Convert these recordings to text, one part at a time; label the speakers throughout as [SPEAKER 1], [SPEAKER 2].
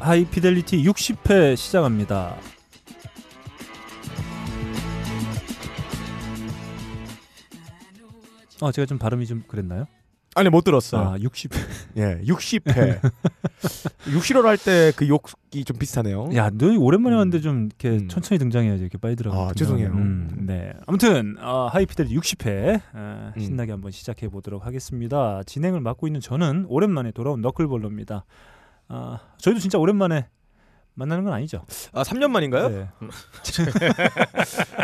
[SPEAKER 1] 하이피델리티 60회 시작합니다. 어, 제가 좀 발음이 좀 그랬나요?
[SPEAKER 2] 아니 못 들었어.
[SPEAKER 1] 아, 60회.
[SPEAKER 2] 예, 60회. 60월 할 때 그 욕이 좀 비슷하네요.
[SPEAKER 1] 야, 너 오랜만에
[SPEAKER 2] 음.
[SPEAKER 1] 왔는데 좀 이렇게
[SPEAKER 2] 음.
[SPEAKER 1] 천천히 등장해야지 이렇게 빨리 들어가.
[SPEAKER 2] 아, 죄송해요.
[SPEAKER 1] 네. 아무튼 어, 하이피델리티 60회 어,
[SPEAKER 2] 음.
[SPEAKER 1] 신나게 한번 시작해 보도록 하겠습니다. 진행을 맡고 있는 저는 오랜만에 돌아온 너클볼러입니다. 아, 저희도 진짜 오랜만에 만나는 건 아니죠?
[SPEAKER 2] 아, 3년 만인가요?
[SPEAKER 1] 네.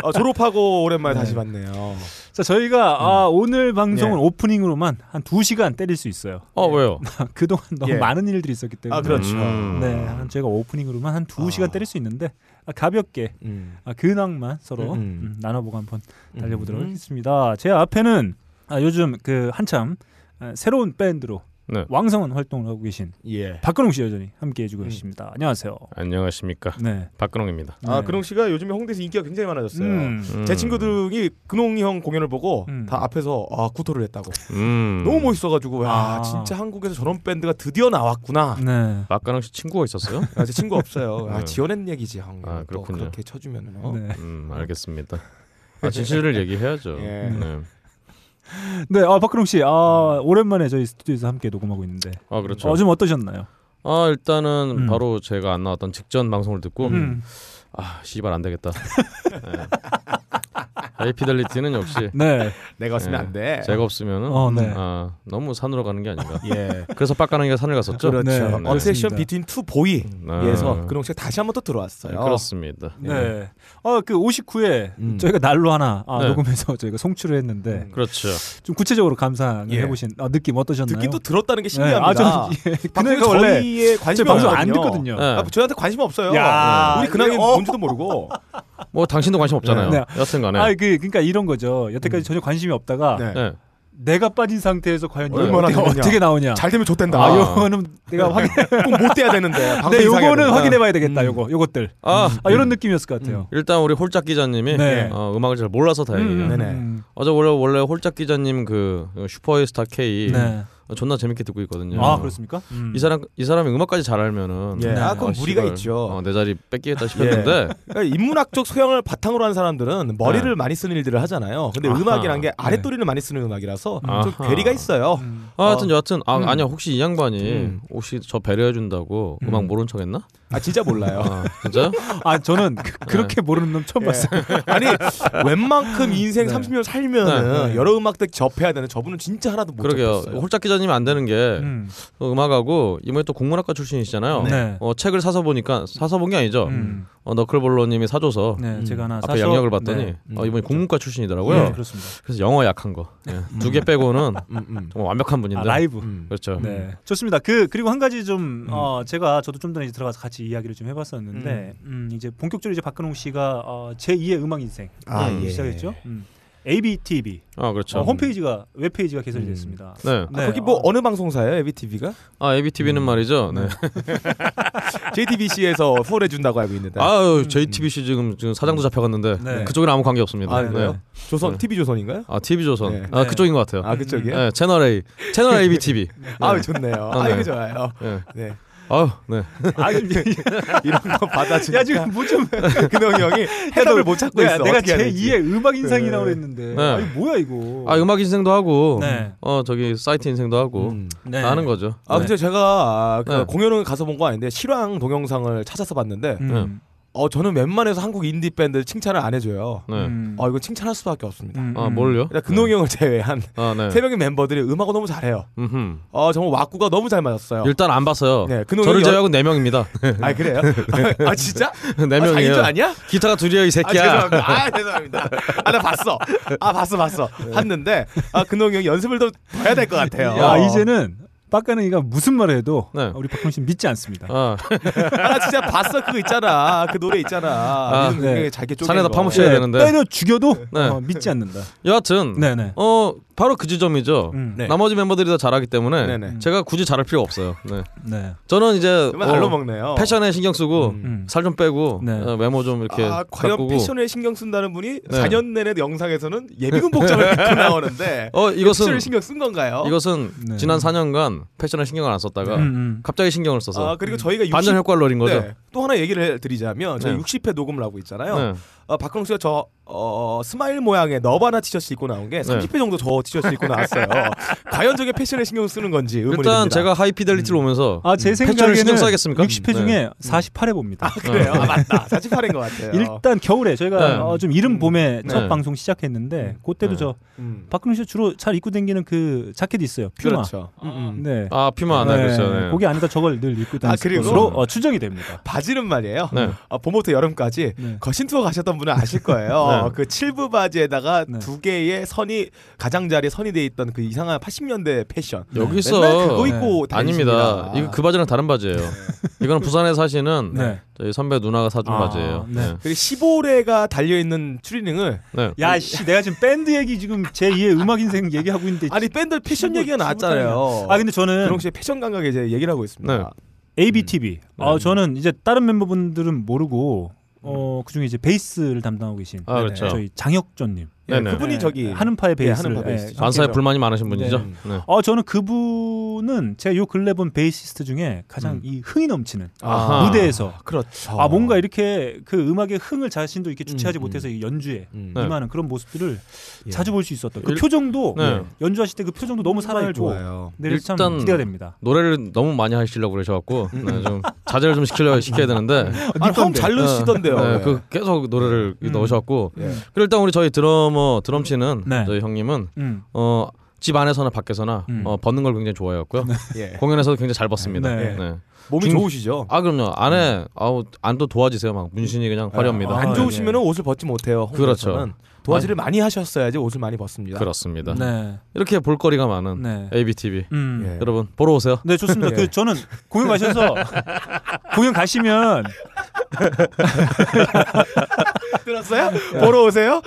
[SPEAKER 2] 아, 졸업하고 오랜만에
[SPEAKER 1] 네.
[SPEAKER 2] 다시 봤네요.
[SPEAKER 1] 자 저희가
[SPEAKER 2] 음.
[SPEAKER 1] 아, 오늘 방송은
[SPEAKER 2] 예.
[SPEAKER 1] 오프닝으로만 한 2시간 때릴 수 있어요.
[SPEAKER 3] 어 왜요?
[SPEAKER 1] 그동안 너무
[SPEAKER 2] 예.
[SPEAKER 1] 많은 일들이 있었기 때문에.
[SPEAKER 2] 아, 그렇죠.
[SPEAKER 3] 음.
[SPEAKER 1] 네, 한 저희가 오프닝으로만 한
[SPEAKER 2] 아.
[SPEAKER 1] 2시간 때릴 수 있는데 아, 가볍게
[SPEAKER 2] 음.
[SPEAKER 1] 아, 근황만 서로
[SPEAKER 2] 음,
[SPEAKER 1] 음,
[SPEAKER 2] 음.
[SPEAKER 1] 나눠보고 한번 달려보도록
[SPEAKER 2] 음.
[SPEAKER 1] 하겠습니다. 제 앞에는 아, 요즘 그 한참 아, 새로운 밴드로
[SPEAKER 3] 네.
[SPEAKER 1] 왕성한 활동을 하고 계신
[SPEAKER 2] 예.
[SPEAKER 1] 박근홍 씨 여전히 함께 해주고
[SPEAKER 2] 음.
[SPEAKER 1] 계십니다. 안녕하세요.
[SPEAKER 3] 안녕하십니까
[SPEAKER 1] 네.
[SPEAKER 3] 박근홍입니다.
[SPEAKER 2] 아,
[SPEAKER 1] 네.
[SPEAKER 2] 근홍 씨가 요즘에 홍대에서 인기가 굉장히 많아졌어요.
[SPEAKER 1] 음.
[SPEAKER 3] 음.
[SPEAKER 2] 제 친구들이 근홍이 형 공연을 보고
[SPEAKER 1] 음.
[SPEAKER 2] 다 앞에서 아, 구토를 했다고.
[SPEAKER 3] 음.
[SPEAKER 2] 너무 멋있어가지고 야
[SPEAKER 1] 아.
[SPEAKER 2] 진짜 한국에서 저런 밴드가 드디어 나왔구나.
[SPEAKER 1] 네.
[SPEAKER 3] 박근홍 씨 친구가 있었어요?
[SPEAKER 2] 아, 제 친구 없어요. 아,
[SPEAKER 3] 네.
[SPEAKER 2] 지어낸 얘기지 형.
[SPEAKER 3] 아,
[SPEAKER 2] 또
[SPEAKER 3] 그렇군요.
[SPEAKER 2] 그렇게 쳐주면. 어?
[SPEAKER 1] 네.
[SPEAKER 3] 음 알겠습니다. 아, 진실을 얘기해야죠.
[SPEAKER 2] 예.
[SPEAKER 3] 네.
[SPEAKER 1] 네, 아, 박근홍 씨,
[SPEAKER 2] 음.
[SPEAKER 1] 아, 오랜만에 저희 스튜디오에서 함께 녹음하고 있는데
[SPEAKER 3] 아 그렇죠.
[SPEAKER 1] 어, 좀 어떠셨나요?
[SPEAKER 3] 아 일단은
[SPEAKER 1] 음.
[SPEAKER 3] 바로 제가 안 나왔던 직전 방송을 듣고
[SPEAKER 1] 음.
[SPEAKER 3] 아 씨발 안 되겠다. 네. 하이피델리티는 역시
[SPEAKER 1] 네,
[SPEAKER 2] 내가 왔으면
[SPEAKER 3] 예.
[SPEAKER 2] 안 돼.
[SPEAKER 3] 제가 없으면은
[SPEAKER 1] 어, 네.
[SPEAKER 3] 아 너무 산으로 가는 게 아닌가.
[SPEAKER 2] 예.
[SPEAKER 3] 그래서 박가랑이가 산을 갔었죠.
[SPEAKER 2] 그렇죠.
[SPEAKER 1] 네,
[SPEAKER 3] 네.
[SPEAKER 2] 어세션
[SPEAKER 1] 그렇습니다.
[SPEAKER 2] 비트윈 투 보이.
[SPEAKER 3] 아,
[SPEAKER 2] 예서 그럼 제가 다시 한번 또 들어왔어요.
[SPEAKER 3] 네, 그렇습니다.
[SPEAKER 1] 네. 아, 그 59회
[SPEAKER 2] 음.
[SPEAKER 1] 저희가 날로 하나 아,
[SPEAKER 3] 네.
[SPEAKER 1] 녹음해서 저희가 송출을 했는데
[SPEAKER 2] 음.
[SPEAKER 3] 그렇죠.
[SPEAKER 1] 좀 구체적으로 감상을
[SPEAKER 2] 예.
[SPEAKER 1] 해보신 아, 느낌 어떠셨나요?
[SPEAKER 2] 듣긴 또 들었다는 게
[SPEAKER 1] 네, 아,
[SPEAKER 2] 신기합니다.
[SPEAKER 1] 저는 예,
[SPEAKER 2] 박근혜
[SPEAKER 1] 그녀가 원래
[SPEAKER 2] 저희의 관심이
[SPEAKER 1] 제 방송 안
[SPEAKER 2] 없거든요.
[SPEAKER 1] 듣거든요.
[SPEAKER 3] 네.
[SPEAKER 2] 아, 저희한테 관심 없어요. 네.
[SPEAKER 1] 야,
[SPEAKER 2] 우리 근황이
[SPEAKER 1] 어.
[SPEAKER 2] 뭔지도 모르고.
[SPEAKER 3] 뭐 당신도 관심 없잖아요.
[SPEAKER 1] 네.
[SPEAKER 3] 여튼간에.
[SPEAKER 1] 아, 그 그러니까 이런 거죠. 여태까지 전혀 관심이 없다가
[SPEAKER 2] 음. 네.
[SPEAKER 3] 네.
[SPEAKER 1] 내가 빠진 상태에서 과연 이게
[SPEAKER 2] 얼마나
[SPEAKER 1] 어떻게,
[SPEAKER 2] 나오냐.
[SPEAKER 1] 어떻게 나오냐?
[SPEAKER 2] 잘 되면 좋댄다.
[SPEAKER 1] 아,
[SPEAKER 3] 아.
[SPEAKER 1] 요거는 내가 확인.
[SPEAKER 2] 꼭못 돼야 되는데. 방송
[SPEAKER 1] 네,
[SPEAKER 2] 이상해야
[SPEAKER 1] 요거는
[SPEAKER 2] 되는데.
[SPEAKER 1] 확인해봐야 되겠다.
[SPEAKER 2] 음.
[SPEAKER 1] 요거, 요것들.
[SPEAKER 3] 아
[SPEAKER 1] 아, 이런 느낌이었을 것 같아요.
[SPEAKER 3] 일단 우리 홀짝 기자님이
[SPEAKER 1] 네.
[SPEAKER 3] 어, 음악을 잘 몰라서 다행이에요.
[SPEAKER 2] 음. 네네.
[SPEAKER 3] 어제 원래 원래 홀짝 기자님 그 슈퍼스타
[SPEAKER 2] 예.
[SPEAKER 3] K
[SPEAKER 1] 네.
[SPEAKER 3] 어, 존나 재밌게 듣고 있거든요.
[SPEAKER 1] 아 그렇습니까? 음.
[SPEAKER 3] 이 사람 이 사람이 음악까지 잘 알면은
[SPEAKER 2] 예. 아, 그건 무리가
[SPEAKER 3] 씨발.
[SPEAKER 2] 있죠.
[SPEAKER 3] 네.
[SPEAKER 2] 예.
[SPEAKER 3] 어, 내 자리 뺏기겠다 싶었는데
[SPEAKER 2] 그러니까 인문학적 소양을 바탕으로 한 사람들은 머리를
[SPEAKER 3] 네.
[SPEAKER 2] 많이 쓰는 일들을 하잖아요. 근데
[SPEAKER 3] 아하. 네.
[SPEAKER 2] 음악이란 게 아랫도리를 많이 쓰는 음악이라서 좀
[SPEAKER 3] 아하.
[SPEAKER 2] 괴리가 있어요.
[SPEAKER 1] 음.
[SPEAKER 3] 아, 하여튼
[SPEAKER 2] 어.
[SPEAKER 3] 여하튼 아
[SPEAKER 2] 음.
[SPEAKER 3] 아니야 혹시 이 양반이
[SPEAKER 2] 음.
[SPEAKER 3] 혹시 저 배려해 준다고
[SPEAKER 1] 음.
[SPEAKER 3] 음. 악 모른 척했나?
[SPEAKER 2] 아 진짜 몰라요.
[SPEAKER 3] 아 진짜요?
[SPEAKER 1] 아 저는 그, 그렇게 모르는 놈 처음
[SPEAKER 2] 네. 예.
[SPEAKER 1] 봤어요.
[SPEAKER 2] 아니 웬만큼 인생
[SPEAKER 1] 네.
[SPEAKER 2] 30년 살면은
[SPEAKER 1] 네.
[SPEAKER 2] 여러 음악들 접해야 되는 저분은 진짜 하나도 못
[SPEAKER 3] 그러게요.
[SPEAKER 2] 접했어요.
[SPEAKER 3] 홀짝 기자님이 안 되는
[SPEAKER 2] 네.
[SPEAKER 3] 게
[SPEAKER 1] 음.
[SPEAKER 3] 음. 악하고 이번에 또 국문학과 출신이시잖아요.
[SPEAKER 1] 네.
[SPEAKER 3] 어 책을 사서 보니까 사서 본 게
[SPEAKER 2] 네.
[SPEAKER 3] 아니죠.
[SPEAKER 1] 음.
[SPEAKER 3] 어 너클볼로님이 사줘서
[SPEAKER 1] 네,
[SPEAKER 2] 음.
[SPEAKER 1] 제가 하나
[SPEAKER 3] 앞에
[SPEAKER 1] 사서-
[SPEAKER 3] 양력을 봤더니
[SPEAKER 1] 네.
[SPEAKER 3] 어, 이번에 국문과 출신이더라고요.
[SPEAKER 1] 네, 그렇습니다.
[SPEAKER 3] 그래서 영어 약한 거. 네. 두 개 빼고는
[SPEAKER 2] 음, 음.
[SPEAKER 3] 정말 완벽한 분인데.
[SPEAKER 1] 아, 라이브.
[SPEAKER 2] 음.
[SPEAKER 3] 그렇죠.
[SPEAKER 1] 네, 좋습니다. 그 그리고 한 가지 좀 어, 제가 저도 좀 전에 이제 들어가서 같이 이야기를 좀 해봤었는데 음, 이제 본격적으로 이제 박근홍 씨가 어, 제 2의 음악 인생
[SPEAKER 2] 아,
[SPEAKER 1] 음,
[SPEAKER 2] 예.
[SPEAKER 1] 시작했죠. 음. ABTV
[SPEAKER 3] 아 그렇죠.
[SPEAKER 1] 어, 홈페이지가 웹페이지가 개설이
[SPEAKER 2] 음.
[SPEAKER 1] 됐습니다.
[SPEAKER 3] 네.
[SPEAKER 1] 네,
[SPEAKER 2] 거기 뭐
[SPEAKER 1] 어,
[SPEAKER 2] 어느 방송사예요? 에비티비가?
[SPEAKER 3] 아
[SPEAKER 1] 음.
[SPEAKER 3] ABTV는 말이죠. 네.
[SPEAKER 2] JTBC에서 후원해 준다고 알고 있는데.
[SPEAKER 3] 아유 JTBC 지금 지금 사장도 잡혀갔는데
[SPEAKER 1] 음, 네.
[SPEAKER 3] 그쪽에는 아무 관계 없습니다.
[SPEAKER 2] 아, 그래요? 조선
[SPEAKER 3] 네.
[SPEAKER 2] TV 조선인가요?
[SPEAKER 3] 아 TV 조선.
[SPEAKER 2] 네.
[SPEAKER 3] 아
[SPEAKER 1] 네.
[SPEAKER 3] 그쪽인 것 같아요.
[SPEAKER 2] 아 그쪽이요?
[SPEAKER 3] 네, 채널 A, 채널 ABTV.
[SPEAKER 2] 아 좋네요.
[SPEAKER 3] 아,
[SPEAKER 2] 아,
[SPEAKER 3] 네.
[SPEAKER 2] 이거 좋아요.
[SPEAKER 3] 네.
[SPEAKER 2] 네.
[SPEAKER 3] 아유, 네.
[SPEAKER 1] 아,
[SPEAKER 2] 이런 거 받아주니까
[SPEAKER 1] 야 지금 뭐좀
[SPEAKER 2] 근홍이 형이 해답을 못 찾고 그러니까
[SPEAKER 1] 네,
[SPEAKER 2] 있어.
[SPEAKER 1] 내가
[SPEAKER 2] 어떻게
[SPEAKER 1] 제
[SPEAKER 2] 해야 되지?
[SPEAKER 1] 2의 음악
[SPEAKER 2] 네.
[SPEAKER 1] 인생이라고 했는데
[SPEAKER 3] 네.
[SPEAKER 1] 아, 이거 뭐야 이거?
[SPEAKER 3] 아 음악 인생도 하고,
[SPEAKER 1] 네.
[SPEAKER 3] 어 저기 사이트 인생도 하고,
[SPEAKER 2] 음.
[SPEAKER 1] 네.
[SPEAKER 3] 다 하는 거죠.
[SPEAKER 2] 아 근데 제가 그
[SPEAKER 3] 네.
[SPEAKER 2] 공연을 가서 본 거 아닌데 실황 동영상을 찾아서 봤는데
[SPEAKER 1] 음.
[SPEAKER 2] 어 저는 웬만해서 한국 인디 밴드 칭찬을 안 해줘요.
[SPEAKER 3] 네.
[SPEAKER 1] 음.
[SPEAKER 2] 어 이건 칭찬할 수밖에 없습니다.
[SPEAKER 1] 음,
[SPEAKER 3] 아
[SPEAKER 1] 음.
[SPEAKER 3] 뭘요?
[SPEAKER 2] 일단 근홍이 형을 제외한
[SPEAKER 3] 아 네.
[SPEAKER 2] 세 명의 멤버들이 음악을 너무 잘해요.
[SPEAKER 3] 음흠.
[SPEAKER 2] 어 정말 왁구가 너무 잘 맞았어요.
[SPEAKER 3] 일단 안 봤어요.
[SPEAKER 2] 네,
[SPEAKER 1] 그
[SPEAKER 2] 근데
[SPEAKER 3] 저를
[SPEAKER 2] 오늘
[SPEAKER 3] 제외하고 네 명입니다.
[SPEAKER 2] 아 그래요? 아 진짜?
[SPEAKER 3] 네
[SPEAKER 2] 아, 자기
[SPEAKER 3] 명이에요.
[SPEAKER 2] 줄 아니야?
[SPEAKER 3] 기타가 둘이야 이
[SPEAKER 2] 아
[SPEAKER 3] 새끼야.
[SPEAKER 2] 죄송합니다. 아 죄송합니다. 아 나 봤어. 아 봤어 봤어.
[SPEAKER 3] 네.
[SPEAKER 2] 봤는데 아 근홍이 형 연습을 더 해야 될 것 같아요.
[SPEAKER 1] 야 이제는 빡가능이가 무슨 말을 해도
[SPEAKER 3] 네.
[SPEAKER 1] 우리 박근홍 씨는 믿지 않습니다.
[SPEAKER 3] 아,
[SPEAKER 2] 아, 나 진짜 봤어 그거 있잖아. 그 노래 있잖아. 아,
[SPEAKER 1] 네.
[SPEAKER 2] 네. 잘게 쪼개.
[SPEAKER 3] 산에다 파묻혀야
[SPEAKER 1] 예,
[SPEAKER 3] 되는데.
[SPEAKER 1] 때려 죽여도
[SPEAKER 3] 네.
[SPEAKER 1] 어, 믿지 않는다.
[SPEAKER 3] 여하튼
[SPEAKER 1] 네네.
[SPEAKER 3] 어 바로 그 지점이죠.
[SPEAKER 1] 음.
[SPEAKER 2] 네.
[SPEAKER 3] 나머지 멤버들이 다 잘하기 때문에
[SPEAKER 2] 네네. 음.
[SPEAKER 3] 제가 굳이 잘할 필요 없어요. 네.
[SPEAKER 1] 네.
[SPEAKER 3] 저는 이제
[SPEAKER 2] 정말
[SPEAKER 3] 어,
[SPEAKER 2] 날로 먹네요.
[SPEAKER 3] 패션에 신경 쓰고
[SPEAKER 2] 음.
[SPEAKER 1] 음.
[SPEAKER 3] 살 좀 빼고
[SPEAKER 1] 네.
[SPEAKER 3] 어, 외모 좀 이렇게
[SPEAKER 2] 아, 과연
[SPEAKER 3] 가꾸고
[SPEAKER 2] 패션에 신경 쓴다는 분이
[SPEAKER 3] 네.
[SPEAKER 2] 4년 내내 영상에서는 예비군 복장을 입고 나오는데
[SPEAKER 3] 어 이것은
[SPEAKER 2] 패션을 신경 쓴 건가요?
[SPEAKER 3] 이것은
[SPEAKER 1] 네.
[SPEAKER 3] 지난 4년간 패션에 신경을 안 썼다가
[SPEAKER 1] 음, 음.
[SPEAKER 3] 갑자기 신경을 써서
[SPEAKER 2] 아, 그리고 저희가 60,
[SPEAKER 3] 반전 효과를 노린 거죠.
[SPEAKER 2] 네. 또 하나 얘기를 드리자면 저희
[SPEAKER 3] 네.
[SPEAKER 2] 60회 녹음을 하고 있잖아요.
[SPEAKER 3] 네.
[SPEAKER 2] 아, 박근홍 씨가 저 어, 스마일 모양의 너바나 티셔츠 입고 나온
[SPEAKER 3] 네.
[SPEAKER 2] 게 30회 정도 저 티셔츠 입고 나왔어요. 과연 저게 패션에 신경 쓰는 건지 의문이
[SPEAKER 3] 일단
[SPEAKER 2] 듭니다. 음.
[SPEAKER 3] 제가 하이피델리티를 오면서 음,
[SPEAKER 1] 아, 제
[SPEAKER 3] 패션을
[SPEAKER 1] 생각에는
[SPEAKER 3] 신경 써야겠습니까?
[SPEAKER 1] 60회
[SPEAKER 3] 네.
[SPEAKER 1] 중에 48회 봅니다.
[SPEAKER 2] 그래요. 아, 맞다. 48인 것 같아요.
[SPEAKER 1] 일단 겨울에 저희가
[SPEAKER 3] 네.
[SPEAKER 1] 어, 좀 이른 봄에
[SPEAKER 2] 네.
[SPEAKER 1] 첫 방송 시작했는데 그때도
[SPEAKER 3] 네.
[SPEAKER 1] 저
[SPEAKER 2] 음.
[SPEAKER 1] 박근홍 씨 주로 잘 입고 다니는 그 자켓 이 있어요. 퓨마.
[SPEAKER 2] 그렇죠. 음, 음.
[SPEAKER 1] 네.
[SPEAKER 3] 아 피마 네, 그렇죠. 네. 아,
[SPEAKER 1] 거기 안에다 저걸 늘 입고 다니는
[SPEAKER 2] 그리고?
[SPEAKER 1] 것으로 어, 추정이 됩니다.
[SPEAKER 2] 바지는 말이에요.
[SPEAKER 3] 네.
[SPEAKER 2] 아, 봄부터 여름까지
[SPEAKER 1] 네.
[SPEAKER 2] 거신 투어 가셨던 분은 아실 거예요.
[SPEAKER 3] 네.
[SPEAKER 2] 그 칠부 바지에다가
[SPEAKER 1] 네.
[SPEAKER 2] 두 개의 선이 가장자리 선이 돼 있던 그 이상한 80년대 패션.
[SPEAKER 3] 여기서
[SPEAKER 2] 맨날 그거
[SPEAKER 1] 네.
[SPEAKER 2] 입고 다니십니다.
[SPEAKER 3] 아닙니다. 이거 그 바지랑 다른 바지예요. 이거는 부산에 사시는
[SPEAKER 1] 네.
[SPEAKER 3] 저희 선배 누나가 사준
[SPEAKER 1] 아,
[SPEAKER 3] 바지예요.
[SPEAKER 1] 네.
[SPEAKER 3] 네.
[SPEAKER 2] 그리고 15레가 달려 있는 추리닝을
[SPEAKER 3] 네.
[SPEAKER 1] 야, 씨, 내가 지금 밴드 얘기 지금 제 2의 음악 인생 얘기하고 있는데.
[SPEAKER 2] 아니 밴드 패션
[SPEAKER 1] 친구,
[SPEAKER 2] 얘기가 나왔잖아요.
[SPEAKER 1] 아, 근데 저는
[SPEAKER 2] 그런 씨의 패션 감각에 이제 얘기를 하고 있습니다.
[SPEAKER 3] 네.
[SPEAKER 1] ABTV.
[SPEAKER 3] 음.
[SPEAKER 1] 어, 저는 이제 다른 멤버분들은 모르고 어, 그중에 이제 베이스를 담당하고 계신
[SPEAKER 3] 음. 아, 그렇죠.
[SPEAKER 1] 저희 장혁전 님.
[SPEAKER 2] 예,
[SPEAKER 3] 네네.
[SPEAKER 2] 그분이 저기
[SPEAKER 1] 한음파의
[SPEAKER 2] 예,
[SPEAKER 1] 베이스를
[SPEAKER 2] 한음파 베이스.
[SPEAKER 1] 예,
[SPEAKER 3] 만사에 불만이 많으신 분이죠.
[SPEAKER 1] 네.
[SPEAKER 3] 네.
[SPEAKER 1] 어 저는 그분은 제가 요 근래 본 베이시스트 중에 가장
[SPEAKER 2] 음.
[SPEAKER 1] 이 흥이 넘치는
[SPEAKER 3] 아하.
[SPEAKER 1] 무대에서
[SPEAKER 2] 그렇죠.
[SPEAKER 1] 아 뭔가 이렇게 그 음악의 흥을 자신도 이렇게 주체하지
[SPEAKER 2] 음,
[SPEAKER 1] 못해서 이 연주에
[SPEAKER 2] 음.
[SPEAKER 3] 네.
[SPEAKER 1] 임하는 그런 모습들을
[SPEAKER 2] 예.
[SPEAKER 1] 자주 볼 수 있었던 그
[SPEAKER 3] 일-
[SPEAKER 1] 표정도
[SPEAKER 3] 네.
[SPEAKER 1] 연주하실 때 그 표정도 너무
[SPEAKER 2] 정말
[SPEAKER 1] 살아있고
[SPEAKER 2] 좋아요.
[SPEAKER 1] 네, 일단 참
[SPEAKER 3] 일단-
[SPEAKER 1] 기대가 됩니다.
[SPEAKER 3] 노래를 너무 많이 하시려고 그러셔갖고
[SPEAKER 1] 음.
[SPEAKER 3] 네, 좀 자제를 좀 시키려 시켜야 되는데
[SPEAKER 2] 아니 험잘 넣으시던데요.
[SPEAKER 3] 네,
[SPEAKER 2] 왜?
[SPEAKER 3] 그 계속 노래를
[SPEAKER 1] 음.
[SPEAKER 3] 넣으셨고
[SPEAKER 2] 예.
[SPEAKER 3] 그리고 일단 우리 저희 드러머 드럼 치는
[SPEAKER 1] 네.
[SPEAKER 3] 저희 형님은
[SPEAKER 1] 음.
[SPEAKER 3] 어, 집 안에서나 밖에서나
[SPEAKER 1] 음.
[SPEAKER 3] 어, 벗는 걸 굉장히 좋아해갖고요
[SPEAKER 2] 예.
[SPEAKER 3] 공연에서도 굉장히 잘 벗습니다.
[SPEAKER 1] 네.
[SPEAKER 3] 네.
[SPEAKER 2] 몸이
[SPEAKER 3] 중-
[SPEAKER 2] 좋으시죠?
[SPEAKER 3] 아 그럼요 안에 아우 안도 도와주세요 막 문신이 그냥 화려합니다.
[SPEAKER 1] 아,
[SPEAKER 2] 안
[SPEAKER 1] 네.
[SPEAKER 2] 좋으시면 옷을 벗지 못해요.
[SPEAKER 3] 그렇죠.
[SPEAKER 2] 홍대에서는. 도화지를 많이 하셨어야지 옷을 많이 벗습니다.
[SPEAKER 3] 그렇습니다.
[SPEAKER 1] 네,
[SPEAKER 3] 이렇게 볼거리가 많은
[SPEAKER 1] 네,
[SPEAKER 3] ABTV
[SPEAKER 1] 음.
[SPEAKER 2] 예.
[SPEAKER 3] 여러분 보러 오세요.
[SPEAKER 1] 네 좋습니다.
[SPEAKER 2] 예.
[SPEAKER 1] 그 저는 공연 가셔서 공연 가시면
[SPEAKER 2] 들었어요? 보러 오세요?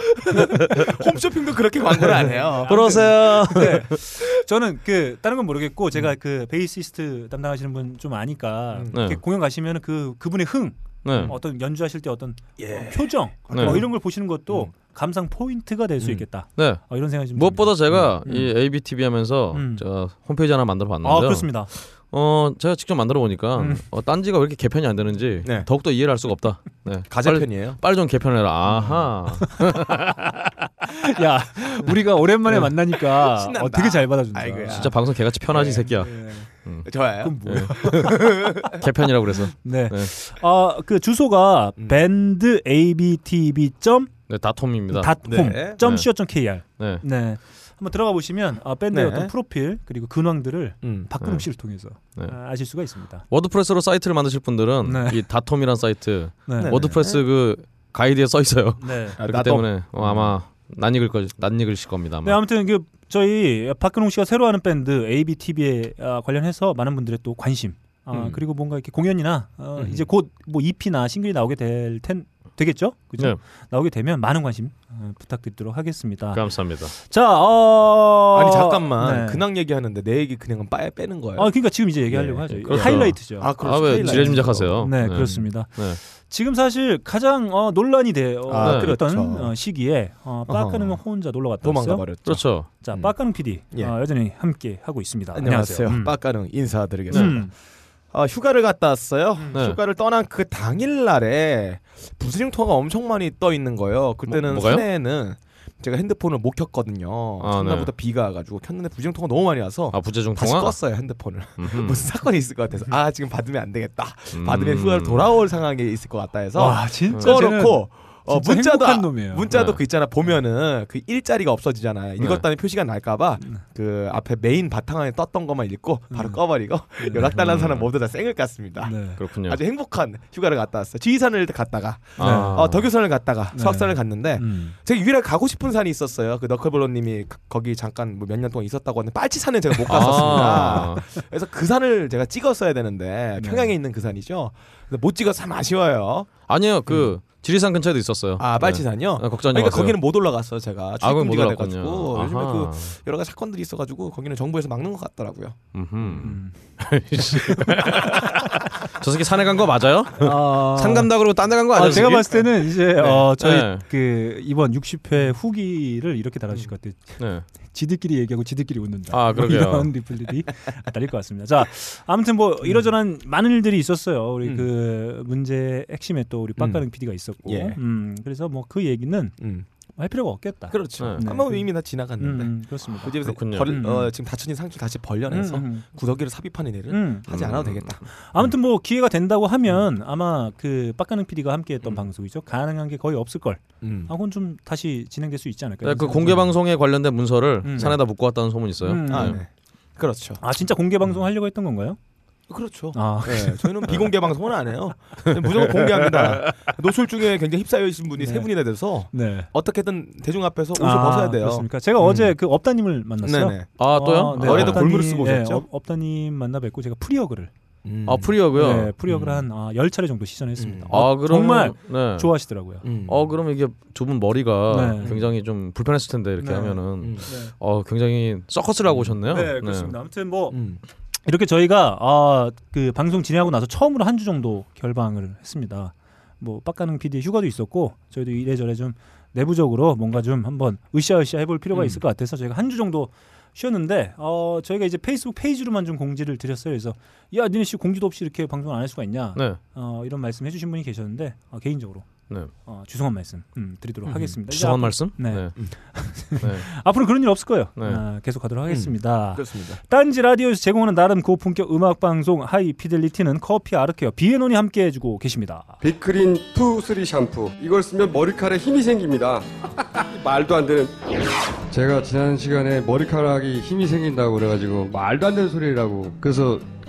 [SPEAKER 2] 홈쇼핑도 그렇게 광고를 안 해요.
[SPEAKER 3] 보러 오세요.
[SPEAKER 1] 네. 저는 그 다른 건 모르겠고
[SPEAKER 2] 음.
[SPEAKER 1] 제가 그 베이시스트 담당하시는 분 좀 아니까
[SPEAKER 3] 네.
[SPEAKER 1] 이렇게 공연 가시면 그 그분의 흥
[SPEAKER 3] 네.
[SPEAKER 1] 어떤 연주하실 때 어떤
[SPEAKER 2] 예.
[SPEAKER 1] 표정
[SPEAKER 3] 네.
[SPEAKER 1] 뭐 이런 걸 보시는 것도 감상 포인트가 될 수
[SPEAKER 2] 음.
[SPEAKER 1] 있겠다
[SPEAKER 3] 네.
[SPEAKER 1] 어, 이런 생각이 좀
[SPEAKER 3] 무엇보다 제가
[SPEAKER 1] 음.
[SPEAKER 3] 이 ABTV 하면서
[SPEAKER 1] 음.
[SPEAKER 3] 제가 홈페이지 하나 만들어
[SPEAKER 1] 듭니다. 아
[SPEAKER 3] 봤는데요.
[SPEAKER 1] 그렇습니다
[SPEAKER 3] 어, 제가 직접 만들어 보니까
[SPEAKER 1] 음.
[SPEAKER 3] 어, 딴지가 왜 이렇게 개편이 안 되는지
[SPEAKER 2] 네.
[SPEAKER 3] 더욱더 이해를 할 수가 없다. 네. 빨리,
[SPEAKER 2] 가재편이에요.
[SPEAKER 3] 빨리 좀 개편해라. 아하.
[SPEAKER 1] 음. 야 우리가 오랜만에 만나니까
[SPEAKER 2] 네. 신난다.
[SPEAKER 1] 어, 되게 잘 받아준다
[SPEAKER 2] 아이고야.
[SPEAKER 3] 진짜 방송 개같이 편하지
[SPEAKER 1] 네.
[SPEAKER 3] 이 새끼야.
[SPEAKER 2] 저예요.
[SPEAKER 1] 그럼 뭐야
[SPEAKER 3] 개편이라고 그래서.
[SPEAKER 1] 네아그 그
[SPEAKER 3] 네.
[SPEAKER 1] 주소가
[SPEAKER 2] 음.
[SPEAKER 1] 밴드 abtb 점
[SPEAKER 3] 네, 다톰입니다.
[SPEAKER 2] 네.
[SPEAKER 1] 닷홈 점 co 점 kr
[SPEAKER 3] 네.
[SPEAKER 1] 네. 한번 들어가 보시면 아, 밴드의
[SPEAKER 2] 네.
[SPEAKER 1] 어떤 프로필 그리고 근황들을
[SPEAKER 2] 음.
[SPEAKER 1] 박근홍
[SPEAKER 3] 네.
[SPEAKER 1] 씨를 통해서
[SPEAKER 3] 네.
[SPEAKER 1] 아, 아실 수가 있습니다.
[SPEAKER 3] 워드프레스로 사이트를 만드실 분들은
[SPEAKER 1] 네.
[SPEAKER 3] 이 다톰이란 사이트
[SPEAKER 1] 네.
[SPEAKER 2] 네.
[SPEAKER 3] 워드프레스 그 가이드에 써 있어요.
[SPEAKER 1] 네.
[SPEAKER 2] 아,
[SPEAKER 3] 그렇기
[SPEAKER 2] 나도-
[SPEAKER 3] 때문에 어, 아마
[SPEAKER 1] 음.
[SPEAKER 3] 난 읽을 거, 난 읽으실 겁니다. 아마.
[SPEAKER 1] 네, 아무튼 그 저희 박근홍 씨가 새로 하는 밴드 ABTV에 아, 관련해서 많은 분들의 또 관심 아,
[SPEAKER 2] 음.
[SPEAKER 1] 그리고 뭔가 이렇게 공연이나 어,
[SPEAKER 2] 음.
[SPEAKER 1] 이제 곧 뭐 EP나 싱글이 나오게 될 텐. 되겠죠? 그죠?
[SPEAKER 3] 네.
[SPEAKER 1] 나오게 되면 많은 관심 어, 부탁드리도록 하겠습니다.
[SPEAKER 3] 아, 감사합니다.
[SPEAKER 1] 자, 어...
[SPEAKER 2] 아니 잠깐만
[SPEAKER 1] 네.
[SPEAKER 2] 근황 얘기하는데 내 얘기 그냥은 빠야 빼는 거예요.
[SPEAKER 1] 아, 그러니까 지금 이제 얘기하려고
[SPEAKER 2] 네,
[SPEAKER 1] 하죠.
[SPEAKER 3] 그렇죠.
[SPEAKER 1] 하이라이트죠.
[SPEAKER 2] 그렇죠.
[SPEAKER 3] 아 왜
[SPEAKER 2] 스타일라인.
[SPEAKER 3] 지레짐작하세요?
[SPEAKER 1] 네, 그렇습니다.
[SPEAKER 3] 네.
[SPEAKER 1] 지금 사실 가장 어, 논란이 돼요.
[SPEAKER 2] 아,
[SPEAKER 1] 그랬던
[SPEAKER 2] 그렇죠.
[SPEAKER 1] 어, 시기에 어,
[SPEAKER 2] 어허.
[SPEAKER 1] 빠까는 혼자 놀러 갔다
[SPEAKER 2] 도망가
[SPEAKER 1] 왔어요.
[SPEAKER 2] 버렸죠.
[SPEAKER 3] 그렇죠.
[SPEAKER 1] 자,
[SPEAKER 2] 음.
[SPEAKER 1] 빠까는 PD
[SPEAKER 2] 예.
[SPEAKER 1] 어, 여전히 함께 하고 있습니다.
[SPEAKER 2] 안녕하세요.
[SPEAKER 1] 음.
[SPEAKER 2] 빠까능 인사드리겠습니다.
[SPEAKER 1] 음.
[SPEAKER 2] 아, 휴가를 갔다 왔어요.
[SPEAKER 3] 네.
[SPEAKER 2] 휴가를 떠난 그 당일 날에 부스링통화가 엄청 많이 떠 있는 거예요. 그때는
[SPEAKER 3] 뭐- 뭐가요?
[SPEAKER 2] 산에는 제가 핸드폰을 못 켰거든요.
[SPEAKER 3] 아,
[SPEAKER 2] 첫날부터 비가 와가지고 켰는데 부스링통화 너무 많이 와서
[SPEAKER 3] 아 부재중
[SPEAKER 2] 어, 다시
[SPEAKER 3] 통화.
[SPEAKER 2] 껐어요 핸드폰을.
[SPEAKER 3] 음흠.
[SPEAKER 2] 무슨 사건이 있을 것 같아서 아 지금 받으면 안 되겠다.
[SPEAKER 3] 음.
[SPEAKER 2] 받으면 휴가를 돌아올 상황이 있을 것 같다 해서
[SPEAKER 1] 와, 진짜 쟤는
[SPEAKER 2] 음. 꺼놓고 어,
[SPEAKER 1] 진짜
[SPEAKER 2] 문자도
[SPEAKER 1] 행복한
[SPEAKER 2] 아-
[SPEAKER 1] 놈이에요. 네.
[SPEAKER 2] 문자도
[SPEAKER 3] 네.
[SPEAKER 2] 그 있잖아 보면은 그 일자리가 없어지잖아요. 읽었다는 표시가 날까봐 그 앞에 메인 바탕화에 떴던 것만 읽고 바로 꺼버리고 연락 달라는 사람 모두 다 쌩을 깠습니다.
[SPEAKER 1] 음. 네.
[SPEAKER 3] 그렇군요.
[SPEAKER 2] 아주 행복한 휴가를 갔다 왔어요. 지리산을 갔다가
[SPEAKER 3] 아.
[SPEAKER 2] 어, 덕유산을 갔다가
[SPEAKER 1] 네.
[SPEAKER 2] 수학산을 갔는데
[SPEAKER 1] 음.
[SPEAKER 2] 제가 유일하게 가고 싶은 산이 있었어요. 그 너클볼로님이 가- 거기 잠깐 뭐 몇 년 동안 있었다고 하는데 빨치산에 제가
[SPEAKER 1] 아.
[SPEAKER 2] 못 갔었습니다.
[SPEAKER 3] 아.
[SPEAKER 2] 그래서 그 산을 제가
[SPEAKER 1] 네.
[SPEAKER 2] 찍었어야 되는데 평양에 있는 그 산이죠. 근데 못 찍어서 참 아쉬워요.
[SPEAKER 3] 아니요 그 지리산 근처에도 있었어요.
[SPEAKER 2] 아 빨치산요.
[SPEAKER 3] 네. 아, 걱정 좀
[SPEAKER 2] 그러니까
[SPEAKER 3] 마세요.
[SPEAKER 2] 거기는 못 올라갔어요 제가
[SPEAKER 3] 아, 거기 못
[SPEAKER 2] 출입금지가
[SPEAKER 3] 올랐군요.
[SPEAKER 2] 돼가지고 요즘에
[SPEAKER 3] 아하.
[SPEAKER 2] 그 여러 가지 사건들이 있어가지고 거기는 정부에서 막는 것 같더라고요.
[SPEAKER 3] 음흠.
[SPEAKER 1] 음.
[SPEAKER 3] 저 새끼 산에 간 거 맞아요?
[SPEAKER 2] 어.
[SPEAKER 1] 아,
[SPEAKER 3] 상감다 그러고 딴 데 간 거 아니야?
[SPEAKER 1] 아, 제가 봤을 때는 이제 어, 저희
[SPEAKER 3] 네.
[SPEAKER 1] 그 이번 60회 후기를 이렇게
[SPEAKER 2] 음.
[SPEAKER 1] 달아주실 것 같아요.
[SPEAKER 3] 네.
[SPEAKER 1] 지들끼리 얘기하고 지들끼리 웃는다. 뭐
[SPEAKER 3] 아, 그러게요.
[SPEAKER 1] 이런 리플들이 달릴 것 같습니다. 자, 아무튼 뭐 이러저런 많은 일들이 있었어요. 우리
[SPEAKER 2] 음.
[SPEAKER 1] 그 문제 핵심에 또 우리 빡가는 PD가 있었고,
[SPEAKER 2] 예.
[SPEAKER 1] 음, 그래서 뭐 그 얘기는
[SPEAKER 2] 음.
[SPEAKER 1] 할 필요가 없겠다.
[SPEAKER 2] 그렇죠.
[SPEAKER 1] 네.
[SPEAKER 2] 한번
[SPEAKER 1] 네.
[SPEAKER 2] 이미 다
[SPEAKER 1] 음,
[SPEAKER 2] 지나갔는데.
[SPEAKER 1] 음, 그렇습니다.
[SPEAKER 2] 그 집에서
[SPEAKER 3] 아, 그렇군요.
[SPEAKER 2] 벌, 어,
[SPEAKER 1] 음.
[SPEAKER 2] 지금 다친 상처 다시 벌려내서
[SPEAKER 1] 음,
[SPEAKER 2] 구더기를 삽입하는 일을
[SPEAKER 1] 음, 음.
[SPEAKER 2] 하지 않아도 되겠다.
[SPEAKER 1] 아무튼 뭐 기회가 된다고 하면 아마 그 빡가는 PD가 함께했던
[SPEAKER 2] 음.
[SPEAKER 1] 방송이죠. 가능한 게 거의 없을 걸.
[SPEAKER 2] 음.
[SPEAKER 1] 아, 그건 좀 다시 진행될 수 있지
[SPEAKER 2] 그러니까
[SPEAKER 1] 않을까요?
[SPEAKER 3] 네, 그 공개 방송에 관련된 문서를
[SPEAKER 1] 음.
[SPEAKER 3] 산에다 묶고 왔다는 소문이 있어요.
[SPEAKER 1] 음.
[SPEAKER 2] 아,
[SPEAKER 3] 네.
[SPEAKER 2] 네. 그렇죠.
[SPEAKER 1] 아, 진짜 공개 방송 하려고 했던 건가요?
[SPEAKER 2] 그렇죠.
[SPEAKER 1] 아,
[SPEAKER 2] 네, 저희는 비공개 방송은 안 해요. 무조건 공개합니다. 노출 중에 굉장히 휩싸여 있는 분이
[SPEAKER 1] 네.
[SPEAKER 2] 세 분이나 돼서
[SPEAKER 1] 네.
[SPEAKER 2] 어떻게든 대중 앞에서 옷을
[SPEAKER 1] 아,
[SPEAKER 2] 벗어야 돼요.
[SPEAKER 1] 그렇습니까? 제가 어제 그 업다님을 만났어요.
[SPEAKER 2] 네네.
[SPEAKER 3] 아 또요?
[SPEAKER 1] 아, 네,
[SPEAKER 2] 머리에다
[SPEAKER 1] 업다님,
[SPEAKER 2] 골무를 쓰고
[SPEAKER 1] 네,
[SPEAKER 2] 오셨죠?
[SPEAKER 1] 업- 업다님 만나 뵙고 제가 프리어그를
[SPEAKER 2] 음.
[SPEAKER 3] 아 프리어고요.
[SPEAKER 1] 네, 프리어그를
[SPEAKER 2] 음.
[SPEAKER 1] 한 아, 10차례 정도 시전했습니다.
[SPEAKER 2] 음.
[SPEAKER 1] 어,
[SPEAKER 3] 아 그럼
[SPEAKER 1] 정말
[SPEAKER 3] 네.
[SPEAKER 1] 좋아하시더라고요.
[SPEAKER 2] 음.
[SPEAKER 3] 어 그럼 이게 좁은 머리가
[SPEAKER 1] 네.
[SPEAKER 3] 굉장히 좀 불편했을 텐데 이렇게
[SPEAKER 1] 네.
[SPEAKER 3] 하면은
[SPEAKER 2] 음.
[SPEAKER 3] 어 굉장히 서커스를 하고 오셨네요.
[SPEAKER 1] 네, 그렇습니다. 아무튼 뭐
[SPEAKER 2] 음.
[SPEAKER 1] 이렇게 저희가 아, 그 방송 진행하고 나서 처음으로 한 주 정도 결방을 했습니다. 뭐 빡가능 PD의 휴가도 있었고 저희도 이래저래 좀 내부적으로 뭔가 좀 한번 으쌰으쌰 해볼 필요가
[SPEAKER 2] 음.
[SPEAKER 1] 있을 것 같아서 저희가 한 주 정도 쉬었는데 어, 저희가 이제 페이스북 페이지로만 좀 공지를 드렸어요. 그래서 야 니네 씨 공지도 없이 이렇게 방송을 안 할 수가 있냐?
[SPEAKER 3] 네.
[SPEAKER 1] 어, 이런 말씀 해주신 분이 계셨는데 어, 개인적으로
[SPEAKER 3] 네.
[SPEAKER 1] 어, 죄송한 말씀 음, 드리도록
[SPEAKER 2] 음,
[SPEAKER 1] 하겠습니다. 이제
[SPEAKER 3] 죄송한 말씀.
[SPEAKER 1] 네.
[SPEAKER 3] 네.
[SPEAKER 2] 음.
[SPEAKER 3] 네.
[SPEAKER 1] 앞- 앞으로 그런 일 없을 거예요.
[SPEAKER 3] 네.
[SPEAKER 1] 아, 계속하도록 하겠습니다.
[SPEAKER 2] 그렇습니다.
[SPEAKER 1] 딴지 라디오에서 제공하는 나름 고품격 음악 방송 하이 피델리티는 커피 아르케어 비앤온이 함께 해주고 계십니다.
[SPEAKER 4] 비크린 투 쓰리 샴푸 이걸 쓰면 머리카락에 힘이 생깁니다 말도 안 되는 제가 지난 시간에 머리카락이 힘이 생긴다고 그래가지고 말도 안 되는 소리라고 그래서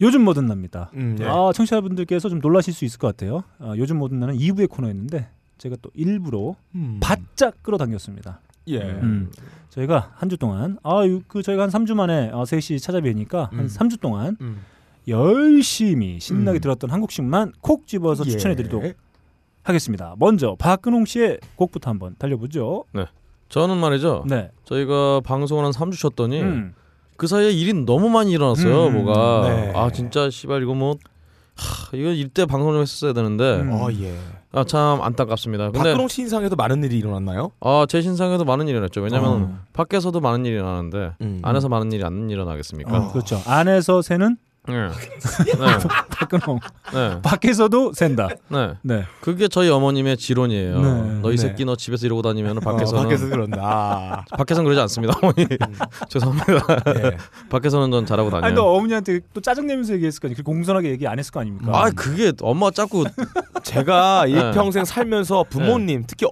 [SPEAKER 1] 요즘 뭐든 납니다.
[SPEAKER 2] 음, 예.
[SPEAKER 1] 아 청취자분들께서 좀 놀라실 수 있을 것 같아요. 아, 요즘 뭐든 나는 2부의 코너였는데 제가 또 일부러
[SPEAKER 2] 음.
[SPEAKER 1] 바짝 끌어당겼습니다.
[SPEAKER 2] 예.
[SPEAKER 1] 음. 저희가 한 주 동안 아그 저희가 한 3주 만에 어, 셋이 찾아뵈니까 한
[SPEAKER 2] 음.
[SPEAKER 1] 3주 동안
[SPEAKER 2] 음.
[SPEAKER 1] 열심히 신나게
[SPEAKER 2] 음.
[SPEAKER 1] 들었던 한국식만 콕 집어서
[SPEAKER 2] 예.
[SPEAKER 1] 추천해드리도록 하겠습니다. 먼저 박근홍 씨의 곡부터 한번 달려보죠.
[SPEAKER 3] 저는 말이죠.
[SPEAKER 1] 네.
[SPEAKER 3] 저희가 방송을 한 3주 쉬었더니
[SPEAKER 1] 음.
[SPEAKER 3] 그 사이에 일이 너무 많이 일어났어요.
[SPEAKER 1] 음,
[SPEAKER 3] 뭐가
[SPEAKER 2] 네.
[SPEAKER 3] 아 진짜 씨발 이거 뭐 하, 이거 이때 방송을 했었어야 되는데
[SPEAKER 1] 음.
[SPEAKER 2] 어 예.
[SPEAKER 3] 아 참 안타깝습니다. 근데
[SPEAKER 2] 박근홍 씨 인상에도 많은 일이 일어났나요?
[SPEAKER 3] 아제 신상에도 많은 일이 났죠. 왜냐면
[SPEAKER 1] 어.
[SPEAKER 3] 밖에서도 많은 일이 일어나는데
[SPEAKER 2] 음.
[SPEAKER 3] 안에서 많은 일이 안 일어나겠습니까?
[SPEAKER 1] 어, 그렇죠. 안에서 새는
[SPEAKER 3] 네. 네.
[SPEAKER 1] 박근홍.
[SPEAKER 3] 네.
[SPEAKER 1] 밖에서도 샌다.
[SPEAKER 3] 네.
[SPEAKER 1] 네.
[SPEAKER 3] 그게 저희 어머님의 지론이에요.
[SPEAKER 1] 네, 아,
[SPEAKER 2] 네.
[SPEAKER 3] 너희 새끼 너 집에서 이러고 다니면
[SPEAKER 2] 어,
[SPEAKER 3] 밖에서는
[SPEAKER 2] 밖에서 그런다.
[SPEAKER 3] 밖에서는 그러지 않습니다. 어머니 죄송합니다.
[SPEAKER 2] 예.
[SPEAKER 3] 밖에서는 전 잘하고 다녀요.
[SPEAKER 1] 음. 아니 너 어머니한테 또 짜증 내면서 얘기했을 거 아니. 공손하게 얘기 안 했을 거 아닙니까?
[SPEAKER 3] 아 그게 엄마 자꾸
[SPEAKER 2] 제가
[SPEAKER 3] 네.
[SPEAKER 2] 일평생 살면서 부모님 특히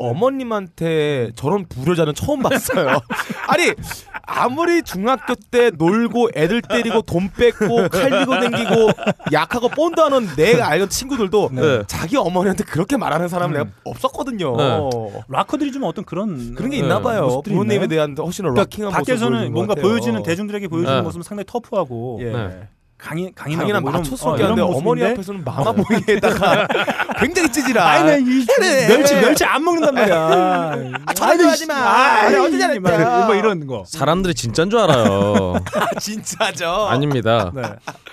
[SPEAKER 2] 어머님한테 저런 불효자는 처음 봤어요. 아니 아무리 중학교 때 놀고 애들 때리고 돈 뺏고 칼리고 댕기고 약하고 본다는 내가 알던 친구들도
[SPEAKER 3] 네. 음.
[SPEAKER 2] 자기 어머니한테 그렇게 말하는 사람은 내가 없었거든요.
[SPEAKER 3] 네.
[SPEAKER 1] 락커들이 좀 어떤 그런
[SPEAKER 2] 그런 게
[SPEAKER 1] 어,
[SPEAKER 2] 있나
[SPEAKER 3] 네.
[SPEAKER 2] 봐요.
[SPEAKER 1] 모습들이
[SPEAKER 2] 부모님에
[SPEAKER 1] 있네.
[SPEAKER 2] 대한 훨씬 더
[SPEAKER 1] 그러니까
[SPEAKER 2] 락킹한
[SPEAKER 1] 밖에서는
[SPEAKER 2] 모습을 보여주는 것
[SPEAKER 1] 뭔가
[SPEAKER 2] 같아요.
[SPEAKER 1] 보여지는 대중들에게 보여지는
[SPEAKER 3] 네.
[SPEAKER 1] 모습은 상당히 터프하고
[SPEAKER 2] 예.
[SPEAKER 3] 네.
[SPEAKER 1] 강인 강인하고
[SPEAKER 2] 당연한
[SPEAKER 1] 뭐 이런-
[SPEAKER 2] 맞춰
[SPEAKER 1] 어,
[SPEAKER 2] 서기
[SPEAKER 1] 이런
[SPEAKER 2] 하는데 어머니
[SPEAKER 1] 모습인데
[SPEAKER 2] 앞에서는 마마 보이에다가 굉장히 찌질한.
[SPEAKER 1] 아니 나이
[SPEAKER 2] 그래.
[SPEAKER 1] 멸치 멸치 안 먹는단 말이야.
[SPEAKER 2] 아, 저한테 하지 마. 아니, 어떻게 잘했죠?
[SPEAKER 1] 뭐 이런 거.
[SPEAKER 3] 사람들이 진짠 줄 알아요.
[SPEAKER 2] 아, 진짜죠.
[SPEAKER 3] 아닙니다.
[SPEAKER 1] 네.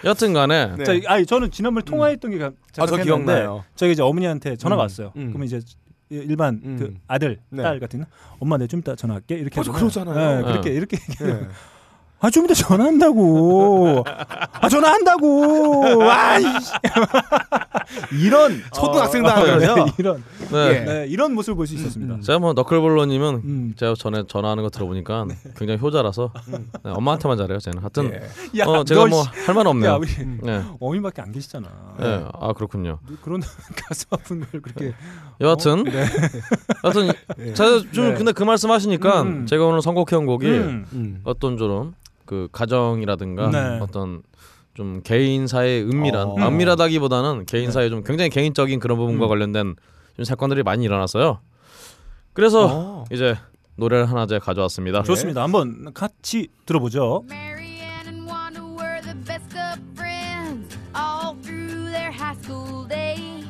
[SPEAKER 3] 여튼간에
[SPEAKER 2] 네.
[SPEAKER 1] 자, 아니 저는 지난번에 통화했던 게 가- 잠깐
[SPEAKER 2] 아, 저
[SPEAKER 1] 생각나는데
[SPEAKER 2] 기억나요.
[SPEAKER 1] 저희 이제 어머니한테 전화가
[SPEAKER 2] 음,
[SPEAKER 1] 왔어요.
[SPEAKER 2] 음.
[SPEAKER 1] 그러면 이제 일반
[SPEAKER 2] 음.
[SPEAKER 1] 그 아들,
[SPEAKER 2] 네.
[SPEAKER 1] 딸 같은 경우는 엄마 내 좀 이따 전화할게 이렇게
[SPEAKER 2] 어, 저
[SPEAKER 1] 하잖아요.
[SPEAKER 2] 그러잖아요.
[SPEAKER 1] 네, 그렇게
[SPEAKER 3] 네.
[SPEAKER 1] 이렇게 얘기해요.
[SPEAKER 2] 예.
[SPEAKER 1] 아, 좀 이따 전화한다고. 아, 전화한다고. 아, 이런
[SPEAKER 2] 초등학생도 음. 안
[SPEAKER 1] 네,
[SPEAKER 2] 그러죠?
[SPEAKER 1] 이런
[SPEAKER 3] 네.
[SPEAKER 1] 네, 이런 모습을 볼 수 있었습니다.
[SPEAKER 3] 제가 뭐 너클볼러님은
[SPEAKER 1] 음. 네.
[SPEAKER 3] 제가 전에 전화하는 거 들어보니까 굉장히 효자라서 네, 엄마한테만 잘해요. 쟤는 하여튼
[SPEAKER 1] 예.
[SPEAKER 2] 예.
[SPEAKER 1] 야,
[SPEAKER 3] 어, 제가
[SPEAKER 1] 너
[SPEAKER 3] 뭐
[SPEAKER 1] 씨,
[SPEAKER 3] 할 말
[SPEAKER 1] 야,
[SPEAKER 3] 없네요.
[SPEAKER 1] 우리
[SPEAKER 2] 음.
[SPEAKER 3] 네.
[SPEAKER 1] 어미밖에 안 계시잖아.
[SPEAKER 3] 네. 아 그렇군요.
[SPEAKER 1] 그런 가슴 아픈 걸 그렇게
[SPEAKER 3] 여하튼 여하튼 제가 좀
[SPEAKER 1] 네.
[SPEAKER 3] 근데 그 말씀하시니까
[SPEAKER 1] 음.
[SPEAKER 3] 제가 오늘 선곡해온 곡이
[SPEAKER 1] 음.
[SPEAKER 2] 음.
[SPEAKER 3] 어떤 저런 그 가정이라든가
[SPEAKER 1] 네.
[SPEAKER 3] 어떤 좀 개인 사의 은밀한
[SPEAKER 2] 어.
[SPEAKER 3] 은밀하다기보다는
[SPEAKER 1] 네.
[SPEAKER 3] 개인 사의 좀 굉장히 개인적인 그런 부분과
[SPEAKER 1] 음.
[SPEAKER 3] 관련된 좀 사건들이 많이 일어났어요. 그래서
[SPEAKER 2] 어.
[SPEAKER 3] 이제 노래를 하나 제가 가져왔습니다.
[SPEAKER 1] 좋습니다. 한번 같이 들어보죠.
[SPEAKER 5] Marianne and Wanda were the best of friends all through their high school days.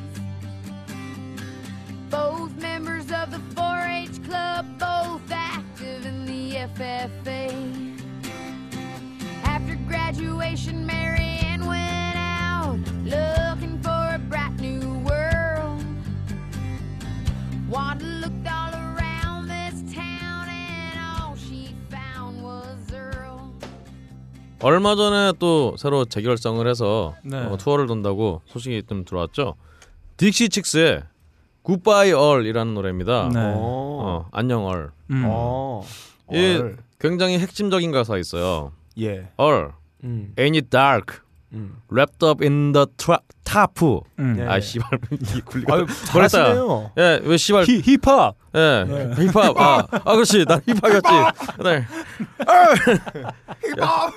[SPEAKER 5] Both members of the 4 H club, both active in the FFA. After graduation, Marianne went out looking for a bright new world. Wanda looked all around this town, and all she found was Earl.
[SPEAKER 3] 얼마 전에 또 새로 재결성을 해서
[SPEAKER 1] 네.
[SPEAKER 3] 어, 투어를 돈다고 소식이 좀 들어왔죠. 딕시 칙스의 굿바이 얼이라는 노래입니다.
[SPEAKER 1] 네.
[SPEAKER 2] 어.
[SPEAKER 3] 어, 안녕 얼.
[SPEAKER 1] 음.
[SPEAKER 2] 어.
[SPEAKER 3] 이
[SPEAKER 2] 얼.
[SPEAKER 3] 굉장히 핵심적인 가사 있어요.
[SPEAKER 2] 예.
[SPEAKER 3] 얼,
[SPEAKER 2] 음.
[SPEAKER 3] ain't it dark?
[SPEAKER 2] 음.
[SPEAKER 3] wrapped up in the tra- top.
[SPEAKER 1] 음.
[SPEAKER 2] 예.
[SPEAKER 3] 아 씨발 이 굴리고.
[SPEAKER 2] 아유, 잘하시네요. 네.
[SPEAKER 3] 예, 왜 씨발?
[SPEAKER 1] 히, 힙합.
[SPEAKER 3] 예, 힙합. 아, 아 그렇지, 난 힙합이었지. 네. 힙합.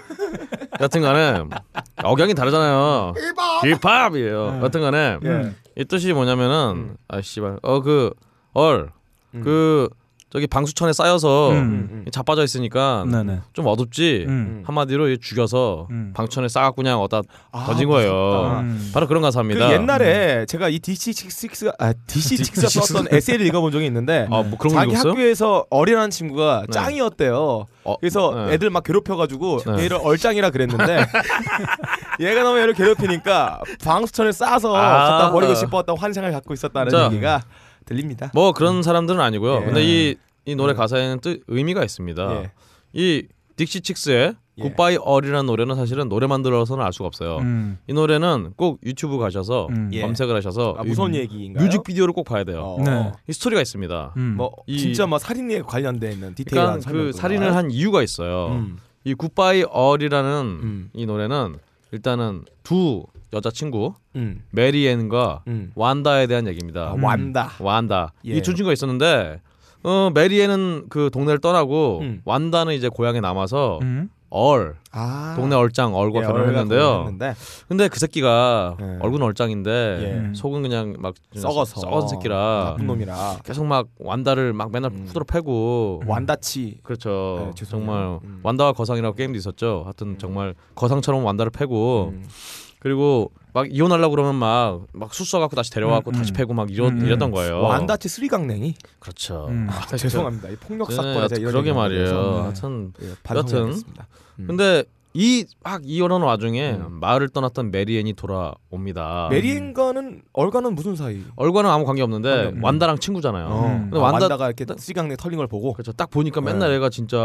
[SPEAKER 3] 여튼간에 억양이 다르잖아요. 힙합. 이에요
[SPEAKER 2] 네.
[SPEAKER 3] 여튼간에
[SPEAKER 1] 음.
[SPEAKER 2] 예. 음.
[SPEAKER 3] 이 뜻이 뭐냐면은 아 씨발, 어그얼 그 저기 방수천에 쌓여서
[SPEAKER 1] 음.
[SPEAKER 2] 음. 예.
[SPEAKER 3] 이 자빠져 있으니까
[SPEAKER 1] 네네.
[SPEAKER 3] 좀 어둡지.
[SPEAKER 1] 음.
[SPEAKER 3] 한마디로 이 죽여서
[SPEAKER 1] 음.
[SPEAKER 3] 방천에 싸갖고 그냥 어디다
[SPEAKER 2] 아,
[SPEAKER 3] 던진 거예요.
[SPEAKER 2] 무섭다.
[SPEAKER 1] 음.
[SPEAKER 3] 바로 그런 가사입니다. 음.
[SPEAKER 2] 그 옛날에 제가 이 DC6가 아 DC6가 썼던 에세이를 읽어본 적이 있는데
[SPEAKER 3] 아, 뭐 그런 거
[SPEAKER 2] 자기
[SPEAKER 3] 읽었어요? 네.
[SPEAKER 2] 학교에서 어린한 친구가 짱이었대요.
[SPEAKER 3] 어,
[SPEAKER 2] 그래서
[SPEAKER 3] 네.
[SPEAKER 2] 애들 막 괴롭혀가지고
[SPEAKER 3] 네.
[SPEAKER 2] 얘를 얼짱이라 그랬는데 얘가 너무 얘를 괴롭히니까 방수천을 싸서
[SPEAKER 3] 아.
[SPEAKER 2] 갖다 버리고 싶었던 환상을 갖고 있었다는
[SPEAKER 3] 자.
[SPEAKER 2] 얘기가 들립니다.
[SPEAKER 3] 뭐 그런 사람들은 아니고요.
[SPEAKER 2] 예.
[SPEAKER 3] 근데 이, 이 노래 가사에는 뜻 의미가 있습니다.
[SPEAKER 2] 예.
[SPEAKER 3] 이 딕시 칙스의
[SPEAKER 2] 예.
[SPEAKER 3] 굿바이 얼이라는 노래는 사실은 노래만 들어서는 알 수가 없어요.
[SPEAKER 1] 음.
[SPEAKER 3] 이 노래는 꼭 유튜브 가셔서
[SPEAKER 1] 음.
[SPEAKER 2] 예.
[SPEAKER 3] 검색을 하셔서
[SPEAKER 2] 아,
[SPEAKER 3] 이
[SPEAKER 2] 무서운 얘기인가요?
[SPEAKER 3] 뮤직 비디오를 꼭 봐야 돼요.
[SPEAKER 2] 어.
[SPEAKER 1] 네.
[SPEAKER 3] 이 스토리가 있습니다.
[SPEAKER 1] 음.
[SPEAKER 2] 뭐
[SPEAKER 3] 이-
[SPEAKER 2] 진짜 뭐 살인에 관련돼 있는 디테일한
[SPEAKER 3] 그러니까 그
[SPEAKER 2] 설명도
[SPEAKER 3] 살인을
[SPEAKER 2] 나와요?
[SPEAKER 3] 한 이유가 있어요.
[SPEAKER 2] 음.
[SPEAKER 3] 이 굿바이 얼이라는
[SPEAKER 2] 음.
[SPEAKER 3] 이 노래는 일단은 두 여자친구
[SPEAKER 2] 음.
[SPEAKER 3] 메리앤과
[SPEAKER 2] 음.
[SPEAKER 3] 완다에 대한 얘기입니다.
[SPEAKER 2] 아, 완다.
[SPEAKER 3] 완다
[SPEAKER 2] 예.
[SPEAKER 3] 이두 친구가 있었는데 어, 메리에는 그 동네를 떠나고
[SPEAKER 2] 음.
[SPEAKER 3] 완다는 이제 고향에 남아서
[SPEAKER 1] 음.
[SPEAKER 3] 얼
[SPEAKER 2] 아.
[SPEAKER 3] 동네 얼짱 얼과
[SPEAKER 2] 예, 얼굴
[SPEAKER 3] 결혼했는데요.
[SPEAKER 2] 결혼했는데.
[SPEAKER 3] 근데 그 새끼가
[SPEAKER 2] 예.
[SPEAKER 3] 얼굴은 얼짱인데
[SPEAKER 1] 예.
[SPEAKER 3] 속은 그냥 막
[SPEAKER 2] 음. 썩어서
[SPEAKER 3] 음. 썩은 새끼라 음.
[SPEAKER 2] 나쁜 놈이라
[SPEAKER 3] 계속 막 완다를 막 맨날
[SPEAKER 2] 음.
[SPEAKER 3] 후드로 패고
[SPEAKER 2] 완다치
[SPEAKER 3] 그렇죠.
[SPEAKER 2] 네, 죄송해요.
[SPEAKER 3] 정말
[SPEAKER 2] 음.
[SPEAKER 3] 완다와 거상이라고 게임도 있었죠. 하여튼 정말 거상처럼 완다를 패고
[SPEAKER 2] 음.
[SPEAKER 3] 그리고 막 이혼하려고 그러면 막 막 수써 갖고 다시 데려와갖고
[SPEAKER 1] 음, 음.
[SPEAKER 3] 다시 패고 막 이러,
[SPEAKER 1] 음, 음.
[SPEAKER 3] 이랬던 거예요.
[SPEAKER 2] 완다치 쓰리강냉이
[SPEAKER 3] 그렇죠.
[SPEAKER 1] 음.
[SPEAKER 3] 어. 아, 진짜
[SPEAKER 2] 죄송합니다 이 폭력
[SPEAKER 3] 네,
[SPEAKER 2] 사건에
[SPEAKER 3] 하여튼
[SPEAKER 2] 제가 이런
[SPEAKER 3] 그러게
[SPEAKER 2] 얘기를
[SPEAKER 3] 말이에요.
[SPEAKER 2] 해서,
[SPEAKER 3] 하여튼
[SPEAKER 2] 네, 예, 반성하겠습니다. 음.
[SPEAKER 3] 근데 이 막 이혼한 와중에 마을을 떠났던 메리앤이 돌아옵니다.
[SPEAKER 2] 메리앤과는 얼과는 무슨 사이?
[SPEAKER 3] 얼과는 아무 관계 없는데
[SPEAKER 2] 관계
[SPEAKER 3] 완다랑 친구잖아요.
[SPEAKER 2] 어.
[SPEAKER 3] 근데
[SPEAKER 2] 아,
[SPEAKER 3] 완다-
[SPEAKER 2] 완다가 이렇게 쓰리강냉 털린 걸 보고
[SPEAKER 3] 그렇죠. 딱 보니까 맨날 애가 진짜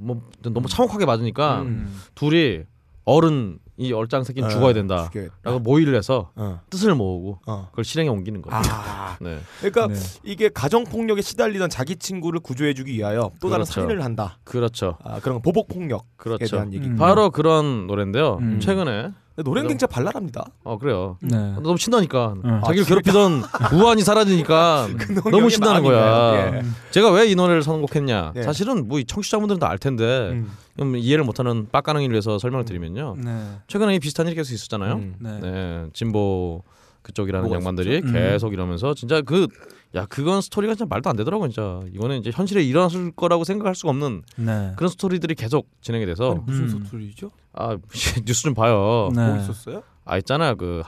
[SPEAKER 3] 뭐 너무 참혹하게 맞으니까
[SPEAKER 2] 음. 네.
[SPEAKER 3] 둘이 어른 이 얼짱 새끼는 죽어야 된다라고
[SPEAKER 2] 죽여야 돼.
[SPEAKER 3] 모의를 해서
[SPEAKER 2] 어.
[SPEAKER 3] 뜻을 모으고
[SPEAKER 2] 어.
[SPEAKER 3] 그걸 실행에 옮기는 거예요.
[SPEAKER 2] 아
[SPEAKER 3] 네.
[SPEAKER 2] 그러니까
[SPEAKER 1] 네.
[SPEAKER 2] 이게 가정 폭력에 시달리던 자기 친구를 구조해주기 위하여 또 다른
[SPEAKER 3] 그렇죠.
[SPEAKER 2] 살인을 한다.
[SPEAKER 3] 그렇죠.
[SPEAKER 2] 아, 그런 보복 폭력에
[SPEAKER 3] 그렇죠.
[SPEAKER 2] 대한 얘기.
[SPEAKER 1] 음.
[SPEAKER 3] 바로 그런 노래인데요.
[SPEAKER 1] 음.
[SPEAKER 3] 최근에
[SPEAKER 2] 근데 노래는 굉장히 발랄합니다.
[SPEAKER 3] 어 그래요.
[SPEAKER 1] 네.
[SPEAKER 3] 너무 신나니까
[SPEAKER 1] 음.
[SPEAKER 2] 아,
[SPEAKER 3] 자기를 괴롭히던 우환이 사라지니까
[SPEAKER 2] 그
[SPEAKER 3] 너무 신나는 거야.
[SPEAKER 2] 마음이네요.
[SPEAKER 3] 제가 왜 이 노래를 선곡했냐?
[SPEAKER 2] 네.
[SPEAKER 3] 사실은 뭐 이 청취자분들은 다 알 텐데
[SPEAKER 2] 음.
[SPEAKER 3] 좀 이해를 못하는 빡가능이를 위해서 설명을 드리면요.
[SPEAKER 1] 네.
[SPEAKER 3] 최근에 이 비슷한 일이 계속 있었잖아요.
[SPEAKER 2] 음.
[SPEAKER 1] 네.
[SPEAKER 3] 네, 진보 그쪽이라는
[SPEAKER 2] 뭐가
[SPEAKER 3] 양반들이
[SPEAKER 1] 있었죠? 음.
[SPEAKER 3] 계속 이러면서 진짜 그 야 그건 스토리가 진짜 말도 안 되더라고 요 진짜 이거는 이제 현실에 일어났을 거라고 생각할 수가 없는
[SPEAKER 1] 네.
[SPEAKER 3] 그런 스토리들이 계속 진행이
[SPEAKER 2] 아니,
[SPEAKER 3] 돼서
[SPEAKER 2] 어, 무슨
[SPEAKER 1] 음.
[SPEAKER 2] 소리죠?
[SPEAKER 3] 아 뉴스 좀 봐요.
[SPEAKER 1] 네.
[SPEAKER 2] 뭐 있었어요?
[SPEAKER 3] 아 있잖아 그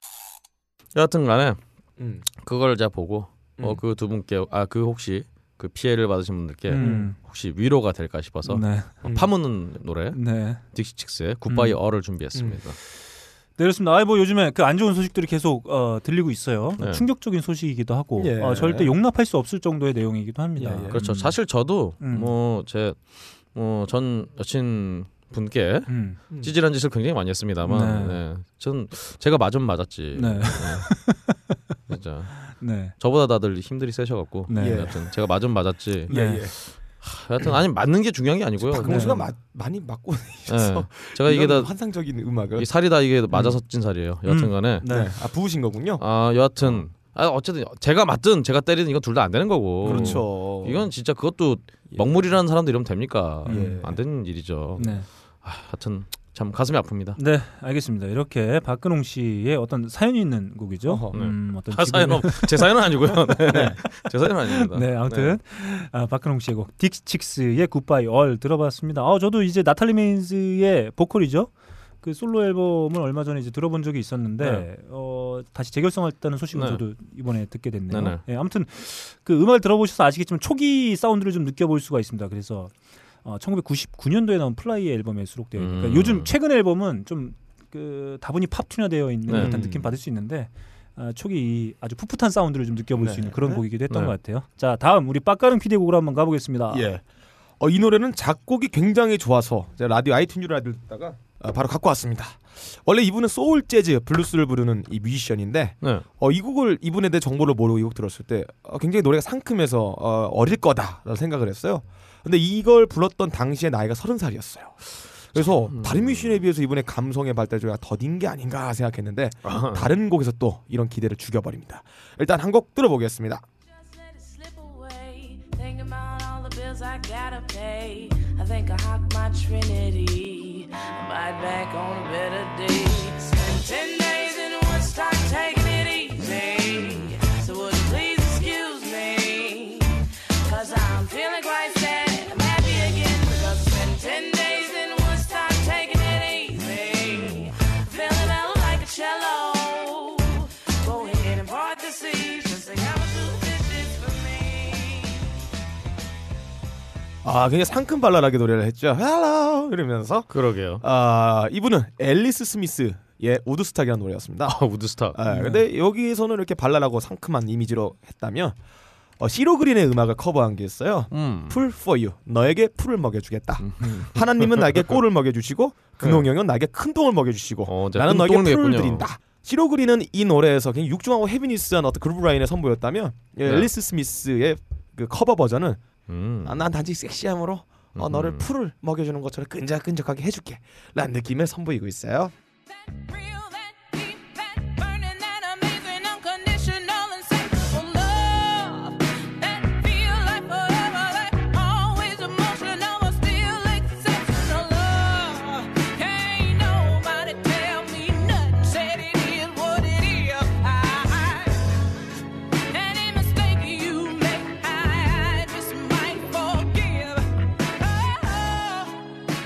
[SPEAKER 3] 여하튼간에
[SPEAKER 2] 음.
[SPEAKER 3] 그걸 제가 보고
[SPEAKER 2] 음.
[SPEAKER 3] 어 그 두 분께 아 그 혹시 그 피해를 받으신 분들께
[SPEAKER 1] 음.
[SPEAKER 3] 혹시 위로가 될까 싶어서
[SPEAKER 1] 네.
[SPEAKER 2] 음.
[SPEAKER 3] 어, 파묻는 노래
[SPEAKER 1] 네.
[SPEAKER 3] 딕시칙스의 굿바이
[SPEAKER 1] 음.
[SPEAKER 3] 얼을 준비했습니다.
[SPEAKER 1] 내렸습니다. 아이 뭐 요즘에 그 안 좋은 소식들이 계속 어, 들리고 있어요.
[SPEAKER 3] 네.
[SPEAKER 1] 충격적인 소식이기도 하고
[SPEAKER 2] 예.
[SPEAKER 1] 어, 절대 용납할 수 없을 정도의 내용이기도 합니다.
[SPEAKER 2] 예, 예.
[SPEAKER 3] 그렇죠.
[SPEAKER 1] 음.
[SPEAKER 3] 사실 저도
[SPEAKER 1] 음.
[SPEAKER 3] 뭐 제 뭐 전 여친 분께
[SPEAKER 1] 음.
[SPEAKER 3] 찌질한 짓을 네. 굉장히 많이 했습니다만,
[SPEAKER 1] 네.
[SPEAKER 2] 예.
[SPEAKER 3] 네. 전 제가 맞으면 맞았지.
[SPEAKER 1] 네.
[SPEAKER 3] 진짜.
[SPEAKER 1] 네.
[SPEAKER 3] 저보다 다들 힘들이 세셔갖고.
[SPEAKER 1] 네.
[SPEAKER 2] 예.
[SPEAKER 3] 여하튼 제가 맞으면 맞았지.
[SPEAKER 1] 네.
[SPEAKER 2] 예, 예.
[SPEAKER 3] 하여튼 아니 맞는 게 중요한 게 아니고요.
[SPEAKER 2] 박명수가
[SPEAKER 1] 네.
[SPEAKER 2] 마- 많이 맞고
[SPEAKER 3] 예.
[SPEAKER 2] 있어서
[SPEAKER 3] 제가 이게 다
[SPEAKER 2] 환상적인 음악을
[SPEAKER 3] 이 살이 다 이게 맞아서 찐 살이에요. 여하튼간에
[SPEAKER 1] 네.
[SPEAKER 2] 아 부으신 거군요.
[SPEAKER 3] 아 여하튼 아 어쨌든 제가 맞든 제가 때리든 이건 둘 다 안 되는 거고.
[SPEAKER 2] 그렇죠.
[SPEAKER 3] 이건 진짜 그것도 먹물이라는 사람도 이러면 됩니까?
[SPEAKER 2] 예.
[SPEAKER 3] 안 되는 일이죠.
[SPEAKER 1] 네.
[SPEAKER 3] 아, 하여튼 참 가슴이 아픕니다.
[SPEAKER 1] 네, 알겠습니다. 이렇게 박근홍 씨의 어떤 사연이 있는 곡이죠.
[SPEAKER 2] 어허.
[SPEAKER 1] 음, 어떤
[SPEAKER 3] 아, 사연은 없- 제 사연은 아니고요. 네. 제 사연은 아닙니다.
[SPEAKER 1] 네, 아무튼 아, 박근홍 씨의 곡 딕스칙스의 굿바이 얼 들어봤습니다. 아, 저도 이제 나탈리 메인스의 보컬이죠. 그 솔로 앨범을 얼마 전에 이제 들어본 적이 있었는데
[SPEAKER 3] 네.
[SPEAKER 1] 어, 다시 재결성했다는 소식을
[SPEAKER 3] 네.
[SPEAKER 1] 저도 이번에 듣게 됐네요.
[SPEAKER 3] 네, 네.
[SPEAKER 1] 예, 아무튼 그 음악을 들어보셔서 아시겠지만 초기 사운드를 좀 느껴볼 수가 있습니다. 그래서 어, 1999년도에 나온 플라이 앨범에 수록되어 있는 그러니까
[SPEAKER 3] 음.
[SPEAKER 1] 요즘 최근 앨범은 좀 그 다분히 팝 튜너되어 있는
[SPEAKER 3] 네.
[SPEAKER 1] 듯한 느낌 받을 수 있는데 아, 초기 이 아주 풋풋한 사운드를 좀 느껴볼 수 있는
[SPEAKER 2] 네.
[SPEAKER 1] 그런 곡이기도 했던
[SPEAKER 3] 네.
[SPEAKER 1] 것 같아요. 자 다음 우리 빡가릉 피디 곡으로 한번 가보겠습니다.
[SPEAKER 2] 예. 어, 이 노래는 작곡이 굉장히 좋아서 제가 라디오 아이튠즈 라디오 듣다가 어, 바로 갖고 왔습니다. 원래 이분은 소울 재즈 블루스를 부르는 이 뮤지션인데
[SPEAKER 3] 네.
[SPEAKER 2] 어, 이 곡을 이분에 대해 정보를 모르고 이 곡 들었을 때 어, 굉장히 노래가 상큼해서 어, 어릴 거다라고 생각을 했어요. 근데 이걸 불렀던 당시에 나이가 서른 살이었어요. 그래서 다른 뮤지션에 비해서 이분의 감성의 발달 조가 더딘 게 아닌가 생각했는데 다른 곡에서 또 이런 기대를 죽여버립니다. 일단 한 곡 들어보겠습니다.
[SPEAKER 6] Just let it slip away. Think about all the bills I gotta pay. I think I hocked my Trinity. I'm right back on a better day. Spent 10 days in Woodstock taking it easy. So would you please excuse me? Cause I'm feeling quite sad. I'm happy again because I spent 10 days in Woodstock taking it easy. Feeling out like a cello. Go ahead and part the seas. Just say how would you fit this for me?
[SPEAKER 2] 아, 굉장히 상큼 발랄하게 노래를 했죠. Hello 이러면서
[SPEAKER 3] 그러게요.
[SPEAKER 2] 아 이분은 앨리스 스미스의 우드스탁이라는 노래였습니다.
[SPEAKER 3] 아, 우드스타.
[SPEAKER 2] 아, 근데 여기서는 이렇게 발랄하고 상큼한 이미지로 했다면 어, 시로그린의 음악을 커버한 게 있어요.
[SPEAKER 3] 음.
[SPEAKER 2] 풀 for you 너에게 풀을 먹여주겠다. 하나님은 나에게 꼴을 먹여주시고 근홍영은 나에게 큰 똥을 먹여주시고
[SPEAKER 3] 네. 어, 이제
[SPEAKER 2] 나는
[SPEAKER 3] 큰
[SPEAKER 2] 너에게
[SPEAKER 3] 똥을
[SPEAKER 2] 풀을
[SPEAKER 3] 먹였군요.
[SPEAKER 2] 드린다. 시로그린은 이 노래에서 굉장히 육중하고 헤비니스한 어떤 그루브 라인의 선보였다면 이
[SPEAKER 3] 네.
[SPEAKER 2] 앨리스 스미스의 그 커버 버전은
[SPEAKER 3] 음.
[SPEAKER 2] 아, 난 단지 섹시함으로 어, 너를 풀을 먹여주는 것처럼 끈적끈적하게 해줄게 라는 느낌을 선보이고 있어요
[SPEAKER 6] That real, that deep, that burning, that amazing, unconditional, insatiable love. That feel like forever, that always emotional, but still exceptional love. Can't nobody tell me nothing. Said it is what it is. Any mistake you make, I just might forgive. Oh,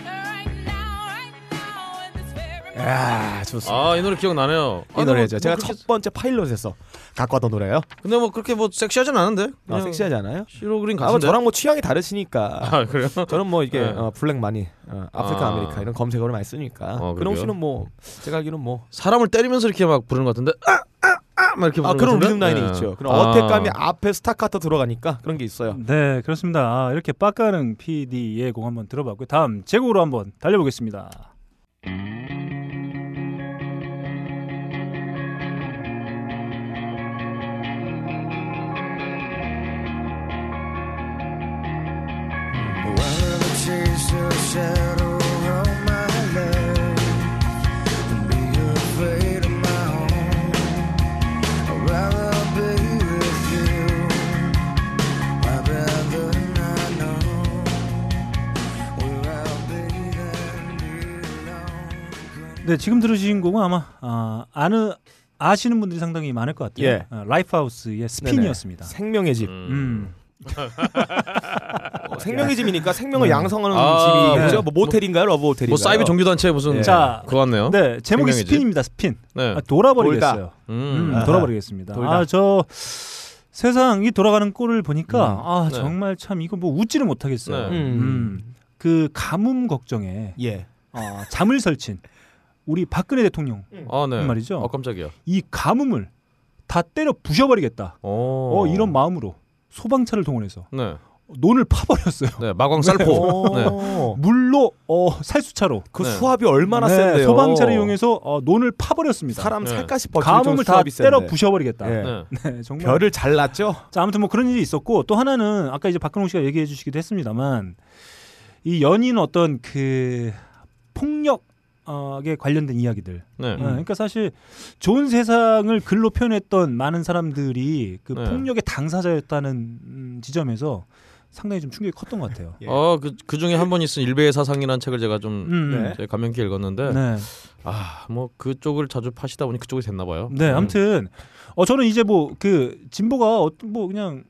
[SPEAKER 6] right now, right now, in this very moment.
[SPEAKER 2] 아 좋습니다
[SPEAKER 3] 아, 이 노래 기억나네요.
[SPEAKER 2] 이
[SPEAKER 3] 아,
[SPEAKER 2] 노래죠
[SPEAKER 3] 뭐
[SPEAKER 2] 제가
[SPEAKER 3] 그렇게-
[SPEAKER 2] 첫 번째 파일럿에서 갖고 왔던 노래예요
[SPEAKER 3] 근데 뭐 그렇게 뭐 섹시하진 않은데.
[SPEAKER 2] 아,
[SPEAKER 3] 그냥
[SPEAKER 2] 섹시하지 않아요?
[SPEAKER 3] 시로그린
[SPEAKER 2] 아마
[SPEAKER 3] 가수인데.
[SPEAKER 2] 저랑 뭐 취향이 다르시니까
[SPEAKER 3] 아, 그래요?
[SPEAKER 2] 저는 뭐 이게
[SPEAKER 3] 네.
[SPEAKER 2] 어, 블랙 마니 어, 아프리카
[SPEAKER 3] 아.
[SPEAKER 2] 아. 메리카 이런 검색어를 많이 쓰니까
[SPEAKER 3] 어, 그러게요.
[SPEAKER 2] 근홍 씨는 뭐 제가 알기로는 뭐
[SPEAKER 3] 사람을 때리면서 이렇게 막 부르는 것 같은데. 아, 아, 아, 막 이렇게
[SPEAKER 2] 아,
[SPEAKER 3] 부르는
[SPEAKER 2] 그런
[SPEAKER 3] 것 같은데?
[SPEAKER 2] 리듬 라인이
[SPEAKER 3] 예.
[SPEAKER 2] 있죠 네. 그런
[SPEAKER 3] 아.
[SPEAKER 2] 어택감이 앞에 스타카터 들어가니까 그런 게 있어요
[SPEAKER 1] 네, 그렇습니다. 아, 이렇게 빡가릉 PD의 곡 한번 들어봤고요. 다음 제 곡으로 한번 달려보겠습니다. 네, 지금 들으신 곡은 아마 아, 아는 아시는 분들이 상당히 많을 것 같아요.
[SPEAKER 2] 예.
[SPEAKER 1] 아, 라이프하우스의 스핀이었습니다.
[SPEAKER 2] 네네. 생명의 집
[SPEAKER 1] 음,
[SPEAKER 2] 어, 생명의 집이니까 생명을
[SPEAKER 1] 네.
[SPEAKER 2] 양성하는
[SPEAKER 3] 아,
[SPEAKER 2] 집이겠죠
[SPEAKER 1] 네.
[SPEAKER 2] 뭐 모텔인가요 러브 호텔인가요
[SPEAKER 3] 뭐 사이비 종교단체 무슨
[SPEAKER 2] 예.
[SPEAKER 1] 자,
[SPEAKER 3] 그거 같네요.
[SPEAKER 1] 네, 제목이
[SPEAKER 3] 어? 생명의 집.
[SPEAKER 1] 스핀입니다. 스핀.
[SPEAKER 3] 네.
[SPEAKER 1] 아, 돌아버리겠어요.
[SPEAKER 3] 음.
[SPEAKER 1] 음,
[SPEAKER 2] 아하.
[SPEAKER 1] 돌아버리겠습니다.
[SPEAKER 2] 돌다.
[SPEAKER 1] 아 저 세상이 돌아가는 꼴을 보니까
[SPEAKER 2] 음.
[SPEAKER 1] 아
[SPEAKER 3] 네.
[SPEAKER 1] 정말 참 이거 뭐 웃지를 못하겠어요.
[SPEAKER 3] 네.
[SPEAKER 1] 음. 그 가뭄 걱정에
[SPEAKER 2] 예.
[SPEAKER 1] 어, 잠을 설친 우리 박근혜 대통령
[SPEAKER 3] 아, 네.
[SPEAKER 1] 그 말이죠.
[SPEAKER 3] 어, 깜짝이야.
[SPEAKER 1] 이 가뭄을 다 때려 부셔버리겠다.
[SPEAKER 3] 어.
[SPEAKER 1] 어, 이런 마음으로 소방차를 동원해서
[SPEAKER 3] 네.
[SPEAKER 1] 논을 파버렸어요.
[SPEAKER 3] 네, 마광 쌀포. 네.
[SPEAKER 1] 물로 어, 살수차로
[SPEAKER 2] 그
[SPEAKER 3] 네.
[SPEAKER 2] 수압이 얼마나
[SPEAKER 1] 네,
[SPEAKER 2] 센데요?
[SPEAKER 1] 소방차를 이용해서 어, 논을 파버렸습니다.
[SPEAKER 2] 사람
[SPEAKER 3] 네.
[SPEAKER 2] 살갗이
[SPEAKER 1] 가뭄을
[SPEAKER 2] 버티는
[SPEAKER 1] 다
[SPEAKER 2] 수압이
[SPEAKER 1] 때려
[SPEAKER 2] 센데.
[SPEAKER 1] 부셔버리겠다.
[SPEAKER 2] 예.
[SPEAKER 3] 네.
[SPEAKER 1] 네, 정말.
[SPEAKER 2] 별을 잘랐죠?
[SPEAKER 1] 자, 아무튼 뭐 그런 일이 있었고 또 하나는 아까 이제 박근홍 씨가 얘기해 주시기도 했습니다만 이 연인 어떤 그 폭력에 관련된 이야기들.
[SPEAKER 3] 네.
[SPEAKER 1] 네, 그러니까 사실 좋은 세상을 글로 표현했던 많은 사람들이 그
[SPEAKER 3] 네.
[SPEAKER 1] 폭력의 당사자였다는 음, 지점에서 상당히 좀 충격이 컸던 것 같아요.
[SPEAKER 2] 예.
[SPEAKER 3] 어, 그, 그 중에 한 번 있은 일베의 사상이라는 책을 제가 좀
[SPEAKER 1] 음,
[SPEAKER 2] 네.
[SPEAKER 3] 제 감명 깊게 읽었는데
[SPEAKER 1] 네.
[SPEAKER 3] 아, 뭐 그쪽을 자주 파시다 보니 그쪽이 됐나 봐요.
[SPEAKER 1] 네,
[SPEAKER 3] 음.
[SPEAKER 1] 아무튼 어 저는 이제 뭐 그 진보가 어떤 뭐 그냥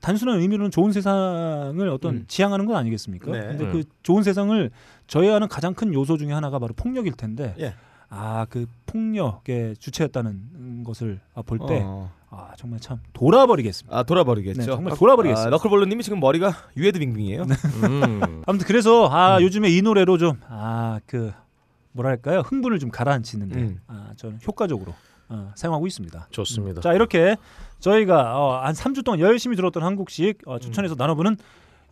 [SPEAKER 1] 단순한 의미로는 좋은 세상을 어떤
[SPEAKER 2] 음.
[SPEAKER 1] 지향하는 건 아니겠습니까?
[SPEAKER 2] 네.
[SPEAKER 1] 근데
[SPEAKER 3] 음.
[SPEAKER 1] 그 좋은 세상을 저해하는 가장 큰 요소 중에 하나가 바로 폭력일 텐데
[SPEAKER 2] 예.
[SPEAKER 1] 아 그 폭력의 주체였다는 것을 볼 때 아
[SPEAKER 2] 어.
[SPEAKER 1] 정말 참 돌아버리겠습니다.
[SPEAKER 2] 아 돌아버리겠죠.
[SPEAKER 1] 네, 정말 돌아버리겠어요.
[SPEAKER 2] 아, 너클볼러님이 지금 머리가 유에드빙빙이에요.
[SPEAKER 3] 음.
[SPEAKER 1] 아무튼 그래서 아 요즘에 이 노래로 좀 아 그 뭐랄까요 흥분을 좀 가라앉히는데
[SPEAKER 2] 음.
[SPEAKER 1] 아 저는 효과적으로 어, 사용하고 있습니다.
[SPEAKER 3] 좋습니다.
[SPEAKER 1] 자 이렇게 저희가 어, 한 3주 동안 열심히 들었던 한국식 어,
[SPEAKER 3] 음.
[SPEAKER 1] 추천해서 나눠보는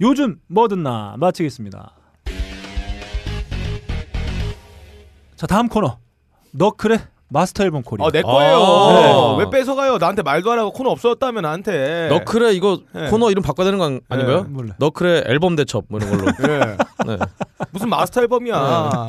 [SPEAKER 1] 요즘 뭐 듣나 마치겠습니다. 자 다음 코너 너클의 마스터 앨범 코리.
[SPEAKER 2] 어, 내 거예요.
[SPEAKER 3] 아.
[SPEAKER 2] 왜 뺏어가요? 나한테 말도 안 하고 코너 없어졌다며 나한테.
[SPEAKER 3] 너클의 이거
[SPEAKER 2] 네.
[SPEAKER 3] 코너 이름 바꿔야 되는 거 아니- 아닌가요?
[SPEAKER 1] 몰라.
[SPEAKER 3] 너클의 앨범 대첩 뭐 이런 걸로.
[SPEAKER 2] 예.
[SPEAKER 3] 네.
[SPEAKER 2] 무슨 마스터 앨범이야.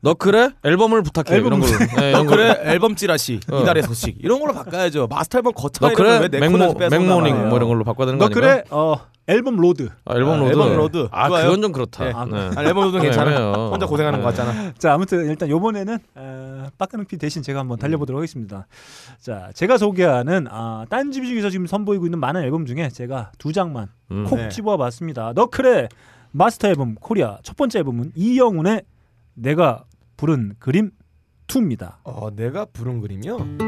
[SPEAKER 3] 너클의 앨범을 부탁해
[SPEAKER 1] 앨범
[SPEAKER 3] 이런 걸로. 네, 이런 걸로.
[SPEAKER 2] 너클의 앨범 찌라시
[SPEAKER 3] 어.
[SPEAKER 2] 이달의 소식 이런 걸로 바꿔야죠. 마스터 앨범 거창
[SPEAKER 3] 너클의
[SPEAKER 2] 왜내
[SPEAKER 3] 맥모,
[SPEAKER 2] 코너에서 뺏어
[SPEAKER 3] 맥모닝 뭐 이런 걸로 바꿔야 되는 거 아닌가요?
[SPEAKER 1] 너클의 어, 앨범 로드.
[SPEAKER 3] 아, 앨범
[SPEAKER 2] 아,
[SPEAKER 3] 로드.
[SPEAKER 2] 앨범 로드.
[SPEAKER 3] 아
[SPEAKER 2] 좋아요?
[SPEAKER 3] 그건 좀 그렇다.
[SPEAKER 2] 예.
[SPEAKER 3] 네.
[SPEAKER 2] 아니, 앨범도 괜찮아.
[SPEAKER 3] 왜요?
[SPEAKER 2] 혼자 고생하는 거
[SPEAKER 3] 네.
[SPEAKER 2] 같잖아.
[SPEAKER 1] 자 아무튼 일단 요번에는 어, 빡가는 피 대신 제가 한번 달려보도록 하겠습니다. 자 제가 소개하는 아, 딴집 중에서 지금 선보이고 있는 많은 앨범 중에 제가 두 장만
[SPEAKER 3] 음.
[SPEAKER 1] 콕
[SPEAKER 2] 네.
[SPEAKER 1] 집어봤습니다. 너클의 마스터 앨범 코리아 첫 번째 앨범은 이영훈의 내가 부른 그림 2입니다.
[SPEAKER 2] 어, 내가 부른 그림이요.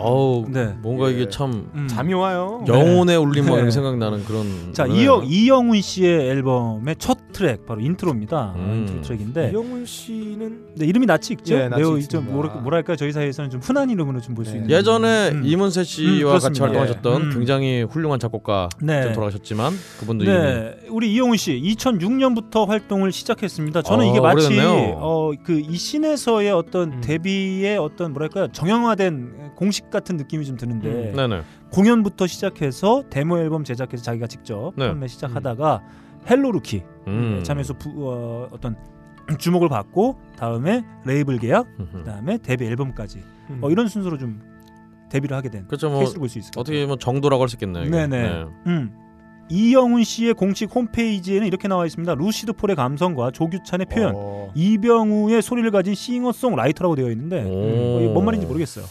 [SPEAKER 3] 어우
[SPEAKER 1] 네.
[SPEAKER 3] 뭔가
[SPEAKER 2] 예.
[SPEAKER 3] 이게 참
[SPEAKER 1] 음.
[SPEAKER 2] 잠이 와요.
[SPEAKER 3] 영혼의 울림 뭐
[SPEAKER 1] 네.
[SPEAKER 3] 이런 생각나는 그런.
[SPEAKER 1] 자
[SPEAKER 3] 노래네요.
[SPEAKER 1] 이영 이영훈 씨의 앨범의 첫 트랙 바로 인트로입니다.
[SPEAKER 3] 음.
[SPEAKER 1] 인트로 트랙인데
[SPEAKER 2] 이영훈 씨는
[SPEAKER 1] 네, 이름이 낯이 익죠.
[SPEAKER 2] 예, 낯이
[SPEAKER 1] 매우
[SPEAKER 2] 익습니다.
[SPEAKER 1] 좀 뭐랄까, 뭐랄까 저희 사이에서는 좀 흔한 이름으로 좀 볼 수
[SPEAKER 2] 네.
[SPEAKER 1] 있는.
[SPEAKER 3] 예전에
[SPEAKER 1] 음.
[SPEAKER 3] 이문세
[SPEAKER 1] 음,
[SPEAKER 3] 씨와 같이
[SPEAKER 1] 그렇습니다.
[SPEAKER 3] 활동하셨던
[SPEAKER 1] 예. 음.
[SPEAKER 3] 굉장히 훌륭한 작곡가
[SPEAKER 1] 네.
[SPEAKER 3] 좀 돌아가셨지만 그분도 이름이
[SPEAKER 1] 네, 우리 이영훈 씨 2006년부터 활동을 시작했습니다. 저는
[SPEAKER 3] 아,
[SPEAKER 1] 이게 마치
[SPEAKER 3] 오래됐네요.
[SPEAKER 1] 어, 그이 신에서의 어떤
[SPEAKER 2] 음.
[SPEAKER 1] 데뷔의 어떤 뭐랄까 정형화된 공식 같은 느낌이 좀 드는데
[SPEAKER 2] 음,
[SPEAKER 3] 네네
[SPEAKER 1] 공연부터 시작해서 데모 앨범 제작해서 자기가 직접
[SPEAKER 3] 네.
[SPEAKER 1] 판매 시작하다가 헬로루키
[SPEAKER 3] 음.
[SPEAKER 1] 네, 참여해서 부- 어, 어떤 주목을 받고 다음에 레이블 계약,
[SPEAKER 3] 음흠.
[SPEAKER 1] 그다음에 데뷔 앨범까지
[SPEAKER 2] 음.
[SPEAKER 1] 어, 이런 순서로 좀 데뷔를 하게 된
[SPEAKER 3] 그렇죠 뭐
[SPEAKER 1] 케이스를 볼 수 있을 것
[SPEAKER 3] 어떻게 보면 정도라고 할 수 있겠네요 이게.
[SPEAKER 1] 네네.
[SPEAKER 3] 네.
[SPEAKER 1] 음. 이영훈 씨의 공식 홈페이지에는 이렇게 나와 있습니다. 루시드 폴의 감성과 조규찬의 표현,
[SPEAKER 2] 어.
[SPEAKER 1] 이병우의 소리를 가진 싱어송라이터라고 되어 있는데 어,
[SPEAKER 3] 오.
[SPEAKER 1] 이게 뭔 말인지 모르겠어요.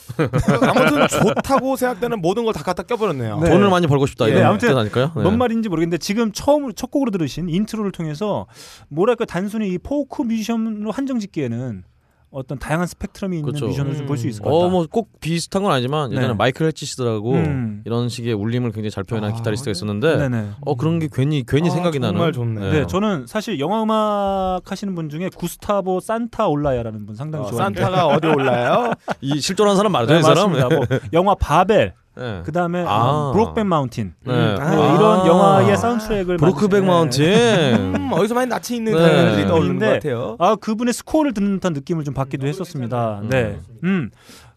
[SPEAKER 2] 아무튼 좋다고 생각되는 모든 걸 다 갖다 껴버렸네요.
[SPEAKER 1] 네.
[SPEAKER 3] 돈을 많이 벌고 싶다
[SPEAKER 1] 네,
[SPEAKER 3] 이런
[SPEAKER 1] 아무튼
[SPEAKER 3] 뜻 아닐까요? 네.
[SPEAKER 1] 뭔 말인지 모르겠는데 지금 처음 첫 곡으로 들으신 인트로를 통해서 뭐랄까 단순히 이 포크 뮤지션으로 한정짓기에는 어떤 다양한 스펙트럼이 있는
[SPEAKER 3] 그렇죠.
[SPEAKER 1] 뮤지션을 좀 볼 수 있을 것 같다.
[SPEAKER 3] 어뭐 꼭 비슷한 건 아니지만 예전에
[SPEAKER 1] 네.
[SPEAKER 3] 마이클 헤치시드라고
[SPEAKER 1] 음.
[SPEAKER 3] 이런 식의 울림을 굉장히 잘 표현한
[SPEAKER 2] 아,
[SPEAKER 3] 기타리스트가
[SPEAKER 2] 네.
[SPEAKER 3] 있었는데
[SPEAKER 1] 네네.
[SPEAKER 3] 어 그런 게 괜히 괜히
[SPEAKER 2] 아,
[SPEAKER 3] 생각이
[SPEAKER 2] 정말
[SPEAKER 3] 나는
[SPEAKER 2] 좋네.
[SPEAKER 1] 네, 저는 사실 영화 음악 하시는 분 중에 구스타보 산타 올라야라는 분 상당히
[SPEAKER 2] 어,
[SPEAKER 1] 좋아하는데
[SPEAKER 2] 산타가 어디 올라요?
[SPEAKER 3] 이 실존한 사람 맞아요
[SPEAKER 1] 네,
[SPEAKER 3] 이 사람
[SPEAKER 1] 맞습니다. 뭐 영화 바벨
[SPEAKER 3] 네.
[SPEAKER 1] 그 다음에
[SPEAKER 3] 아.
[SPEAKER 1] 브록백 마운틴
[SPEAKER 3] 네.
[SPEAKER 1] 네,
[SPEAKER 2] 아.
[SPEAKER 1] 이런 영화의 네.
[SPEAKER 2] 사-
[SPEAKER 1] 사운드트랙을 예.
[SPEAKER 3] 브로크백
[SPEAKER 1] 만드신-
[SPEAKER 3] 마운틴
[SPEAKER 2] 음, 어디서 많이 낯이 있는
[SPEAKER 3] 네.
[SPEAKER 2] 단어들이 떠오르는 것
[SPEAKER 1] 근데-
[SPEAKER 2] 같아요.
[SPEAKER 1] 아 그분의 스코어를 듣는 듯한 느낌을 좀 받기도 했었습니다.
[SPEAKER 3] 괜찮아요.
[SPEAKER 1] 네, 음.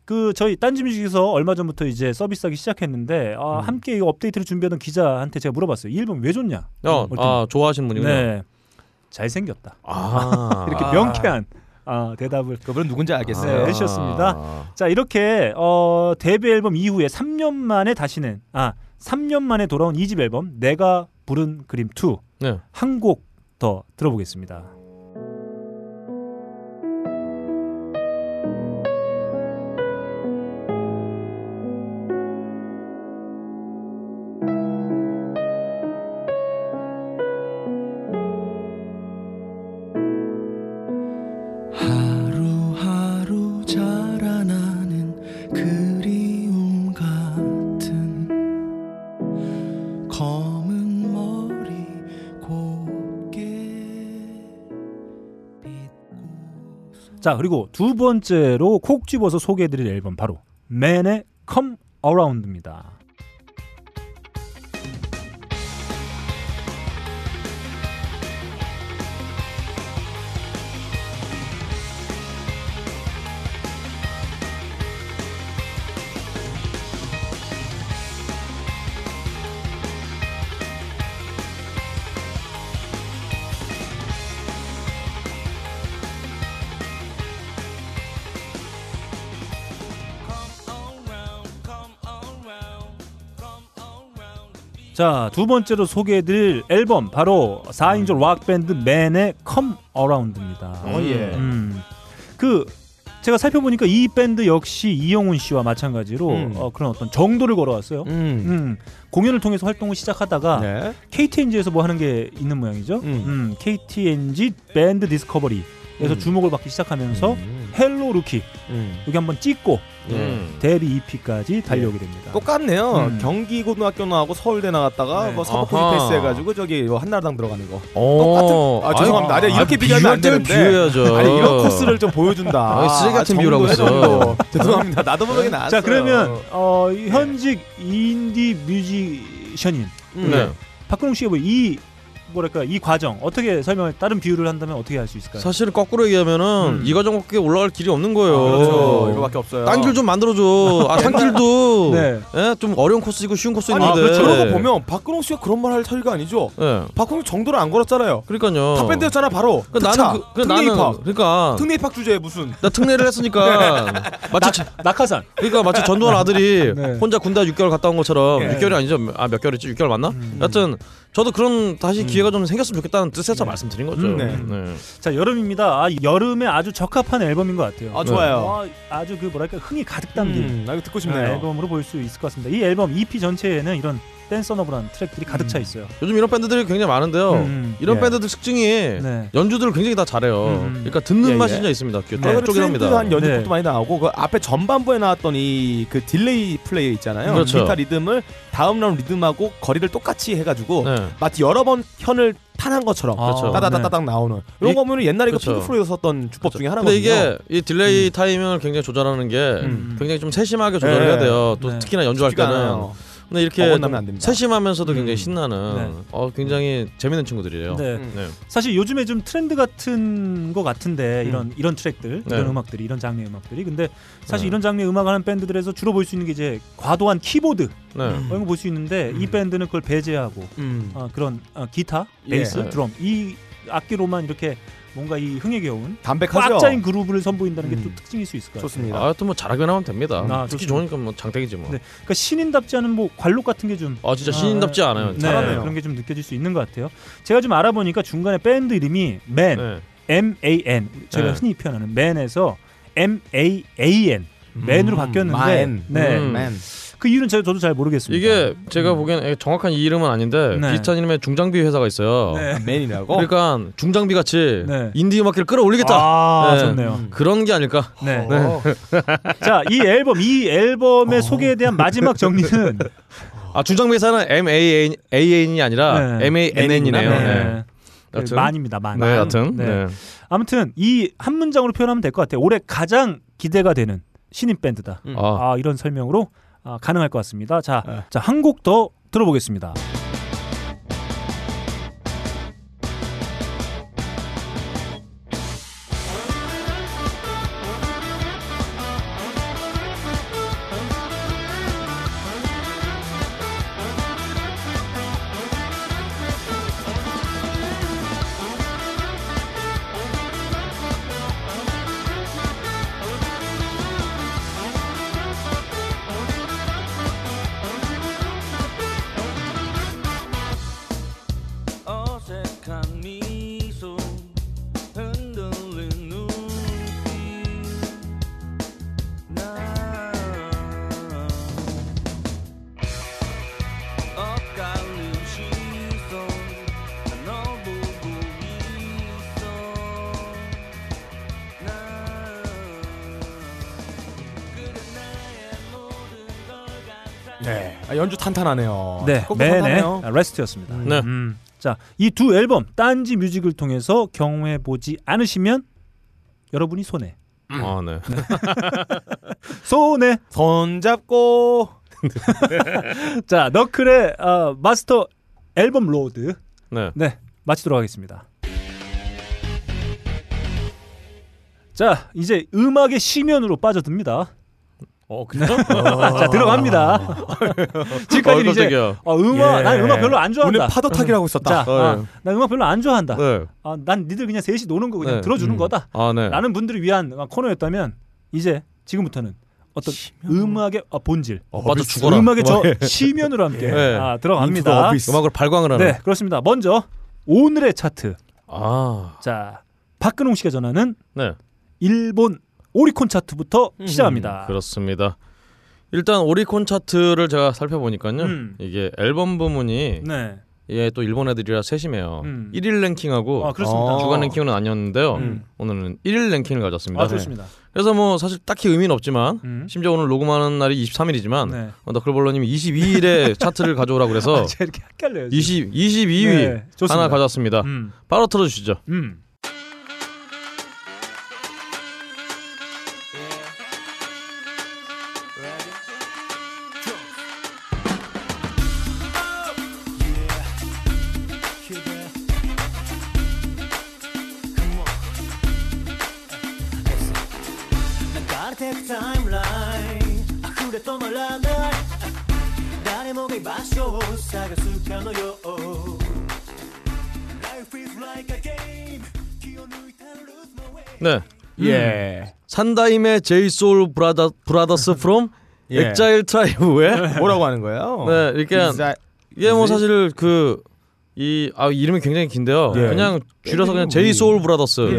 [SPEAKER 1] 그 저희 딴지뮤직에서 얼마 전부터 이제 서비스하기 시작했는데 아,
[SPEAKER 3] 음.
[SPEAKER 1] 함께 이 업데이트를 준비하던 기자한테 제가 물어봤어요. 이 앨범 왜 좋냐?
[SPEAKER 2] 음,
[SPEAKER 3] 어,
[SPEAKER 1] 어떤-
[SPEAKER 3] 아 좋아하시는 분이군요
[SPEAKER 1] 네, 잘생겼다.
[SPEAKER 3] 아
[SPEAKER 1] 이렇게 명쾌한 아, 대답을
[SPEAKER 2] 그분은 누군지 알겠어요.
[SPEAKER 1] 네, 해주셨습니다.
[SPEAKER 3] 아.
[SPEAKER 1] 자 이렇게 어, 데뷔 앨범 이후에 3년 만에 다시는 아 3년 만에 돌아온 2집 앨범 내가 부른 그림 2
[SPEAKER 3] 네.
[SPEAKER 1] 한 곡 더 들어보겠습니다.
[SPEAKER 7] 검은 머리 곱게 빗고
[SPEAKER 1] 자 그리고 두 번째로 콕 집어서 소개해드릴 앨범 바로 맨의 Come Around입니다. 자 두 번째로 소개해드릴 앨범 바로 4인조 락 밴드 맨의 Come Around입니다.
[SPEAKER 2] 어, 예.
[SPEAKER 1] 음. 그 제가 살펴보니까 이 밴드 역시 이영훈 씨와 마찬가지로
[SPEAKER 2] 음.
[SPEAKER 1] 어, 그런 어떤 정도를 걸어왔어요.
[SPEAKER 2] 음.
[SPEAKER 1] 음, 공연을 통해서 활동을 시작하다가
[SPEAKER 2] 네.
[SPEAKER 1] KTNG에서 뭐 하는 게 있는 모양이죠.
[SPEAKER 2] 음.
[SPEAKER 1] 음. KTNG 밴드 디스커버리에서
[SPEAKER 2] 음.
[SPEAKER 1] 주목을 받기 시작하면서
[SPEAKER 2] 음.
[SPEAKER 1] 헬로 루키
[SPEAKER 2] 음.
[SPEAKER 1] 여기 한번 찍고
[SPEAKER 3] 음.
[SPEAKER 1] 데뷔 EP까지 달려오게
[SPEAKER 2] 예.
[SPEAKER 1] 됩니다.
[SPEAKER 2] 똑같네요.
[SPEAKER 1] 음.
[SPEAKER 2] 경기고등학교 나오고 서울대 나왔다가
[SPEAKER 1] 네.
[SPEAKER 2] 뭐 사법고시
[SPEAKER 3] 아하.
[SPEAKER 2] 패스해가지고 저기 뭐 한나라당 들어가는 거.
[SPEAKER 3] 어.
[SPEAKER 2] 아, 죄송합니다.
[SPEAKER 3] 아니,
[SPEAKER 2] 아니, 이렇게 비교하면 안 되는데.
[SPEAKER 3] 비교해야죠.
[SPEAKER 2] 아니 이런 코스를 좀 보여준다.
[SPEAKER 3] 아, 쓰레기 같은
[SPEAKER 2] 정도,
[SPEAKER 3] 비유라고 했어.
[SPEAKER 2] 정도. 죄송합니다. 나도 모르게 나왔어요. 예.
[SPEAKER 1] 자 그러면 어, 이 현직 인디 뮤지션인
[SPEAKER 2] 음.
[SPEAKER 3] 네.
[SPEAKER 1] 박근홍 씨의 뭐이 뭐랄까 이 과정 어떻게 설명을 다른 비유를 한다면 어떻게 할 수 있을까요?
[SPEAKER 3] 사실은 거꾸로 얘기하면은
[SPEAKER 1] 음.
[SPEAKER 3] 이과정밖에 올라갈 길이 없는 거예요.
[SPEAKER 2] 아, 그렇죠. 이거밖에 없어요.
[SPEAKER 3] 딴 길 좀 만들어줘. 아, 산길도
[SPEAKER 1] 네.
[SPEAKER 3] 예? 좀 어려운 코스이고 쉬운 코스
[SPEAKER 2] 아니
[SPEAKER 3] 있는데.
[SPEAKER 2] 그렇죠.
[SPEAKER 3] 네.
[SPEAKER 2] 그러고 보면 박근홍 씨가 그런 말 할 서리가 아니죠.
[SPEAKER 3] 예.
[SPEAKER 2] 박근홍 정도를 안 걸었잖아요.
[SPEAKER 3] 그러니까요.
[SPEAKER 2] 탑밴드였잖아 바로.
[SPEAKER 3] 어. 그
[SPEAKER 2] 특차,
[SPEAKER 3] 나는 그, 그
[SPEAKER 2] 특례
[SPEAKER 3] 나는
[SPEAKER 2] 입학.
[SPEAKER 3] 그러니까
[SPEAKER 2] 특례 입학 주제에 무슨
[SPEAKER 3] 나 특례를
[SPEAKER 2] 네.
[SPEAKER 3] 했으니까 마치 자-
[SPEAKER 1] 낙하산.
[SPEAKER 3] 그러니까 마치 전두환 아들이
[SPEAKER 1] 네.
[SPEAKER 3] 혼자 군대 6개월 갔다 온 것처럼
[SPEAKER 2] 예.
[SPEAKER 3] 6개월이 아니죠. 아 몇 개월이지? 6개월 맞나?
[SPEAKER 1] 어?
[SPEAKER 2] 음.
[SPEAKER 1] 음.
[SPEAKER 3] 여튼 저도 그런 다시 기회가 좀 생겼으면 좋겠다는 뜻에서 말씀드린 거죠.
[SPEAKER 2] 음, 네.
[SPEAKER 3] 네.
[SPEAKER 1] 자 여름입니다. 아, 여름에 아주 적합한 앨범인 것 같아요.
[SPEAKER 3] 네.
[SPEAKER 2] 아 좋아요.
[SPEAKER 1] 어, 아주 그 뭐랄까 흥이 가득 담긴
[SPEAKER 2] 음, 나 이거 듣고 싶네요.
[SPEAKER 1] 네, 앨범으로 볼 수 있을 것 같습니다. 이 앨범 EP 전체에는 이런 댄서너블한 트랙들이 가득
[SPEAKER 2] 음.
[SPEAKER 1] 차 있어요.
[SPEAKER 3] 요즘 이런 밴드들이 굉장히 많은데요.
[SPEAKER 1] 음.
[SPEAKER 3] 이런
[SPEAKER 2] 예.
[SPEAKER 3] 밴드들 특징이
[SPEAKER 1] 네.
[SPEAKER 3] 연주들을 굉장히 다 잘해요.
[SPEAKER 1] 음.
[SPEAKER 3] 그러니까 듣는
[SPEAKER 2] 예,
[SPEAKER 3] 맛이
[SPEAKER 2] 예.
[SPEAKER 3] 진짜 있습니다. 귀에
[SPEAKER 2] 네.
[SPEAKER 3] 쫄깃쫄깃합니다.
[SPEAKER 2] 한 연주곡도
[SPEAKER 1] 네.
[SPEAKER 2] 많이 나오고 그 앞에 전반부에 나왔던 이 그 딜레이 플레이 있잖아요.
[SPEAKER 3] 그렇죠.
[SPEAKER 2] 기타 리듬을 다음 라운 리듬하고 거리를 똑같이 해가지고
[SPEAKER 3] 네.
[SPEAKER 2] 마치 여러 번 현을 탄한 것처럼
[SPEAKER 1] 아,
[SPEAKER 3] 그렇죠.
[SPEAKER 2] 따다다다닥 나오는 이런
[SPEAKER 3] 이-
[SPEAKER 2] 거면 은 옛날에 그
[SPEAKER 3] 그렇죠.
[SPEAKER 2] 핑크 플로이드 썼던 주법 중에 하나거든요.
[SPEAKER 3] 근데 이게 이 딜레이 타이밍을 굉장히 조절하는 게
[SPEAKER 2] 음.
[SPEAKER 3] 굉장히 좀 세심하게 조절을
[SPEAKER 2] 네.
[SPEAKER 3] 해야 돼요. 또
[SPEAKER 1] 네.
[SPEAKER 3] 특히나 연주할 때는.
[SPEAKER 2] 않아요.
[SPEAKER 3] 근데 이렇게
[SPEAKER 2] 어긋나면 안 됩니다.
[SPEAKER 3] 세심하면서도
[SPEAKER 1] 음.
[SPEAKER 3] 굉장히 신나는
[SPEAKER 1] 네.
[SPEAKER 3] 어 굉장히 재밌는 친구들이에요.
[SPEAKER 1] 네.
[SPEAKER 2] 음.
[SPEAKER 3] 네.
[SPEAKER 1] 사실 요즘에 좀 트렌드 같은 것 같은데 이런 이런 트랙들,
[SPEAKER 3] 음. 네.
[SPEAKER 1] 이런 음악들이, 이런 장르의 음악들이. 근데 사실
[SPEAKER 3] 네.
[SPEAKER 1] 이런 장르의 음악하는 밴드들에서 주로 볼 수 있는 게 이제 과도한 키보드
[SPEAKER 3] 네.
[SPEAKER 1] 이런 거 볼 수 있는데 이
[SPEAKER 2] 음.
[SPEAKER 1] 밴드는 그걸 배제하고
[SPEAKER 2] 음.
[SPEAKER 1] 어, 그런 어, 기타,
[SPEAKER 2] 예.
[SPEAKER 1] 베이스, 드럼 이 악기로만 이렇게 뭔가 이 흥에 겨운
[SPEAKER 2] 담백하죠.
[SPEAKER 1] 꽉 짜인 그루브를 선보인다는 게 또
[SPEAKER 2] 음.
[SPEAKER 1] 특징일 수 있을 것 같아요.
[SPEAKER 2] 좋습니다.
[SPEAKER 3] 아또 뭐 잘하게 나면 됩니다.
[SPEAKER 1] 아,
[SPEAKER 3] 특히
[SPEAKER 1] 좋습니다.
[SPEAKER 3] 좋으니까 뭐 장땡이지 뭐.
[SPEAKER 1] 네. 그러니까 신인답지 않은 뭐 관록 같은 게좀
[SPEAKER 3] 아 진짜 신인답지 않아요.
[SPEAKER 1] 네,
[SPEAKER 2] 잘하네요.
[SPEAKER 1] 그런 게 좀 느껴질 수 있는 것 같아요. 제가 좀 알아보니까 중간에 밴드 이름이
[SPEAKER 3] 네.
[SPEAKER 1] Man,
[SPEAKER 3] 네.
[SPEAKER 1] M A N, 저희가
[SPEAKER 3] 네.
[SPEAKER 1] 흔히 표현하는 Man에서 M A A N, Man으로 음, 바뀌었는데,
[SPEAKER 2] 마엔.
[SPEAKER 1] 네,
[SPEAKER 3] 음.
[SPEAKER 2] 맨.
[SPEAKER 1] 그 이유는 제가 저도 잘 모르겠습니다. 음.
[SPEAKER 3] 이게 제가 보기엔 정확한 이 이름은 아닌데
[SPEAKER 1] 네.
[SPEAKER 3] 비슷한 이름의 중장비 회사가 있어요.
[SPEAKER 1] 네.
[SPEAKER 2] 맨이라고.
[SPEAKER 3] 그러니까 중장비 같이
[SPEAKER 1] 네.
[SPEAKER 3] 인디 음악계를 끌어올리겠다.
[SPEAKER 1] 아,
[SPEAKER 3] 네.
[SPEAKER 1] 좋네요.
[SPEAKER 2] 음.
[SPEAKER 3] 그런 게 아닐까?
[SPEAKER 1] 네.
[SPEAKER 2] 어.
[SPEAKER 1] 자, 이 앨범, 이 앨범의
[SPEAKER 3] 어.
[SPEAKER 1] 소개에 대한 마지막 정리는
[SPEAKER 3] 아 중장비 회사는 M A A N이 아니라
[SPEAKER 1] 네.
[SPEAKER 3] M A N N이네요.
[SPEAKER 2] 네.
[SPEAKER 3] 네.
[SPEAKER 1] 네,
[SPEAKER 3] 여튼.
[SPEAKER 1] 만입니다, 만.
[SPEAKER 3] 네, 여튼
[SPEAKER 1] 네.
[SPEAKER 3] 네.
[SPEAKER 1] 아무튼 이 한 문장으로 표현하면 될 것 같아요. 올해 가장 기대가 되는 신인 밴드다.
[SPEAKER 3] 아,
[SPEAKER 1] 아, 이런 설명으로 아, 가능할 것 같습니다. 자,
[SPEAKER 2] 네.
[SPEAKER 1] 자 한 곡 더 들어보겠습니다.
[SPEAKER 5] Thank
[SPEAKER 2] 네. 아, 연주
[SPEAKER 3] 어,
[SPEAKER 2] 탄탄하네요.
[SPEAKER 1] 네,
[SPEAKER 2] 곡도
[SPEAKER 1] 맨의
[SPEAKER 2] 탄탄해요.
[SPEAKER 1] 레스트였습니다.
[SPEAKER 2] 음.
[SPEAKER 3] 네.
[SPEAKER 1] 음, 자, 이 두 앨범 딴지 뮤직을 통해서 경험해 보지 않으시면 여러분이 손해.
[SPEAKER 3] 아, 네.
[SPEAKER 1] 손해.
[SPEAKER 2] 손 잡고
[SPEAKER 1] 자, 너클의 어, 마스터 앨범 로드.
[SPEAKER 3] 네.
[SPEAKER 1] 네, 마치도록 하겠습니다. 자, 이제 음악의 심연으로 빠져듭니다.
[SPEAKER 3] 어, 그래요? 아.
[SPEAKER 1] 자, 들어갑니다. 지금까지 는 이제
[SPEAKER 3] 깜짝이야.
[SPEAKER 1] 어, 음악
[SPEAKER 2] 예.
[SPEAKER 1] 난 음악 별로 안 좋아한다.
[SPEAKER 2] 오늘 파도 타기라고 있었다.
[SPEAKER 1] 자,
[SPEAKER 3] 어,
[SPEAKER 1] 아, 난 음악 별로 안 좋아한다.
[SPEAKER 3] 네.
[SPEAKER 1] 아, 난 니들 그냥 셋이 노는 거 그냥
[SPEAKER 3] 네.
[SPEAKER 1] 들어주는
[SPEAKER 2] 음.
[SPEAKER 1] 거다.
[SPEAKER 3] 아, 네.
[SPEAKER 1] 라는 분들을 위한 코너였다면 이제 지금부터는 어떤 음악의 아, 본질,
[SPEAKER 3] 어, 빠져 죽어라.
[SPEAKER 1] 음악의 저 시면으로 함께
[SPEAKER 3] 예.
[SPEAKER 1] 아, 들어갑니다.
[SPEAKER 3] 음악을 발광을 하는.
[SPEAKER 1] 네, 그렇습니다. 먼저 오늘의 차트.
[SPEAKER 3] 아.
[SPEAKER 1] 자, 박근홍 씨가 전하는
[SPEAKER 3] 네.
[SPEAKER 1] 일본 오리콘 차트부터 시작합니다.
[SPEAKER 3] 아. 음. 그렇습니다. 일단 오리콘 차트를 제가 살펴보니까요.
[SPEAKER 1] 음.
[SPEAKER 3] 이게 앨범 부문이
[SPEAKER 1] 네,
[SPEAKER 3] 이게 또 일본 애들이라 셋이매요.
[SPEAKER 1] 음.
[SPEAKER 3] 1일 랭킹하고
[SPEAKER 1] 아, 그렇습니다.
[SPEAKER 2] 어,
[SPEAKER 3] 주간 랭킹은 아니었는데요.
[SPEAKER 1] 음.
[SPEAKER 3] 오늘은 1일 랭킹을 가졌습니다. 네.
[SPEAKER 1] 아, 좋습니다.
[SPEAKER 3] 그래서 뭐 사실 딱히 의미는 없지만
[SPEAKER 1] 음.
[SPEAKER 3] 심지어 오늘 녹음하는 날이 23일이지만 어,
[SPEAKER 1] 네, 아,
[SPEAKER 3] 너클볼러님이 22일에 차트를 가져오라 그래서
[SPEAKER 1] 제가 이렇게 헷갈려요. 지금.
[SPEAKER 3] 20, 어. 22위
[SPEAKER 1] 네, 좋습니다.
[SPEAKER 3] 하나 가져왔습니다.
[SPEAKER 1] 음,
[SPEAKER 3] 바로 틀어주시죠.
[SPEAKER 1] 음.
[SPEAKER 7] 流れてくタイムライン溢れ止まらない誰もが居場所を探すかのよう Life is like a game 気を抜いたら lose my way
[SPEAKER 3] 네.
[SPEAKER 1] 음.
[SPEAKER 2] 예.
[SPEAKER 3] 산다임의 제이소울 브라더, 브라더스 프롬
[SPEAKER 2] 예.
[SPEAKER 3] 엑자일
[SPEAKER 1] 네.
[SPEAKER 3] 트라이브의
[SPEAKER 2] 음. 뭐라고 하는 거예요?
[SPEAKER 3] 네, 이렇게
[SPEAKER 2] 이자-
[SPEAKER 3] 이게 뭐
[SPEAKER 2] 이제-
[SPEAKER 3] 사실 그 이, 아, 이름이 굉장히 긴데요.
[SPEAKER 2] 예.
[SPEAKER 3] 그냥 줄여서 그냥
[SPEAKER 2] 음.
[SPEAKER 3] 제이소울
[SPEAKER 2] 예.
[SPEAKER 3] 브라더스라고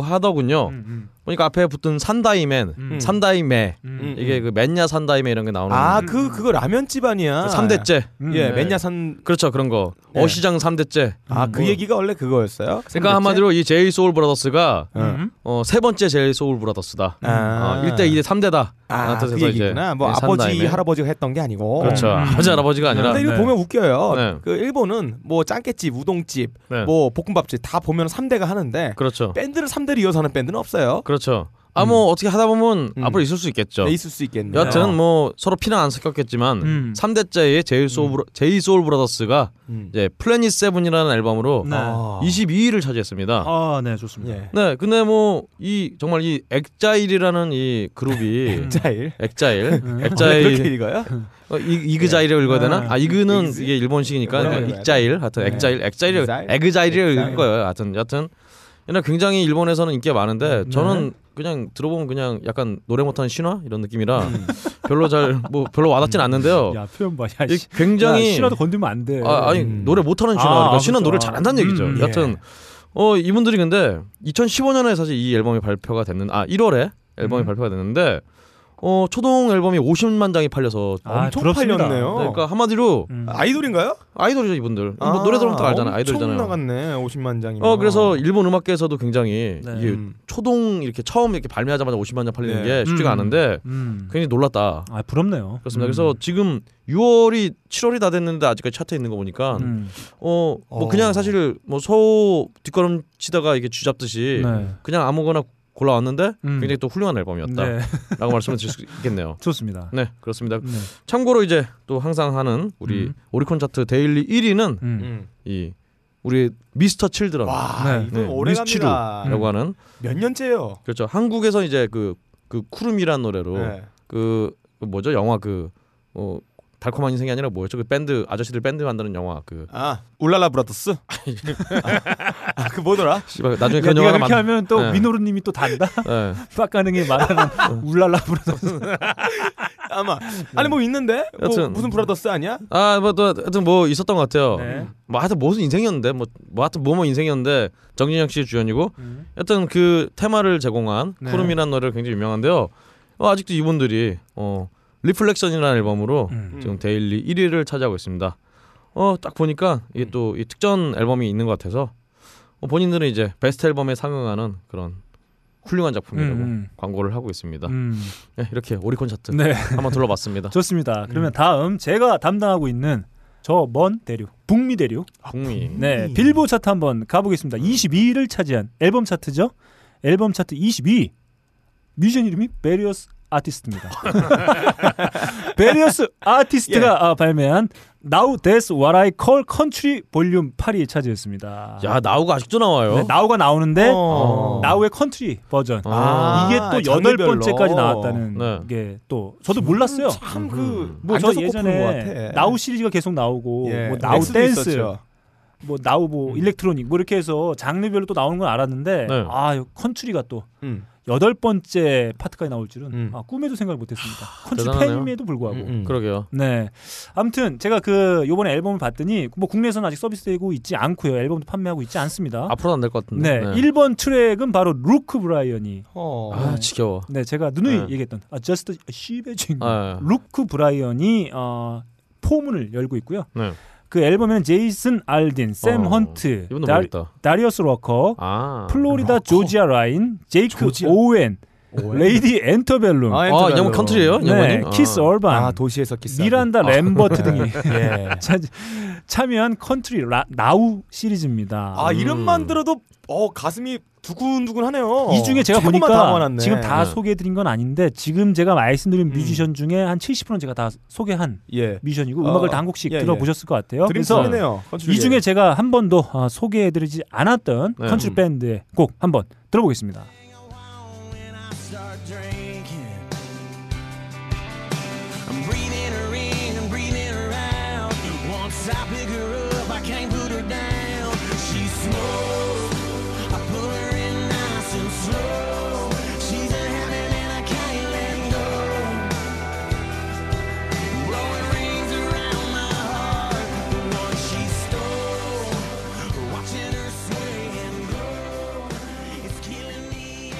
[SPEAKER 1] 음,
[SPEAKER 3] 하더군요.
[SPEAKER 1] 음, 음,
[SPEAKER 3] 보니까 앞에 붙은 산다이맨,
[SPEAKER 1] 음.
[SPEAKER 3] 산다이메,
[SPEAKER 1] 음.
[SPEAKER 3] 이게 그 맨야 산다이메 이런 게 나오는
[SPEAKER 2] 아, 그 그거 라면 집 아니야.
[SPEAKER 3] 삼대째
[SPEAKER 1] 음.
[SPEAKER 2] 예,
[SPEAKER 3] 네.
[SPEAKER 2] 맨야산
[SPEAKER 3] 그렇죠, 그런 거.
[SPEAKER 2] 네.
[SPEAKER 3] 어시장 삼대째
[SPEAKER 1] 음.
[SPEAKER 2] 아,
[SPEAKER 1] 뭐.
[SPEAKER 2] 그 얘기가 원래 그거였어요?
[SPEAKER 3] 그러니까 한마디로 이 제이 소울 브라더스가
[SPEAKER 2] 응.
[SPEAKER 1] 음.
[SPEAKER 3] 어, 세 번째 제이 소울 브라더스다.
[SPEAKER 2] 아.
[SPEAKER 3] 어, 1대 2대 3대다.
[SPEAKER 2] 아, 그 얘기구나. 뭐 아버지 할아버지가 했던 게 아니고.
[SPEAKER 3] 예, 그렇죠.
[SPEAKER 1] 음.
[SPEAKER 3] 아버지 할아버지가 아니라
[SPEAKER 2] 근데 이거
[SPEAKER 1] 네.
[SPEAKER 2] 보면 웃겨요.
[SPEAKER 3] 네.
[SPEAKER 2] 그 일본은 뭐 짱깨집, 우동집,
[SPEAKER 3] 네.
[SPEAKER 2] 뭐 볶음밥집 다 보면 3대가 하는데
[SPEAKER 3] 그렇죠.
[SPEAKER 2] 밴드를 3대를 이어서 하는 밴드는 없어요.
[SPEAKER 3] 그렇죠. 아 뭐 어떻게 하다 보면
[SPEAKER 2] 음.
[SPEAKER 3] 앞으로 있을 수 있겠죠.
[SPEAKER 2] 네, 있을 수 있겠네요.
[SPEAKER 3] 여하튼 뭐 서로 피는 안 섞였겠지만
[SPEAKER 1] 음.
[SPEAKER 3] 3대째의 제이 소울 브라- 제이 소울 브라더스가
[SPEAKER 2] 음.
[SPEAKER 3] 이제 플래닛 세븐이라는 앨범으로
[SPEAKER 1] 네.
[SPEAKER 2] 아.
[SPEAKER 3] 22위를 차지했습니다.
[SPEAKER 1] 아, 네, 좋습니다.
[SPEAKER 2] 예.
[SPEAKER 3] 네, 근데 뭐 이 정말 이 액자일이라는 이 그룹이
[SPEAKER 2] 자일.
[SPEAKER 3] 액자일,
[SPEAKER 2] 네. 아, 그렇게
[SPEAKER 3] 액자일,
[SPEAKER 2] 읽어요?
[SPEAKER 3] 어, 이, 이그자일이라고 읽어야 되나? 아 이그는
[SPEAKER 2] 이그지?
[SPEAKER 3] 이게 일본식이니까
[SPEAKER 2] 뭐라고
[SPEAKER 3] 그냥
[SPEAKER 2] 읽어야
[SPEAKER 3] 익자일, 하여튼
[SPEAKER 2] 네.
[SPEAKER 3] 액자일, 액자일,
[SPEAKER 2] 익자일?
[SPEAKER 3] 에그자일이라고 읽을
[SPEAKER 2] 익자일.
[SPEAKER 3] 거예요. 하여튼 여하튼 옛날 굉장히 일본에서는 인기가 많은데
[SPEAKER 1] 네.
[SPEAKER 3] 저는 그냥 들어보면 그냥 약간 노래 못하는 신화 이런 느낌이라 별로 잘 뭐 별로 와닿진 않는데요.
[SPEAKER 1] 야, 표현 봐. 야,
[SPEAKER 3] 이
[SPEAKER 1] 씨.
[SPEAKER 3] 굉장히
[SPEAKER 1] 야, 신화도 건들면 안 돼.
[SPEAKER 3] 아, 아니
[SPEAKER 2] 음.
[SPEAKER 3] 노래 못하는 신화
[SPEAKER 1] 아,
[SPEAKER 3] 그러니까
[SPEAKER 1] 아,
[SPEAKER 3] 신화
[SPEAKER 1] 그렇죠.
[SPEAKER 3] 노래를 잘한다는 얘기죠.
[SPEAKER 1] 음,
[SPEAKER 2] 예.
[SPEAKER 3] 여하튼 어 이분들이 근데 2015년에 사실 이 앨범이 발표가 됐는 아 1월에 앨범이
[SPEAKER 1] 음.
[SPEAKER 3] 발표가 됐는데 어 초동 앨범이 50만 장이 팔려서
[SPEAKER 1] 아,
[SPEAKER 2] 엄청
[SPEAKER 1] 그렇습니다.
[SPEAKER 2] 팔렸네요.
[SPEAKER 3] 그러니까 한마디로
[SPEAKER 1] 음.
[SPEAKER 2] 아이돌인가요?
[SPEAKER 3] 아이돌이죠 이분들
[SPEAKER 2] 어. 아,
[SPEAKER 3] 뭐 노래 들으면 다 알잖아
[SPEAKER 2] 엄청
[SPEAKER 3] 아이돌이잖아요.
[SPEAKER 2] 나갔네. 50만 장이면.
[SPEAKER 3] 어 그래서 일본 음악계에서도 굉장히
[SPEAKER 1] 네.
[SPEAKER 3] 이게
[SPEAKER 2] 음.
[SPEAKER 3] 초동 이렇게 처음 이렇게 발매하자마자 50만 장
[SPEAKER 2] 네.
[SPEAKER 3] 팔리는 게 쉽지가
[SPEAKER 1] 음.
[SPEAKER 3] 않은데
[SPEAKER 1] 음.
[SPEAKER 3] 굉장히 놀랐다.
[SPEAKER 1] 아, 부럽네요.
[SPEAKER 3] 그 그렇습니다.
[SPEAKER 1] 음.
[SPEAKER 3] 그래서 지금 6월이 7월이 다 됐는데 아직까지 차트에 있는 거 보니까
[SPEAKER 1] 음.
[SPEAKER 3] 어, 뭐
[SPEAKER 2] 어.
[SPEAKER 3] 그냥 사실 뭐 서우 뒷걸음 치다가 이게 쥐잡듯이
[SPEAKER 1] 네.
[SPEAKER 3] 그냥 아무거나 골라왔는데
[SPEAKER 1] 음.
[SPEAKER 3] 굉장히 또 훌륭한 앨범이었다라고
[SPEAKER 1] 네,
[SPEAKER 3] 말씀을 드릴 수 있겠네요.
[SPEAKER 1] 좋습니다.
[SPEAKER 3] 네, 그렇습니다.
[SPEAKER 1] 네.
[SPEAKER 3] 참고로 이제 또 항상 하는 우리
[SPEAKER 1] 음.
[SPEAKER 3] 오리콘 차트 데일리 1위는
[SPEAKER 1] 음.
[SPEAKER 2] 음.
[SPEAKER 3] 이 우리 미스터 칠드런이라고
[SPEAKER 2] 와,
[SPEAKER 1] 네.
[SPEAKER 2] 이건
[SPEAKER 3] 네.
[SPEAKER 2] 오래
[SPEAKER 3] 미스치루.
[SPEAKER 2] 갑니다.
[SPEAKER 1] 음.
[SPEAKER 3] 하는
[SPEAKER 2] 몇 년째예요?
[SPEAKER 3] 그렇죠. 한국에서 이제 그그 쿠룸이라는 노래로
[SPEAKER 2] 네.
[SPEAKER 3] 그, 그 뭐죠? 영화 그 어, 달콤한 인생이 아니라 뭐였죠? 그 밴드 아저씨들 밴드 만드는 영화 그
[SPEAKER 2] 아, 울랄라 브라더스? 아, 그 뭐더라?
[SPEAKER 3] 씨발 나중에
[SPEAKER 1] 야,
[SPEAKER 3] 그런
[SPEAKER 1] 네가
[SPEAKER 3] 영화가
[SPEAKER 1] 그렇게
[SPEAKER 3] 만
[SPEAKER 1] 하면 또
[SPEAKER 3] 네. 음.
[SPEAKER 1] 민호루님이 또 단다.
[SPEAKER 3] 네.
[SPEAKER 1] 빡가능이 말하는 울랄라 브라더스.
[SPEAKER 2] 아마 아니 뭐 있는데 뭐
[SPEAKER 3] 여튼.
[SPEAKER 2] 무슨 브라더스 아니야?
[SPEAKER 3] 아, 뭐, 또, 하여튼 뭐 있었던 것 같아요.
[SPEAKER 1] 네.
[SPEAKER 3] 뭐 하여튼 무슨 인생이었는데, 뭐, 뭐 하여튼 뭐뭐 인생이었는데, 정진영 씨 주연이고,
[SPEAKER 1] 음.
[SPEAKER 3] 하여튼 그 테마를 제공한
[SPEAKER 1] 네.
[SPEAKER 3] 쿠름이라는 노래가 굉장히 유명한데요. 어, 아직도 이분들이, 어, 리플렉션이라는 앨범으로
[SPEAKER 1] 음.
[SPEAKER 3] 지금
[SPEAKER 2] 음.
[SPEAKER 3] 데일리 1위를 차지하고 있습니다. 어, 딱 보니까 이게
[SPEAKER 1] 음.
[SPEAKER 3] 또 이 특전 앨범이 있는 것 같아서, 어, 본인들은 이제 베스트 앨범에 상응하는 그런 훌륭한 작품이라고
[SPEAKER 1] 음, 음.
[SPEAKER 3] 광고를 하고 있습니다.
[SPEAKER 1] 음.
[SPEAKER 3] 네, 이렇게 오리콘 차트
[SPEAKER 1] 네.
[SPEAKER 3] 한번 둘러봤습니다.
[SPEAKER 1] 좋습니다. 그러면 다음 제가 담당하고 있는 저 먼 대륙, 북미 대륙.
[SPEAKER 3] 북미
[SPEAKER 1] 네,
[SPEAKER 2] 북미.
[SPEAKER 1] 빌보드 차트 한번 가보겠습니다. 22위를 차지한 앨범 차트죠. 앨범 차트 22위. 뮤지션 이름이 베리어스 아티스트입니다. 베리어스
[SPEAKER 2] 예.
[SPEAKER 1] 아티스트가 아, 발매한 Now That's What I Call Country 볼륨 8위 차지했습니다.
[SPEAKER 3] 야 나우가 아직도 나와요.
[SPEAKER 1] 음. 네, 나우가 나오는데
[SPEAKER 2] 어.
[SPEAKER 1] 나우의 컨트리 버전.
[SPEAKER 3] 아,
[SPEAKER 1] 이게
[SPEAKER 2] 아,
[SPEAKER 1] 또 여덟
[SPEAKER 2] 장르별로.
[SPEAKER 1] 번째까지 나왔다는
[SPEAKER 3] 네.
[SPEAKER 1] 게 또 저도 몰랐어요.
[SPEAKER 2] 음,
[SPEAKER 3] 음.
[SPEAKER 2] 참그
[SPEAKER 1] 뭐 저 예전에 나우 시리즈가 계속 나오고
[SPEAKER 2] 예,
[SPEAKER 1] 뭐 나우 댄스 뭐 나우 뭐 일렉트로닉 뭐 이렇게 해서 장르별로 또 나오는 건 알았는데
[SPEAKER 3] 음. 네.
[SPEAKER 1] 아이 컨트리가 또
[SPEAKER 2] 음.
[SPEAKER 1] 여덟 번째 파트까지 나올 줄은
[SPEAKER 2] 음.
[SPEAKER 1] 아, 꿈에도 생각을 못했습니다. 컨트리
[SPEAKER 3] 대단하네요.
[SPEAKER 1] 팬임에도 불구하고
[SPEAKER 2] 음, 음.
[SPEAKER 3] 그러게요.
[SPEAKER 1] 네 아무튼 제가 그 요번에 앨범을 봤더니 뭐 국내에서는 아직 서비스되고 있지 않고요 앨범도 판매하고 있지 않습니다.
[SPEAKER 3] 앞으로도 안 될 것 같은데.
[SPEAKER 1] 네, 1번 트랙은 바로 루크 브라이언이
[SPEAKER 2] 어.
[SPEAKER 3] 아 지겨워.
[SPEAKER 1] 네, 제가 누누이
[SPEAKER 3] 네.
[SPEAKER 1] 얘기했던 아, Just a Shivering
[SPEAKER 3] 아, 예.
[SPEAKER 1] 루크 브라이언이 어, 포문을 열고 있고요.
[SPEAKER 3] 네.
[SPEAKER 1] 그 앨범에는 제이슨 알딘, 샘
[SPEAKER 3] 어,
[SPEAKER 1] 헌트,
[SPEAKER 3] 이분도
[SPEAKER 1] 다,
[SPEAKER 3] 모르겠다.
[SPEAKER 1] 다리어스 러커,
[SPEAKER 3] 아.
[SPEAKER 1] 플로리다 조지아 라인, 제이크
[SPEAKER 2] 어. 조지아.
[SPEAKER 1] 오웬,
[SPEAKER 2] 오웬.
[SPEAKER 1] 레이디 엔터벨룸,
[SPEAKER 2] 아,
[SPEAKER 3] 아, 영어
[SPEAKER 2] 엔터별로.
[SPEAKER 3] 컨트리예요? 영어니?
[SPEAKER 1] 음. 네, 키스 얼반,
[SPEAKER 2] 아 도시에서 키스.
[SPEAKER 1] 미란다 램버트 등이
[SPEAKER 2] 예.
[SPEAKER 1] 참- 참여한 컨트리 라, 나우 시리즈입니다.
[SPEAKER 2] 아 이름만 들어도 어 가슴이 두근두근하네요.
[SPEAKER 1] 음. 이 중에 제가
[SPEAKER 2] 최고만 다
[SPEAKER 1] 보니까
[SPEAKER 2] 모아놨네.
[SPEAKER 1] 지금 다
[SPEAKER 3] 네.
[SPEAKER 1] 소개해드린 건 아닌데 지금 제가 말씀드린
[SPEAKER 2] 음.
[SPEAKER 1] 뮤지션 중에 한 70%는 제가 다 소개한
[SPEAKER 2] 예.
[SPEAKER 1] 뮤지션이고
[SPEAKER 2] 어,
[SPEAKER 1] 음악을 다 한 곡씩
[SPEAKER 2] 예, 예.
[SPEAKER 1] 들어보셨을 것 같아요. 그래서
[SPEAKER 2] 드림송이네요.
[SPEAKER 1] 이 중에 제가 한 번도 아, 소개해드리지 않았던
[SPEAKER 3] 네.
[SPEAKER 2] 음.
[SPEAKER 1] 컨트리 밴드의 곡 한번 들어보겠습니다.
[SPEAKER 7] when I start drinking. I'm breathing her in, I'm breathing her out. Once I pick her up, I can't put her down. She's slow, I pull her in nice and slow. She's a habit and I can't let go. Blowing rings around my heart, the one she stole. Watching her sway and blow, it's killing me.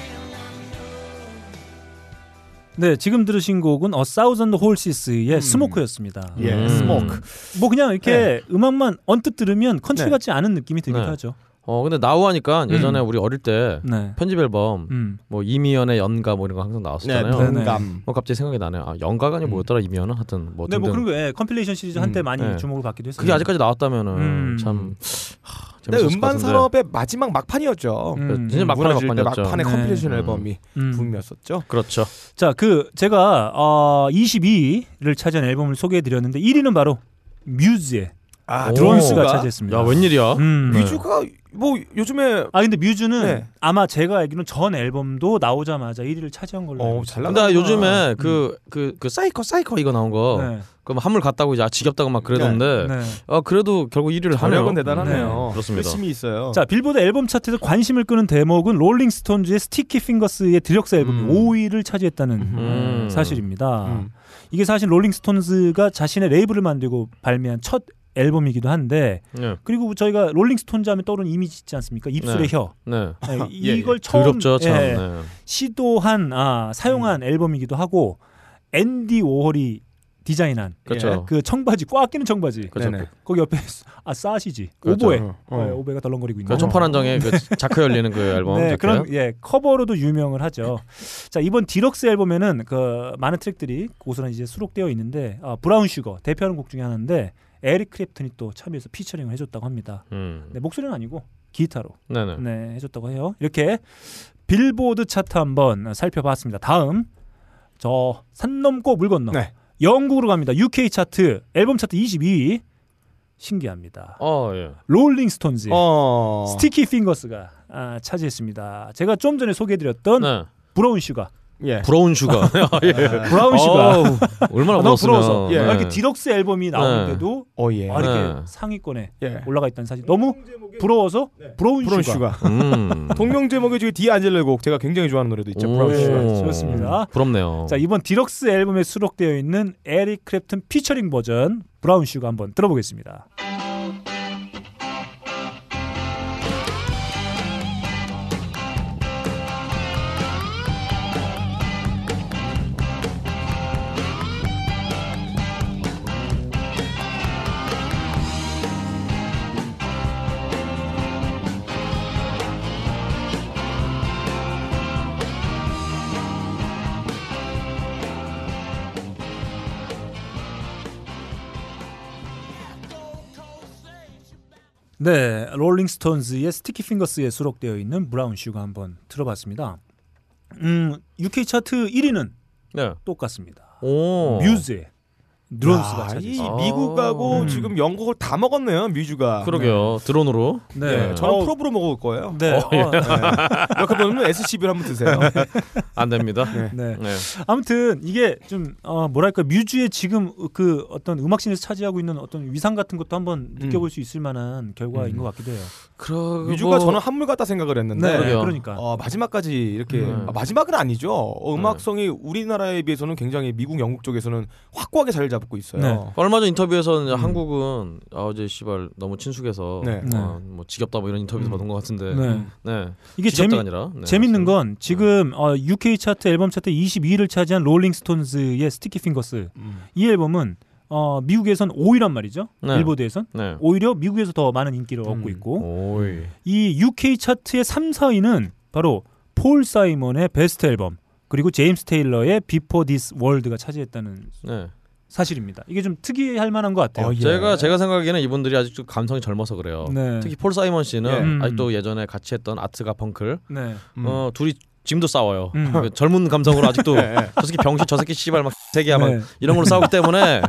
[SPEAKER 1] 네, 지금 들으신 곡은 A Thousand Horses의 스모크였습니다.
[SPEAKER 2] 예.
[SPEAKER 3] 음.
[SPEAKER 2] 스모크.
[SPEAKER 1] 뭐 그냥 이렇게 음악만 언뜻 들으면 컨트리
[SPEAKER 2] 네.
[SPEAKER 1] 같지 않은 느낌이 들기도
[SPEAKER 3] 네.
[SPEAKER 1] 하죠.
[SPEAKER 3] 어 근데 나우하니까 예전에
[SPEAKER 1] 음.
[SPEAKER 3] 우리 어릴 때
[SPEAKER 1] 네.
[SPEAKER 3] 편집 앨범
[SPEAKER 1] 음.
[SPEAKER 3] 뭐 이미연의 연가 뭐 이런 거 항상 나왔었잖아요.
[SPEAKER 2] 음.
[SPEAKER 1] 네, 네.
[SPEAKER 2] 감.
[SPEAKER 3] 뭐 갑자기 생각이 나네요. 아, 연가가 아니고 뭐였더라 이미연은 하여튼 뭐
[SPEAKER 1] 네, 뭐
[SPEAKER 3] 등등.
[SPEAKER 1] 그런 거 예, 컴필레이션 시리즈 한때
[SPEAKER 2] 음,
[SPEAKER 1] 많이
[SPEAKER 3] 네.
[SPEAKER 1] 주목을 받기도 했어요.
[SPEAKER 3] 그게 아직까지 나왔다면은
[SPEAKER 1] 음.
[SPEAKER 3] 참 하,
[SPEAKER 2] 근데
[SPEAKER 3] 재밌었을 것
[SPEAKER 2] 음반
[SPEAKER 3] 같은데. 네,
[SPEAKER 2] 산업의 마지막 막판이었죠.
[SPEAKER 1] 음.
[SPEAKER 3] 진짜 막판에
[SPEAKER 2] 무너질 때
[SPEAKER 3] 막판이었죠.
[SPEAKER 2] 막판에
[SPEAKER 1] 네.
[SPEAKER 2] 컴필레이션
[SPEAKER 3] 음.
[SPEAKER 2] 앨범이
[SPEAKER 1] 음.
[SPEAKER 2] 붐이었었죠.
[SPEAKER 3] 그렇죠.
[SPEAKER 1] 자, 그 제가 어, 22위를 차지한 앨범을 소개해드렸는데 1위는 바로 뮤즈의
[SPEAKER 2] 아
[SPEAKER 3] 오.
[SPEAKER 1] 드론스가
[SPEAKER 3] 뮤즈가?
[SPEAKER 1] 차지했습니다.
[SPEAKER 3] 야 웬일이야?
[SPEAKER 1] 음.
[SPEAKER 3] 네.
[SPEAKER 2] 뮤즈가 뭐 요즘에
[SPEAKER 1] 아 근데 뮤즈는
[SPEAKER 2] 네.
[SPEAKER 1] 아마 제가 알기로는 전 앨범도 나오자마자 1위를 차지한 걸로. 알고
[SPEAKER 2] 어잘 나가.
[SPEAKER 3] 근데
[SPEAKER 1] 음.
[SPEAKER 3] 요즘에 그 그 그 사이코 사이코 이거 나온 거
[SPEAKER 1] 있어요.
[SPEAKER 3] 그럼 한물 갔다고 이제 아, 지겹다고 막
[SPEAKER 1] 네.
[SPEAKER 3] 그러던데
[SPEAKER 1] 네.
[SPEAKER 3] 아 그래도 결국 1위를 하네요.
[SPEAKER 2] 전력은 대단하네요.
[SPEAKER 3] 네, 그렇습니다.
[SPEAKER 2] 열심히 있어요.
[SPEAKER 1] 자 빌보드 앨범 차트에서 관심을 끄는 대목은 롤링스톤즈의 스티키 핑거스의 드력사 앨범이
[SPEAKER 2] 음.
[SPEAKER 1] 5위를 차지했다는
[SPEAKER 3] 음.
[SPEAKER 1] 사실입니다.
[SPEAKER 2] 음.
[SPEAKER 1] 이게 사실 롤링스톤즈가 자신의 레이블을 만들고 발매한 첫 앨범이기도 한데
[SPEAKER 3] 네.
[SPEAKER 1] 그리고 저희가 롤링스톤즈 하면 떠오르는 이미지 있지 않습니까? 입술의
[SPEAKER 3] 네.
[SPEAKER 1] 혀.
[SPEAKER 3] 네.
[SPEAKER 1] 네,
[SPEAKER 2] 예, 예.
[SPEAKER 1] 이걸 처음
[SPEAKER 3] 더럽죠 참.
[SPEAKER 1] 예,
[SPEAKER 3] 네.
[SPEAKER 1] 시도한 아, 사용한
[SPEAKER 2] 음.
[SPEAKER 1] 앨범이기도 하고 앤디 워홀이 디자인한
[SPEAKER 3] 그렇죠.
[SPEAKER 2] 예.
[SPEAKER 1] 그 청바지 꽉 끼는 청바지
[SPEAKER 3] 그렇죠.
[SPEAKER 2] 네네.
[SPEAKER 1] 거기 옆에 수- 아 싸시지
[SPEAKER 3] 그렇죠.
[SPEAKER 1] 오보에
[SPEAKER 2] 어,
[SPEAKER 1] 네,
[SPEAKER 2] 어.
[SPEAKER 1] 오보에가 덜렁거리고 있는
[SPEAKER 3] 그 총파란정의 그 자크 열리는 그 앨범.
[SPEAKER 1] 네,
[SPEAKER 3] 자켓.
[SPEAKER 1] 그런 예 커버로도 유명을 하죠. 자 이번 디럭스 앨범에는 그 많은 트랙들이 고스란히 이제 수록되어 있는데 아, 브라운 슈거 대표하는 곡 중에 하나인데 에릭 크랩튼이 또 참여해서 피처링을 해줬다고 합니다.
[SPEAKER 3] 음.
[SPEAKER 1] 네, 목소리는 아니고 기타로
[SPEAKER 3] 네,
[SPEAKER 2] 음.
[SPEAKER 3] 네.
[SPEAKER 1] 네, 해줬다고 해요. 이렇게 빌보드 차트 한번 살펴봤습니다. 다음 저 산 넘고 물 건너
[SPEAKER 2] 네.
[SPEAKER 1] 영국으로 갑니다. UK 차트 앨범 차트 22위 신기합니다.
[SPEAKER 3] 어, 예.
[SPEAKER 1] 롤링스톤즈 의
[SPEAKER 2] 어.
[SPEAKER 1] 스티키 핑거스가 아, 차지했습니다. 제가 좀 전에
[SPEAKER 2] 음.
[SPEAKER 1] 소개해드렸던
[SPEAKER 3] 네.
[SPEAKER 1] 브라운 슈가
[SPEAKER 2] 예.
[SPEAKER 3] 부러운 슈가. 예.
[SPEAKER 1] 브라운 슈가
[SPEAKER 3] 어우, 얼마나
[SPEAKER 1] 아, 너무
[SPEAKER 3] 부러웠으면.
[SPEAKER 1] 부러워서
[SPEAKER 2] 예.
[SPEAKER 1] 아,
[SPEAKER 3] 네.
[SPEAKER 1] 이렇게 디럭스 앨범이 나올
[SPEAKER 3] 네.
[SPEAKER 1] 때도
[SPEAKER 2] 어 예.
[SPEAKER 1] 아, 이렇게
[SPEAKER 3] 네.
[SPEAKER 1] 상위권에
[SPEAKER 2] 예.
[SPEAKER 1] 올라가 있다는 사실 너무 부러워서 브라운,
[SPEAKER 2] 브라운
[SPEAKER 1] 슈가,
[SPEAKER 2] 슈가.
[SPEAKER 3] 음.
[SPEAKER 2] 동명 제목의 중에 디안젤로의 곡 제가 굉장히 좋아하는 노래도 있죠. 브라운
[SPEAKER 3] 오,
[SPEAKER 2] 슈가.
[SPEAKER 1] 좋습니다.
[SPEAKER 3] 부럽네요.
[SPEAKER 1] 자 이번 디럭스 앨범에 수록되어 있는 에릭 크랩튼 피처링 버전 브라운 슈가 한번 들어보겠습니다.
[SPEAKER 7] Thank
[SPEAKER 1] 네, 롤링스톤즈의 스티키 핑거스에 수록되어 있는 브라운 슈가 한번 들어봤습니다. 음, UK 차트 1위는
[SPEAKER 3] 네.
[SPEAKER 1] 똑같습니다.
[SPEAKER 3] 오.
[SPEAKER 1] 뮤즈의
[SPEAKER 2] 야,
[SPEAKER 1] 드론스가
[SPEAKER 2] 이
[SPEAKER 3] 아.
[SPEAKER 1] 차지했습니다.
[SPEAKER 2] 미국하고
[SPEAKER 1] 음.
[SPEAKER 2] 지금 영국을 다 먹었네요 뮤즈가.
[SPEAKER 3] 그러게요. 드론으로.
[SPEAKER 1] 네.
[SPEAKER 2] 네, 저는
[SPEAKER 1] 어,
[SPEAKER 2] 프로브로 먹을 거예요.
[SPEAKER 1] 네. 어,
[SPEAKER 2] 이렇게 보면 SCB를 한번 드세요.
[SPEAKER 3] 안 됩니다.
[SPEAKER 1] 네.
[SPEAKER 3] 네.
[SPEAKER 1] 아무튼 이게 좀 어, 뭐랄까 뮤즈의 지금 그 어떤 음악신에서 차지하고 있는 어떤 위상 같은 것도
[SPEAKER 3] 음.
[SPEAKER 1] 한번 느껴볼 수 있을 만한 결과인
[SPEAKER 2] 음. 네.
[SPEAKER 1] 것 같기도 해요.
[SPEAKER 3] 그러고
[SPEAKER 2] 뮤즈가 저는 한물 같다 생각을 했는데
[SPEAKER 3] 그러게요.
[SPEAKER 1] 그러니까.
[SPEAKER 2] 어, 마지막까지 이렇게
[SPEAKER 3] 음.
[SPEAKER 2] 아, 마지막은 아니죠. 어, 음악성이 우리나라에 비해서는 굉장히 미국, 영국 쪽에서는 확고하게 자리 잡고 있어요.
[SPEAKER 3] 얼마 전 인터뷰에서는 한국은 아 어제 씨발 너무 친숙해서
[SPEAKER 2] 네.
[SPEAKER 3] 아, 뭐 지겹다 뭐 이런 인터뷰도
[SPEAKER 2] 음.
[SPEAKER 3] 받은 것 같은데. 네.
[SPEAKER 1] 네. 이게 재미
[SPEAKER 3] 지겹다가 아니라. 네.
[SPEAKER 1] 재밌는 건 지금 어, UK 차트 앨범 차트 22위를 차지한 롤링스톤즈의 스티키 핑거스
[SPEAKER 2] 음.
[SPEAKER 1] 이 앨범은 어, 미국에선 5위란 말이죠.
[SPEAKER 3] 네.
[SPEAKER 1] 빌보드에선
[SPEAKER 3] 네.
[SPEAKER 1] 오히려 미국에서 더 많은 인기를
[SPEAKER 2] 음.
[SPEAKER 1] 얻고 있고
[SPEAKER 3] 오이.
[SPEAKER 1] 이 UK 차트의 3, 4위는 바로 폴 사이먼의 베스트 앨범 그리고 제임스 테일러의 Before This World가 차지했다는
[SPEAKER 3] 네.
[SPEAKER 1] 사실입니다. 이게 좀 특이할 만한 것 같아요.
[SPEAKER 2] 어, 예.
[SPEAKER 3] 제가 제가 생각하기에는 이분들이 아직도 감성이 젊어서 그래요.
[SPEAKER 1] 네.
[SPEAKER 3] 특히 폴 사이먼 씨는
[SPEAKER 2] 예.
[SPEAKER 1] 음.
[SPEAKER 3] 아직도 예전에 같이 했던 아트가 펑클
[SPEAKER 1] 네.
[SPEAKER 2] 음.
[SPEAKER 3] 어 둘이 지금도 싸워요.
[SPEAKER 1] 음.
[SPEAKER 3] 그 젊은 감성으로 아직도
[SPEAKER 2] 네, 네.
[SPEAKER 3] 저 새끼 병신 저 새끼 씨발 막 세계야 막
[SPEAKER 1] 네.
[SPEAKER 3] 이런 걸로 싸우기 때문에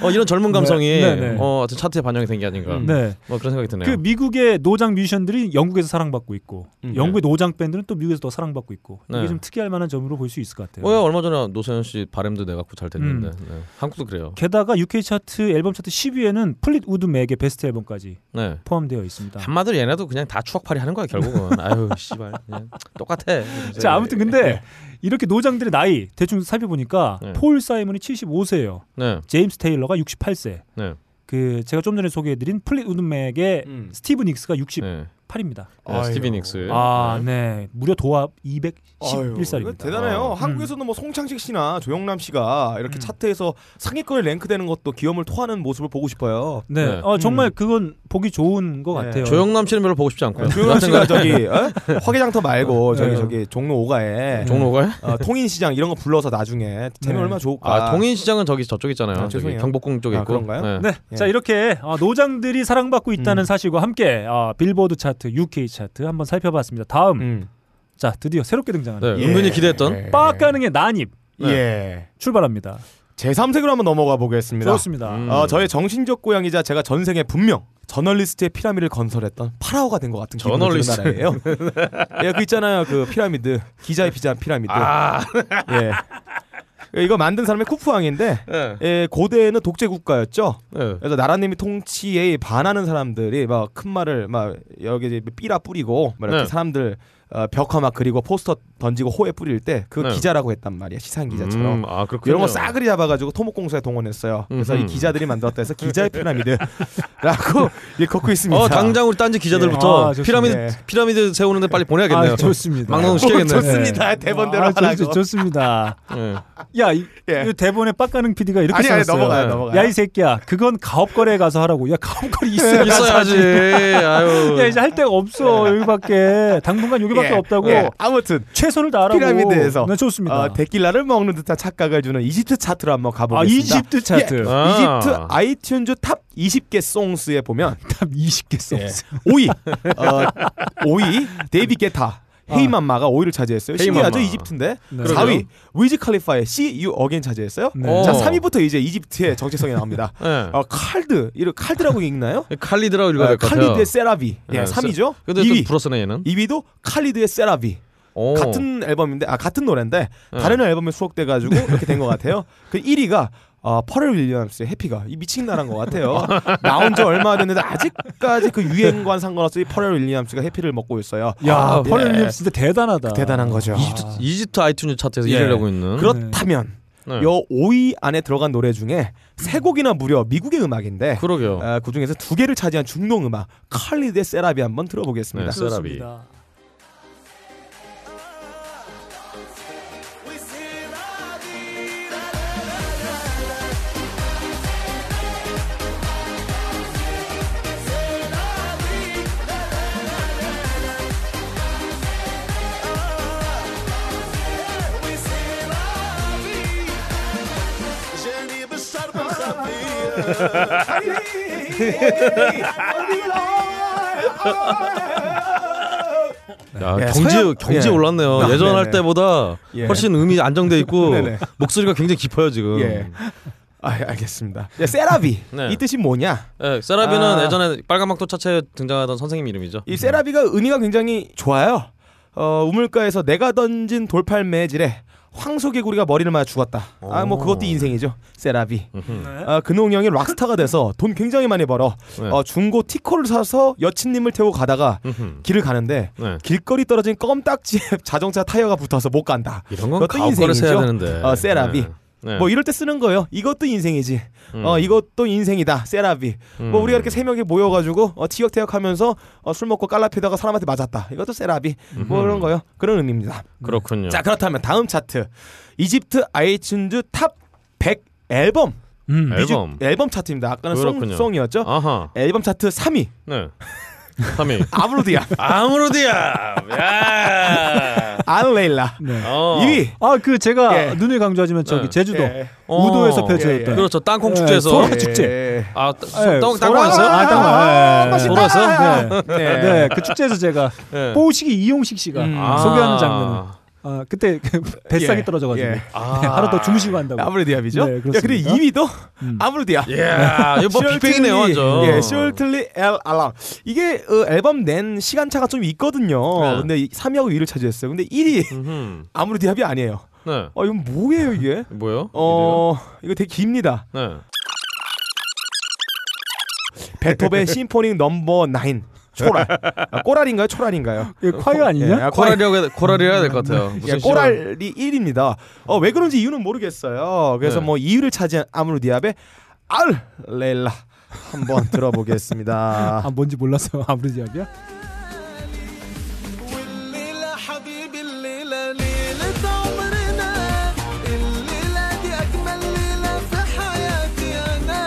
[SPEAKER 3] 어 이런 젊은 감성이
[SPEAKER 1] 네, 네, 네.
[SPEAKER 3] 어 하여튼 차트에 반영이 된 게 아닌가.
[SPEAKER 2] 음.
[SPEAKER 1] 네.
[SPEAKER 3] 뭐 그런 생각이 드네요.
[SPEAKER 1] 그 미국의 노장 뮤지션들이 영국에서 사랑받고 있고
[SPEAKER 2] 음,
[SPEAKER 1] 영국의 노장 밴드는 또 미국에서 더 사랑받고 있고
[SPEAKER 3] 네.
[SPEAKER 1] 이게 좀 특이할 만한 점으로 볼 수 있을 것 같아요.
[SPEAKER 3] 어, 야, 얼마 전에 노세현 씨 바램도 내갖고 잘 됐는데
[SPEAKER 1] 음.
[SPEAKER 3] 네. 한국도 그래요.
[SPEAKER 1] 게다가 UK 차트 앨범 차트 10위에는 플릿 우드 맥의 베스트 앨범까지
[SPEAKER 3] 네.
[SPEAKER 1] 포함되어 있습니다.
[SPEAKER 3] 한마디로 얘네도 그냥 다 추억팔이 하는 거야 결국은. 아유 씨발 그냥 똑같아.
[SPEAKER 1] 자 아무튼 근데 이렇게 노장들의 나이 대충 살펴보니까
[SPEAKER 3] 네.
[SPEAKER 1] 폴 사이먼이 75세예요.
[SPEAKER 3] 네.
[SPEAKER 1] 제임스 테일러가 68세.
[SPEAKER 3] 네.
[SPEAKER 1] 그 제가 좀 전에 소개해드린 플릿 우드 맥의
[SPEAKER 2] 음.
[SPEAKER 1] 스티브 닉스가 68입니다.
[SPEAKER 3] 네. 네, 스티비 닉스.
[SPEAKER 1] 아, 네. 무려 도합
[SPEAKER 2] 아유, 이거
[SPEAKER 1] 211살입니다.
[SPEAKER 2] 대단해요.
[SPEAKER 3] 어.
[SPEAKER 2] 한국에서는 뭐 송창식 씨나 조영남 씨가 이렇게
[SPEAKER 1] 음.
[SPEAKER 2] 차트에서 상위권에 랭크되는 것도 기염을 토하는 모습을 보고 싶어요.
[SPEAKER 1] 네.
[SPEAKER 3] 네.
[SPEAKER 1] 어, 정말
[SPEAKER 2] 음.
[SPEAKER 1] 그건 보기 좋은 것
[SPEAKER 2] 네.
[SPEAKER 1] 같아요.
[SPEAKER 3] 조영남 씨는 별로 보고 싶지
[SPEAKER 1] 아,
[SPEAKER 3] 않고요.
[SPEAKER 2] 조영남 씨가 저기 어? 화개장터 말고 저기
[SPEAKER 1] 네.
[SPEAKER 2] 저기 종로 오가에
[SPEAKER 3] 종로가요?
[SPEAKER 2] 어, 통인시장 이런 거 불러서 나중에 재미
[SPEAKER 1] 네.
[SPEAKER 2] 얼마나 좋을까.
[SPEAKER 3] 아 통인시장은 저기 저쪽 있잖아요.
[SPEAKER 2] 아,
[SPEAKER 3] 저기
[SPEAKER 2] 죄송해요.
[SPEAKER 3] 경복궁 쪽에
[SPEAKER 2] 아,
[SPEAKER 3] 있고.
[SPEAKER 2] 그런가요?
[SPEAKER 1] 네.
[SPEAKER 2] 예. 음.
[SPEAKER 1] 자, 이렇게 어, 노장들이 사랑받고 있다는 사실과 함께 어, 빌보드 차트, UK 차트 한번 살펴봤습니다. 다음.
[SPEAKER 2] 음.
[SPEAKER 1] 자, 드디어 새롭게
[SPEAKER 3] 네,
[SPEAKER 1] 등장하는
[SPEAKER 3] 은근히 기대했던.
[SPEAKER 1] 빠가능의 난입
[SPEAKER 2] 예. 예.
[SPEAKER 1] 출발합니다.
[SPEAKER 2] 제 3세기로 한번 넘어가 보겠습니다.
[SPEAKER 1] 좋습니다.
[SPEAKER 3] 음.
[SPEAKER 2] 어, 저의 정신적 고향이자 제가 전생에 분명 저널리스트의 피라미드를 건설했던 파라오가 된 것 같은 기분이 드는
[SPEAKER 3] 저널리스트.
[SPEAKER 2] 나라예요. 예, 그 있잖아요. 그 피라미드. 기자의 피자
[SPEAKER 3] 음.
[SPEAKER 2] 피라미드.
[SPEAKER 3] 아.
[SPEAKER 2] 예. 예, 이거 만든 사람이 쿠프왕인데
[SPEAKER 3] 네.
[SPEAKER 2] 예, 고대에는 독재 국가였죠.
[SPEAKER 3] 네.
[SPEAKER 2] 그래서 나라님이 통치에 반하는 사람들이 막 큰 말을 막 여기 이제 삐라 뿌리고 막 이렇게
[SPEAKER 3] 네.
[SPEAKER 2] 사람들 어, 벽화 막 그리고 포스터 던지고 호에 뿌릴 때 그
[SPEAKER 3] 네.
[SPEAKER 2] 기자라고 했단 말이야 시상 기자처럼
[SPEAKER 3] 음, 아 그렇군요.
[SPEAKER 2] 이런 거 싸그리 잡아가지고 토목공사에 동원했어요. 그래서
[SPEAKER 3] 음흠.
[SPEAKER 2] 이 기자들이 만들었다 해서 기자의 피라미드라고 예, 걷고 있습니다.
[SPEAKER 3] 어 당장 우리 딴지 기자들부터
[SPEAKER 1] 아, 좋습니다.
[SPEAKER 3] 피라미드
[SPEAKER 2] 예.
[SPEAKER 3] 피라미드 세우는데 빨리 보내야겠네요.
[SPEAKER 1] 아, 좋습니다.
[SPEAKER 3] 막노동 시켜야겠네요.
[SPEAKER 2] 좋습니다. 대본대로
[SPEAKER 1] 아,
[SPEAKER 2] 하라고.
[SPEAKER 1] 좋, 좋습니다.
[SPEAKER 3] 예.
[SPEAKER 1] 야, 이,
[SPEAKER 2] 예.
[SPEAKER 1] 이 대본에 빡가능 PD가 이렇게
[SPEAKER 2] 아니 아니
[SPEAKER 1] 써놨어요.
[SPEAKER 2] 넘어가요
[SPEAKER 3] 네.
[SPEAKER 2] 넘어가요.
[SPEAKER 1] 야, 이 새끼야. 그건 가업거래에 가서 하라고. 야, 가업거래 있어야
[SPEAKER 2] 예.
[SPEAKER 3] 있어야지. 아유.
[SPEAKER 1] 야, 이제 할 데가 없어. 여기밖에. 당분간 여기밖에
[SPEAKER 2] 예,
[SPEAKER 1] 없다고.
[SPEAKER 2] 예. 아무튼
[SPEAKER 1] 최선을 다하라고.
[SPEAKER 2] 피라미드에서
[SPEAKER 1] 네, 좋습니다.
[SPEAKER 2] 어, 데킬라를 먹는 듯한 착각을 주는 이집트 차트로 한번
[SPEAKER 1] 아,
[SPEAKER 2] 가보겠습니다.
[SPEAKER 1] 이집트 차트.
[SPEAKER 3] 아.
[SPEAKER 2] 이집트 아이튠즈 탑 20개 송스에 보면
[SPEAKER 1] 탑 20개 써.
[SPEAKER 2] 예. 5위 어, 5위 데이비 게타 헤이맘마가 5위를 차지했어요.
[SPEAKER 3] 아. 헤이맘마.
[SPEAKER 2] 신기하죠 이집트인데
[SPEAKER 1] 네.
[SPEAKER 2] 4위 위즈 칼리파의 See You Again 차지했어요.
[SPEAKER 1] 네.
[SPEAKER 3] 어.
[SPEAKER 2] 자 3위부터 이제 이집트의 정체성이 나옵니다.
[SPEAKER 3] 예.
[SPEAKER 2] 어, 칼드 이런 칼드라고 읽나요?
[SPEAKER 3] 칼리드라고 읽어야
[SPEAKER 2] 어,
[SPEAKER 3] 될 것 같아요.
[SPEAKER 2] 칼리드의 세라비 예,
[SPEAKER 3] 네,
[SPEAKER 2] 3위죠.
[SPEAKER 3] 근데 또
[SPEAKER 2] 2위
[SPEAKER 3] 불었네 얘는.
[SPEAKER 2] 2위도 칼리드의 세라비
[SPEAKER 3] 오. 네.
[SPEAKER 2] 같은 앨범인데 아 같은 노래인데 다른 앨범에 수록돼 가지고 이렇게 된 것 같아요. 그 1위가 어, 퍼렐 윌리엄스의 해피가 이 미친 나라인 것 같아요. 나온 지 얼마 됐는데 아직까지 그 유행과는 상관없이 퍼렐 윌리엄스가 해피를 먹고 있어요.
[SPEAKER 1] 야,
[SPEAKER 2] 아,
[SPEAKER 1] 펄
[SPEAKER 2] 예. 그
[SPEAKER 1] 윌리엄 진짜 대단하다.
[SPEAKER 2] 대단한 거죠.
[SPEAKER 3] 이집트, 이집트 아이튠즈 차트에서
[SPEAKER 2] 예.
[SPEAKER 3] 1위를 하고 있는.
[SPEAKER 2] 그렇다면
[SPEAKER 3] 네.
[SPEAKER 2] 요 5위 안에 들어간 노래 중에 세 곡이나 무려 미국의 음악인데
[SPEAKER 3] 그러게요.
[SPEAKER 2] 아, 그 중에서 두 개를 차지한 중동 음악 칼리드의 세라비 한번 들어보겠습니다.
[SPEAKER 3] 네. 세라비.
[SPEAKER 1] 그렇습니다.
[SPEAKER 3] 야,
[SPEAKER 2] 예,
[SPEAKER 3] 경제
[SPEAKER 2] 서양-
[SPEAKER 3] 경제
[SPEAKER 2] 예.
[SPEAKER 3] 올랐네요.
[SPEAKER 2] 아,
[SPEAKER 3] 예전 할
[SPEAKER 2] 네네.
[SPEAKER 3] 때보다
[SPEAKER 2] 예.
[SPEAKER 3] 훨씬 음이 안정돼 있고
[SPEAKER 2] 네네.
[SPEAKER 3] 목소리가 굉장히 깊어요 지금.
[SPEAKER 2] 예. 아, 알겠습니다. 야, 세라비.
[SPEAKER 3] 네.
[SPEAKER 2] 이 뜻이 뭐냐?
[SPEAKER 3] 예, 세라비는
[SPEAKER 2] 아.
[SPEAKER 3] 예전에 빨간 막토 차체에 등장하던 선생님 이름이죠.
[SPEAKER 2] 이 세라비가 은희가 굉장히 좋아요. 어, 우물가에서 내가 던진 돌팔 매질에 황소개구리가 머리를 맞아 죽었다. 아, 뭐 그것도 인생이죠. 세라비. 아, 근홍형이 락스타가 돼서 돈 굉장히 많이 벌어.
[SPEAKER 3] 네.
[SPEAKER 2] 어, 중고 티코를 사서 여친님을 태우고 가다가
[SPEAKER 3] 음흠.
[SPEAKER 2] 길을 가는데
[SPEAKER 3] 네.
[SPEAKER 2] 길거리 떨어진 껌딱지에 자동차 타이어가 붙어서 못 간다.
[SPEAKER 3] 이런 건
[SPEAKER 2] 그것도
[SPEAKER 3] 가옥거를
[SPEAKER 2] 인생이죠.
[SPEAKER 3] 써야 되는데.
[SPEAKER 2] 어, 세라비.
[SPEAKER 3] 네. 네.
[SPEAKER 2] 뭐 이럴 때 쓰는 거예요. 이것도 인생이지.
[SPEAKER 3] 음.
[SPEAKER 2] 어 이것도 인생이다. 세라비. 뭐 우리가 이렇게 세 명이 모여가지고 어, 티격태격하면서 어, 술 먹고 깔라피다가 사람한테 맞았다. 이것도 세라비.
[SPEAKER 3] 음.
[SPEAKER 2] 뭐 이런 거요. 그런 의미입니다.
[SPEAKER 3] 그렇군요.
[SPEAKER 2] 자 그렇다면 다음 차트 이집트 아이튠즈 탑 100 앨범
[SPEAKER 1] 음.
[SPEAKER 3] 앨범.
[SPEAKER 2] 앨범 차트입니다. 아까는
[SPEAKER 3] 그렇군요.
[SPEAKER 2] 송, 송이었죠.
[SPEAKER 3] 아하.
[SPEAKER 2] 앨범 차트 3위
[SPEAKER 3] 네. 3위.
[SPEAKER 2] 아브로디아
[SPEAKER 3] 아무로디야. 야.
[SPEAKER 2] 안레일라
[SPEAKER 3] 어.
[SPEAKER 2] 2위
[SPEAKER 1] 아 그 제가
[SPEAKER 2] 예.
[SPEAKER 1] 눈을 강조하지만 저기
[SPEAKER 3] 네.
[SPEAKER 1] 제주도
[SPEAKER 2] 예.
[SPEAKER 3] 어.
[SPEAKER 1] 우도에서 펼쳐졌던
[SPEAKER 2] 예,
[SPEAKER 3] 그렇죠. 땅콩
[SPEAKER 1] 예,
[SPEAKER 3] 축제에서.
[SPEAKER 1] 소라 축제.
[SPEAKER 2] 예.
[SPEAKER 3] 아,
[SPEAKER 1] 예,
[SPEAKER 3] 땅땅
[SPEAKER 1] 소라- 아,
[SPEAKER 3] 땅콩에서.
[SPEAKER 1] 땅콩. 예.
[SPEAKER 3] 맛있다. 소라에서?
[SPEAKER 1] 네. 네. 그 축제에서 제가
[SPEAKER 3] 네.
[SPEAKER 1] 뽀우식이 이용식 씨가
[SPEAKER 2] 네. 음.
[SPEAKER 3] 예. 아.
[SPEAKER 1] 소개하는 장면은 아, 그때 뱃살이
[SPEAKER 2] 예.
[SPEAKER 1] 떨어져가지고
[SPEAKER 2] 예.
[SPEAKER 3] 아.
[SPEAKER 1] 네, 하루 더 주무시고 한다고.
[SPEAKER 2] 아브로디아비죠.
[SPEAKER 1] 네,
[SPEAKER 2] 야 근데
[SPEAKER 1] 그렇습니다.
[SPEAKER 2] 2위도
[SPEAKER 1] 음.
[SPEAKER 2] 아브로디아.
[SPEAKER 3] 야, 이거 뭐
[SPEAKER 2] Surely-
[SPEAKER 3] 빅뱅이네요, 완전.
[SPEAKER 2] 예, Surely El Alam. 이게 어, 앨범 낸 시간차가 좀 있거든요.
[SPEAKER 3] 네.
[SPEAKER 2] 근데 3위하고 2위를 차지했어요. 근데 1위
[SPEAKER 3] 음흠.
[SPEAKER 2] 아무리 디합이 아니에요.
[SPEAKER 3] 네.
[SPEAKER 2] 어 이건 뭐예요 이게?
[SPEAKER 3] 뭐요?
[SPEAKER 2] 어 이거 되게 깁니다.
[SPEAKER 3] 네.
[SPEAKER 2] 베토벤 심포닉 넘버 9 초랄. 아, 꼬랄인가요? 초랄인가요?
[SPEAKER 1] 예, 콰이어 아니냐?
[SPEAKER 2] 예, 아, 꼬랄.
[SPEAKER 3] 코랄이라고 코랄이라 될것 같아요.
[SPEAKER 2] 예,
[SPEAKER 3] 무슨 씨발.
[SPEAKER 2] 꼬랄이 1위입니다. 어 왜 그런지 이유는 모르겠어요. 그래서
[SPEAKER 3] 네.
[SPEAKER 2] 뭐 2위를 차지한 아무르 디압의 알 레일라 한번 들어보겠습니다.
[SPEAKER 1] 아 뭔지 몰라서 아브리지압이야?
[SPEAKER 7] والليلة حبيبي الليلة ليلة عمرنا الليلة دي أجمل ليلة في حياتي أنا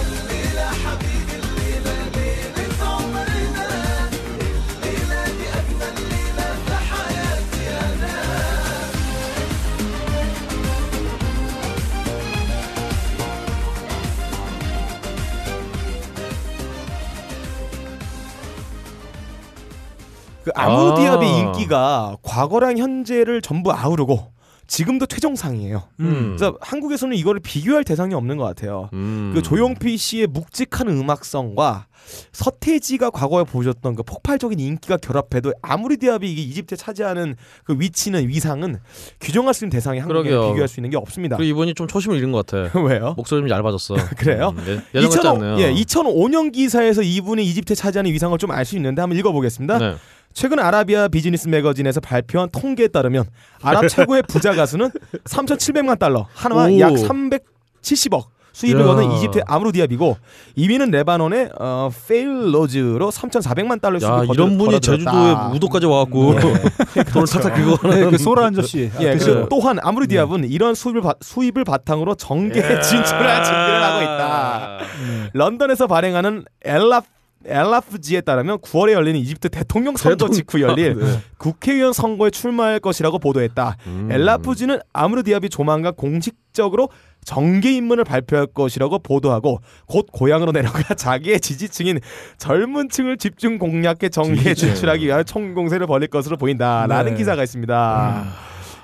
[SPEAKER 7] الليلة حبيبي الليلة ليلة عمرنا الليلة دي أجمل ليلة في حياتي أنا
[SPEAKER 2] 그 아무디압의
[SPEAKER 3] 아.
[SPEAKER 2] 인기가 과거랑 현재를 전부 아우르고 지금도 최정상이에요.
[SPEAKER 3] 음.
[SPEAKER 2] 그래서 한국에서는 이거를 비교할 대상이 없는 것 같아요.
[SPEAKER 3] 음.
[SPEAKER 2] 그 조용필 씨의 묵직한 음악성과 서태지가 과거에 보여줬던 그 폭발적인 인기가 결합해도 아무리 디압이 이게 이집트에 차지하는 그 위치는 위상은 규정할 수 있는 대상이 한국에
[SPEAKER 3] 그러게요.
[SPEAKER 2] 비교할 수 있는 게 없습니다.
[SPEAKER 3] 그리고 이번이 좀 초심을 잃은 것 같아.
[SPEAKER 2] 왜요?
[SPEAKER 3] 목소리 좀 얇아졌어.
[SPEAKER 2] 그래요?
[SPEAKER 3] 음, 예, 예전 같지 않네요.
[SPEAKER 2] 예, 2005년 기사에서 이분이 이집트에 차지하는 위상을 좀 알 수 있는데 한번 읽어보겠습니다.
[SPEAKER 3] 네.
[SPEAKER 2] 최근 아라비아 비즈니스 매거진에서 발표한 통계에 따르면 아랍 최고의 부자 가수는 3,700만 달러, 하나와
[SPEAKER 3] 오.
[SPEAKER 2] 약 370억. 수입을
[SPEAKER 3] 야.
[SPEAKER 2] 거는 이집트의 아무르디압이고 2위는 레바논의 어, 페일로즈로 3,400만 달러
[SPEAKER 3] 야
[SPEAKER 2] 수입을 거둔
[SPEAKER 3] 이런 분이 제주도에 우도까지
[SPEAKER 2] 음. 네.
[SPEAKER 3] 와갖고
[SPEAKER 2] 그렇죠.
[SPEAKER 3] 돈을 탁탁 그거
[SPEAKER 1] 네, 그 소라 아저씨. 아,
[SPEAKER 2] 예,
[SPEAKER 1] 그
[SPEAKER 2] 그 또한
[SPEAKER 3] 네.
[SPEAKER 2] 아무르디압은 이런 수입을, 바, 수입을 바탕으로 정계에 그 예, 진출할 준비를 하고 있다. 런던에서 발행하는 엘라 엘라프지에 따르면 9월에 열리는 이집트 대통령 선거
[SPEAKER 3] 대통령-
[SPEAKER 2] 직후 열릴
[SPEAKER 3] 네.
[SPEAKER 2] 국회의원 선거에 출마할 것이라고 보도했다.
[SPEAKER 3] 음.
[SPEAKER 2] 엘라프지는 아무르디압이 조만간 공식적으로 정계 입문을 발표할 것이라고 보도하고 곧 고향으로 내려가 자기의 지지층인 젊은 층을 집중 공략해 정계에
[SPEAKER 3] 지지층.
[SPEAKER 2] 진출하기 위한 총공세를 벌일 것으로 보인다라는
[SPEAKER 1] 네.
[SPEAKER 2] 기사가 있습니다.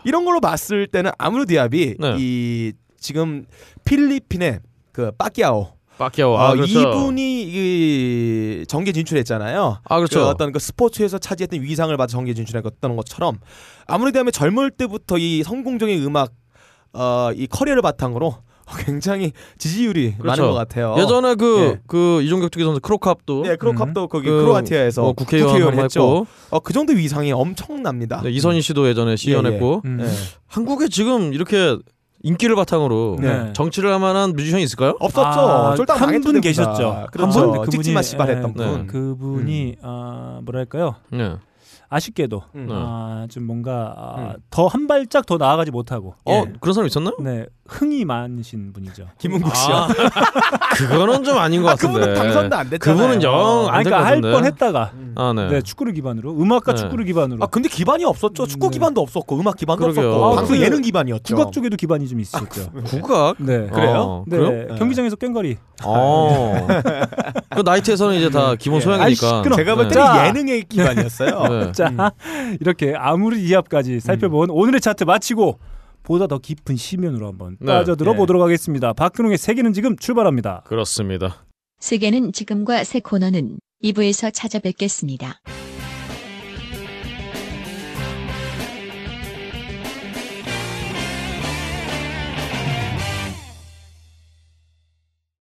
[SPEAKER 2] 이런 걸로 봤을 때는 아무르디압이
[SPEAKER 3] 아. 네.
[SPEAKER 2] 이 지금 필리핀의 그 빠키아오
[SPEAKER 3] 빠키아오.
[SPEAKER 2] 어,
[SPEAKER 3] 아, 그렇죠.
[SPEAKER 2] 이분이 이 정계 진출했잖아요.
[SPEAKER 3] 아, 그렇죠.
[SPEAKER 2] 그 어떤 그 스포츠에서 차지했던 위상을 받아 정계 진출했던 것처럼 아무리 되면 젊을 때부터 이 성공적인 음악 어, 이 커리어를 바탕으로 굉장히 지지율이
[SPEAKER 3] 그렇죠.
[SPEAKER 2] 많은 것 같아요.
[SPEAKER 3] 예전에 그 그
[SPEAKER 2] 예.
[SPEAKER 3] 이종격 투기 선수 크로캅도
[SPEAKER 2] 네, 크로캅도 거기
[SPEAKER 3] 그
[SPEAKER 2] 크로아티아에서
[SPEAKER 3] 뭐 국회의원, 한번 했고
[SPEAKER 2] 어, 그 정도 위상이 엄청납니다.
[SPEAKER 3] 네, 이선희 씨도 예전에 시연했고
[SPEAKER 1] 음.
[SPEAKER 2] 네.
[SPEAKER 3] 한국에 지금 이렇게 인기를 바탕으로
[SPEAKER 1] 네.
[SPEAKER 3] 정치를 할 만한 뮤지션이 있을까요?
[SPEAKER 2] 없었죠.
[SPEAKER 1] 아,
[SPEAKER 2] 쫄딱
[SPEAKER 1] 한분
[SPEAKER 2] 망했던
[SPEAKER 1] 계셨죠.
[SPEAKER 2] 데보다. 그렇죠.
[SPEAKER 1] 한분 그분이-
[SPEAKER 2] 찍지마 씨발
[SPEAKER 1] 예,
[SPEAKER 2] 했던
[SPEAKER 1] 네.
[SPEAKER 2] 분.
[SPEAKER 1] 그분이 아, 뭐랄까요?
[SPEAKER 3] 네.
[SPEAKER 1] 아쉽게도
[SPEAKER 2] 음.
[SPEAKER 1] 아, 좀 뭔가 아, 더한 발짝 더 나아가지 못하고
[SPEAKER 2] 예.
[SPEAKER 3] 어 그런 사람 있었나? 요
[SPEAKER 1] 네 흥이 많으신 분이죠.
[SPEAKER 2] 김은국 씨요.
[SPEAKER 3] 아, 그거는 좀 아닌 것
[SPEAKER 2] 아,
[SPEAKER 3] 같은데. 네.
[SPEAKER 2] 그분은 당선도 안 됐잖아요.
[SPEAKER 3] 그분은
[SPEAKER 1] 아,
[SPEAKER 3] 영안될것
[SPEAKER 1] 그러니까 할
[SPEAKER 3] 같은데.
[SPEAKER 1] 뻔 했다가
[SPEAKER 3] 아 네.
[SPEAKER 1] 네. 축구를 기반으로 음악과
[SPEAKER 3] 네.
[SPEAKER 1] 축구를 기반으로
[SPEAKER 2] 아 근데 기반이 없었죠. 축구
[SPEAKER 1] 네.
[SPEAKER 2] 기반도 없었고 음악 기반도
[SPEAKER 3] 그러게요.
[SPEAKER 2] 없었고
[SPEAKER 3] 아,
[SPEAKER 2] 방송
[SPEAKER 1] 그
[SPEAKER 2] 예능 기반이었죠. 아,
[SPEAKER 1] 국악 쪽에도 기반이 좀 있으셨죠.
[SPEAKER 3] 국악.
[SPEAKER 1] 네.
[SPEAKER 2] 그렇죠. 그래요? 음.
[SPEAKER 3] 어,
[SPEAKER 1] 네,
[SPEAKER 3] 그래요?
[SPEAKER 1] 경기장에서 꽹거리.
[SPEAKER 3] 어.
[SPEAKER 2] 아, 예.
[SPEAKER 3] 그 나이트에서는 이제 다 기본 소양이니까.
[SPEAKER 1] 아이, 시끄러.
[SPEAKER 2] 제가 볼
[SPEAKER 3] 네.
[SPEAKER 2] 때는
[SPEAKER 1] 자.
[SPEAKER 2] 예능의 기반이었어요.
[SPEAKER 3] 네.
[SPEAKER 1] 자, 이렇게 아무리 이합까지 살펴본 오늘의 차트 마치고 보다 더 깊은 심연으로 한번
[SPEAKER 3] 네.
[SPEAKER 1] 빠져들어 보도록 하겠습니다. 박근홍의 세계는 지금 출발합니다.
[SPEAKER 3] 그렇습니다.
[SPEAKER 8] 세계는 지금과 새 코너는 2부에서 찾아뵙겠습니다.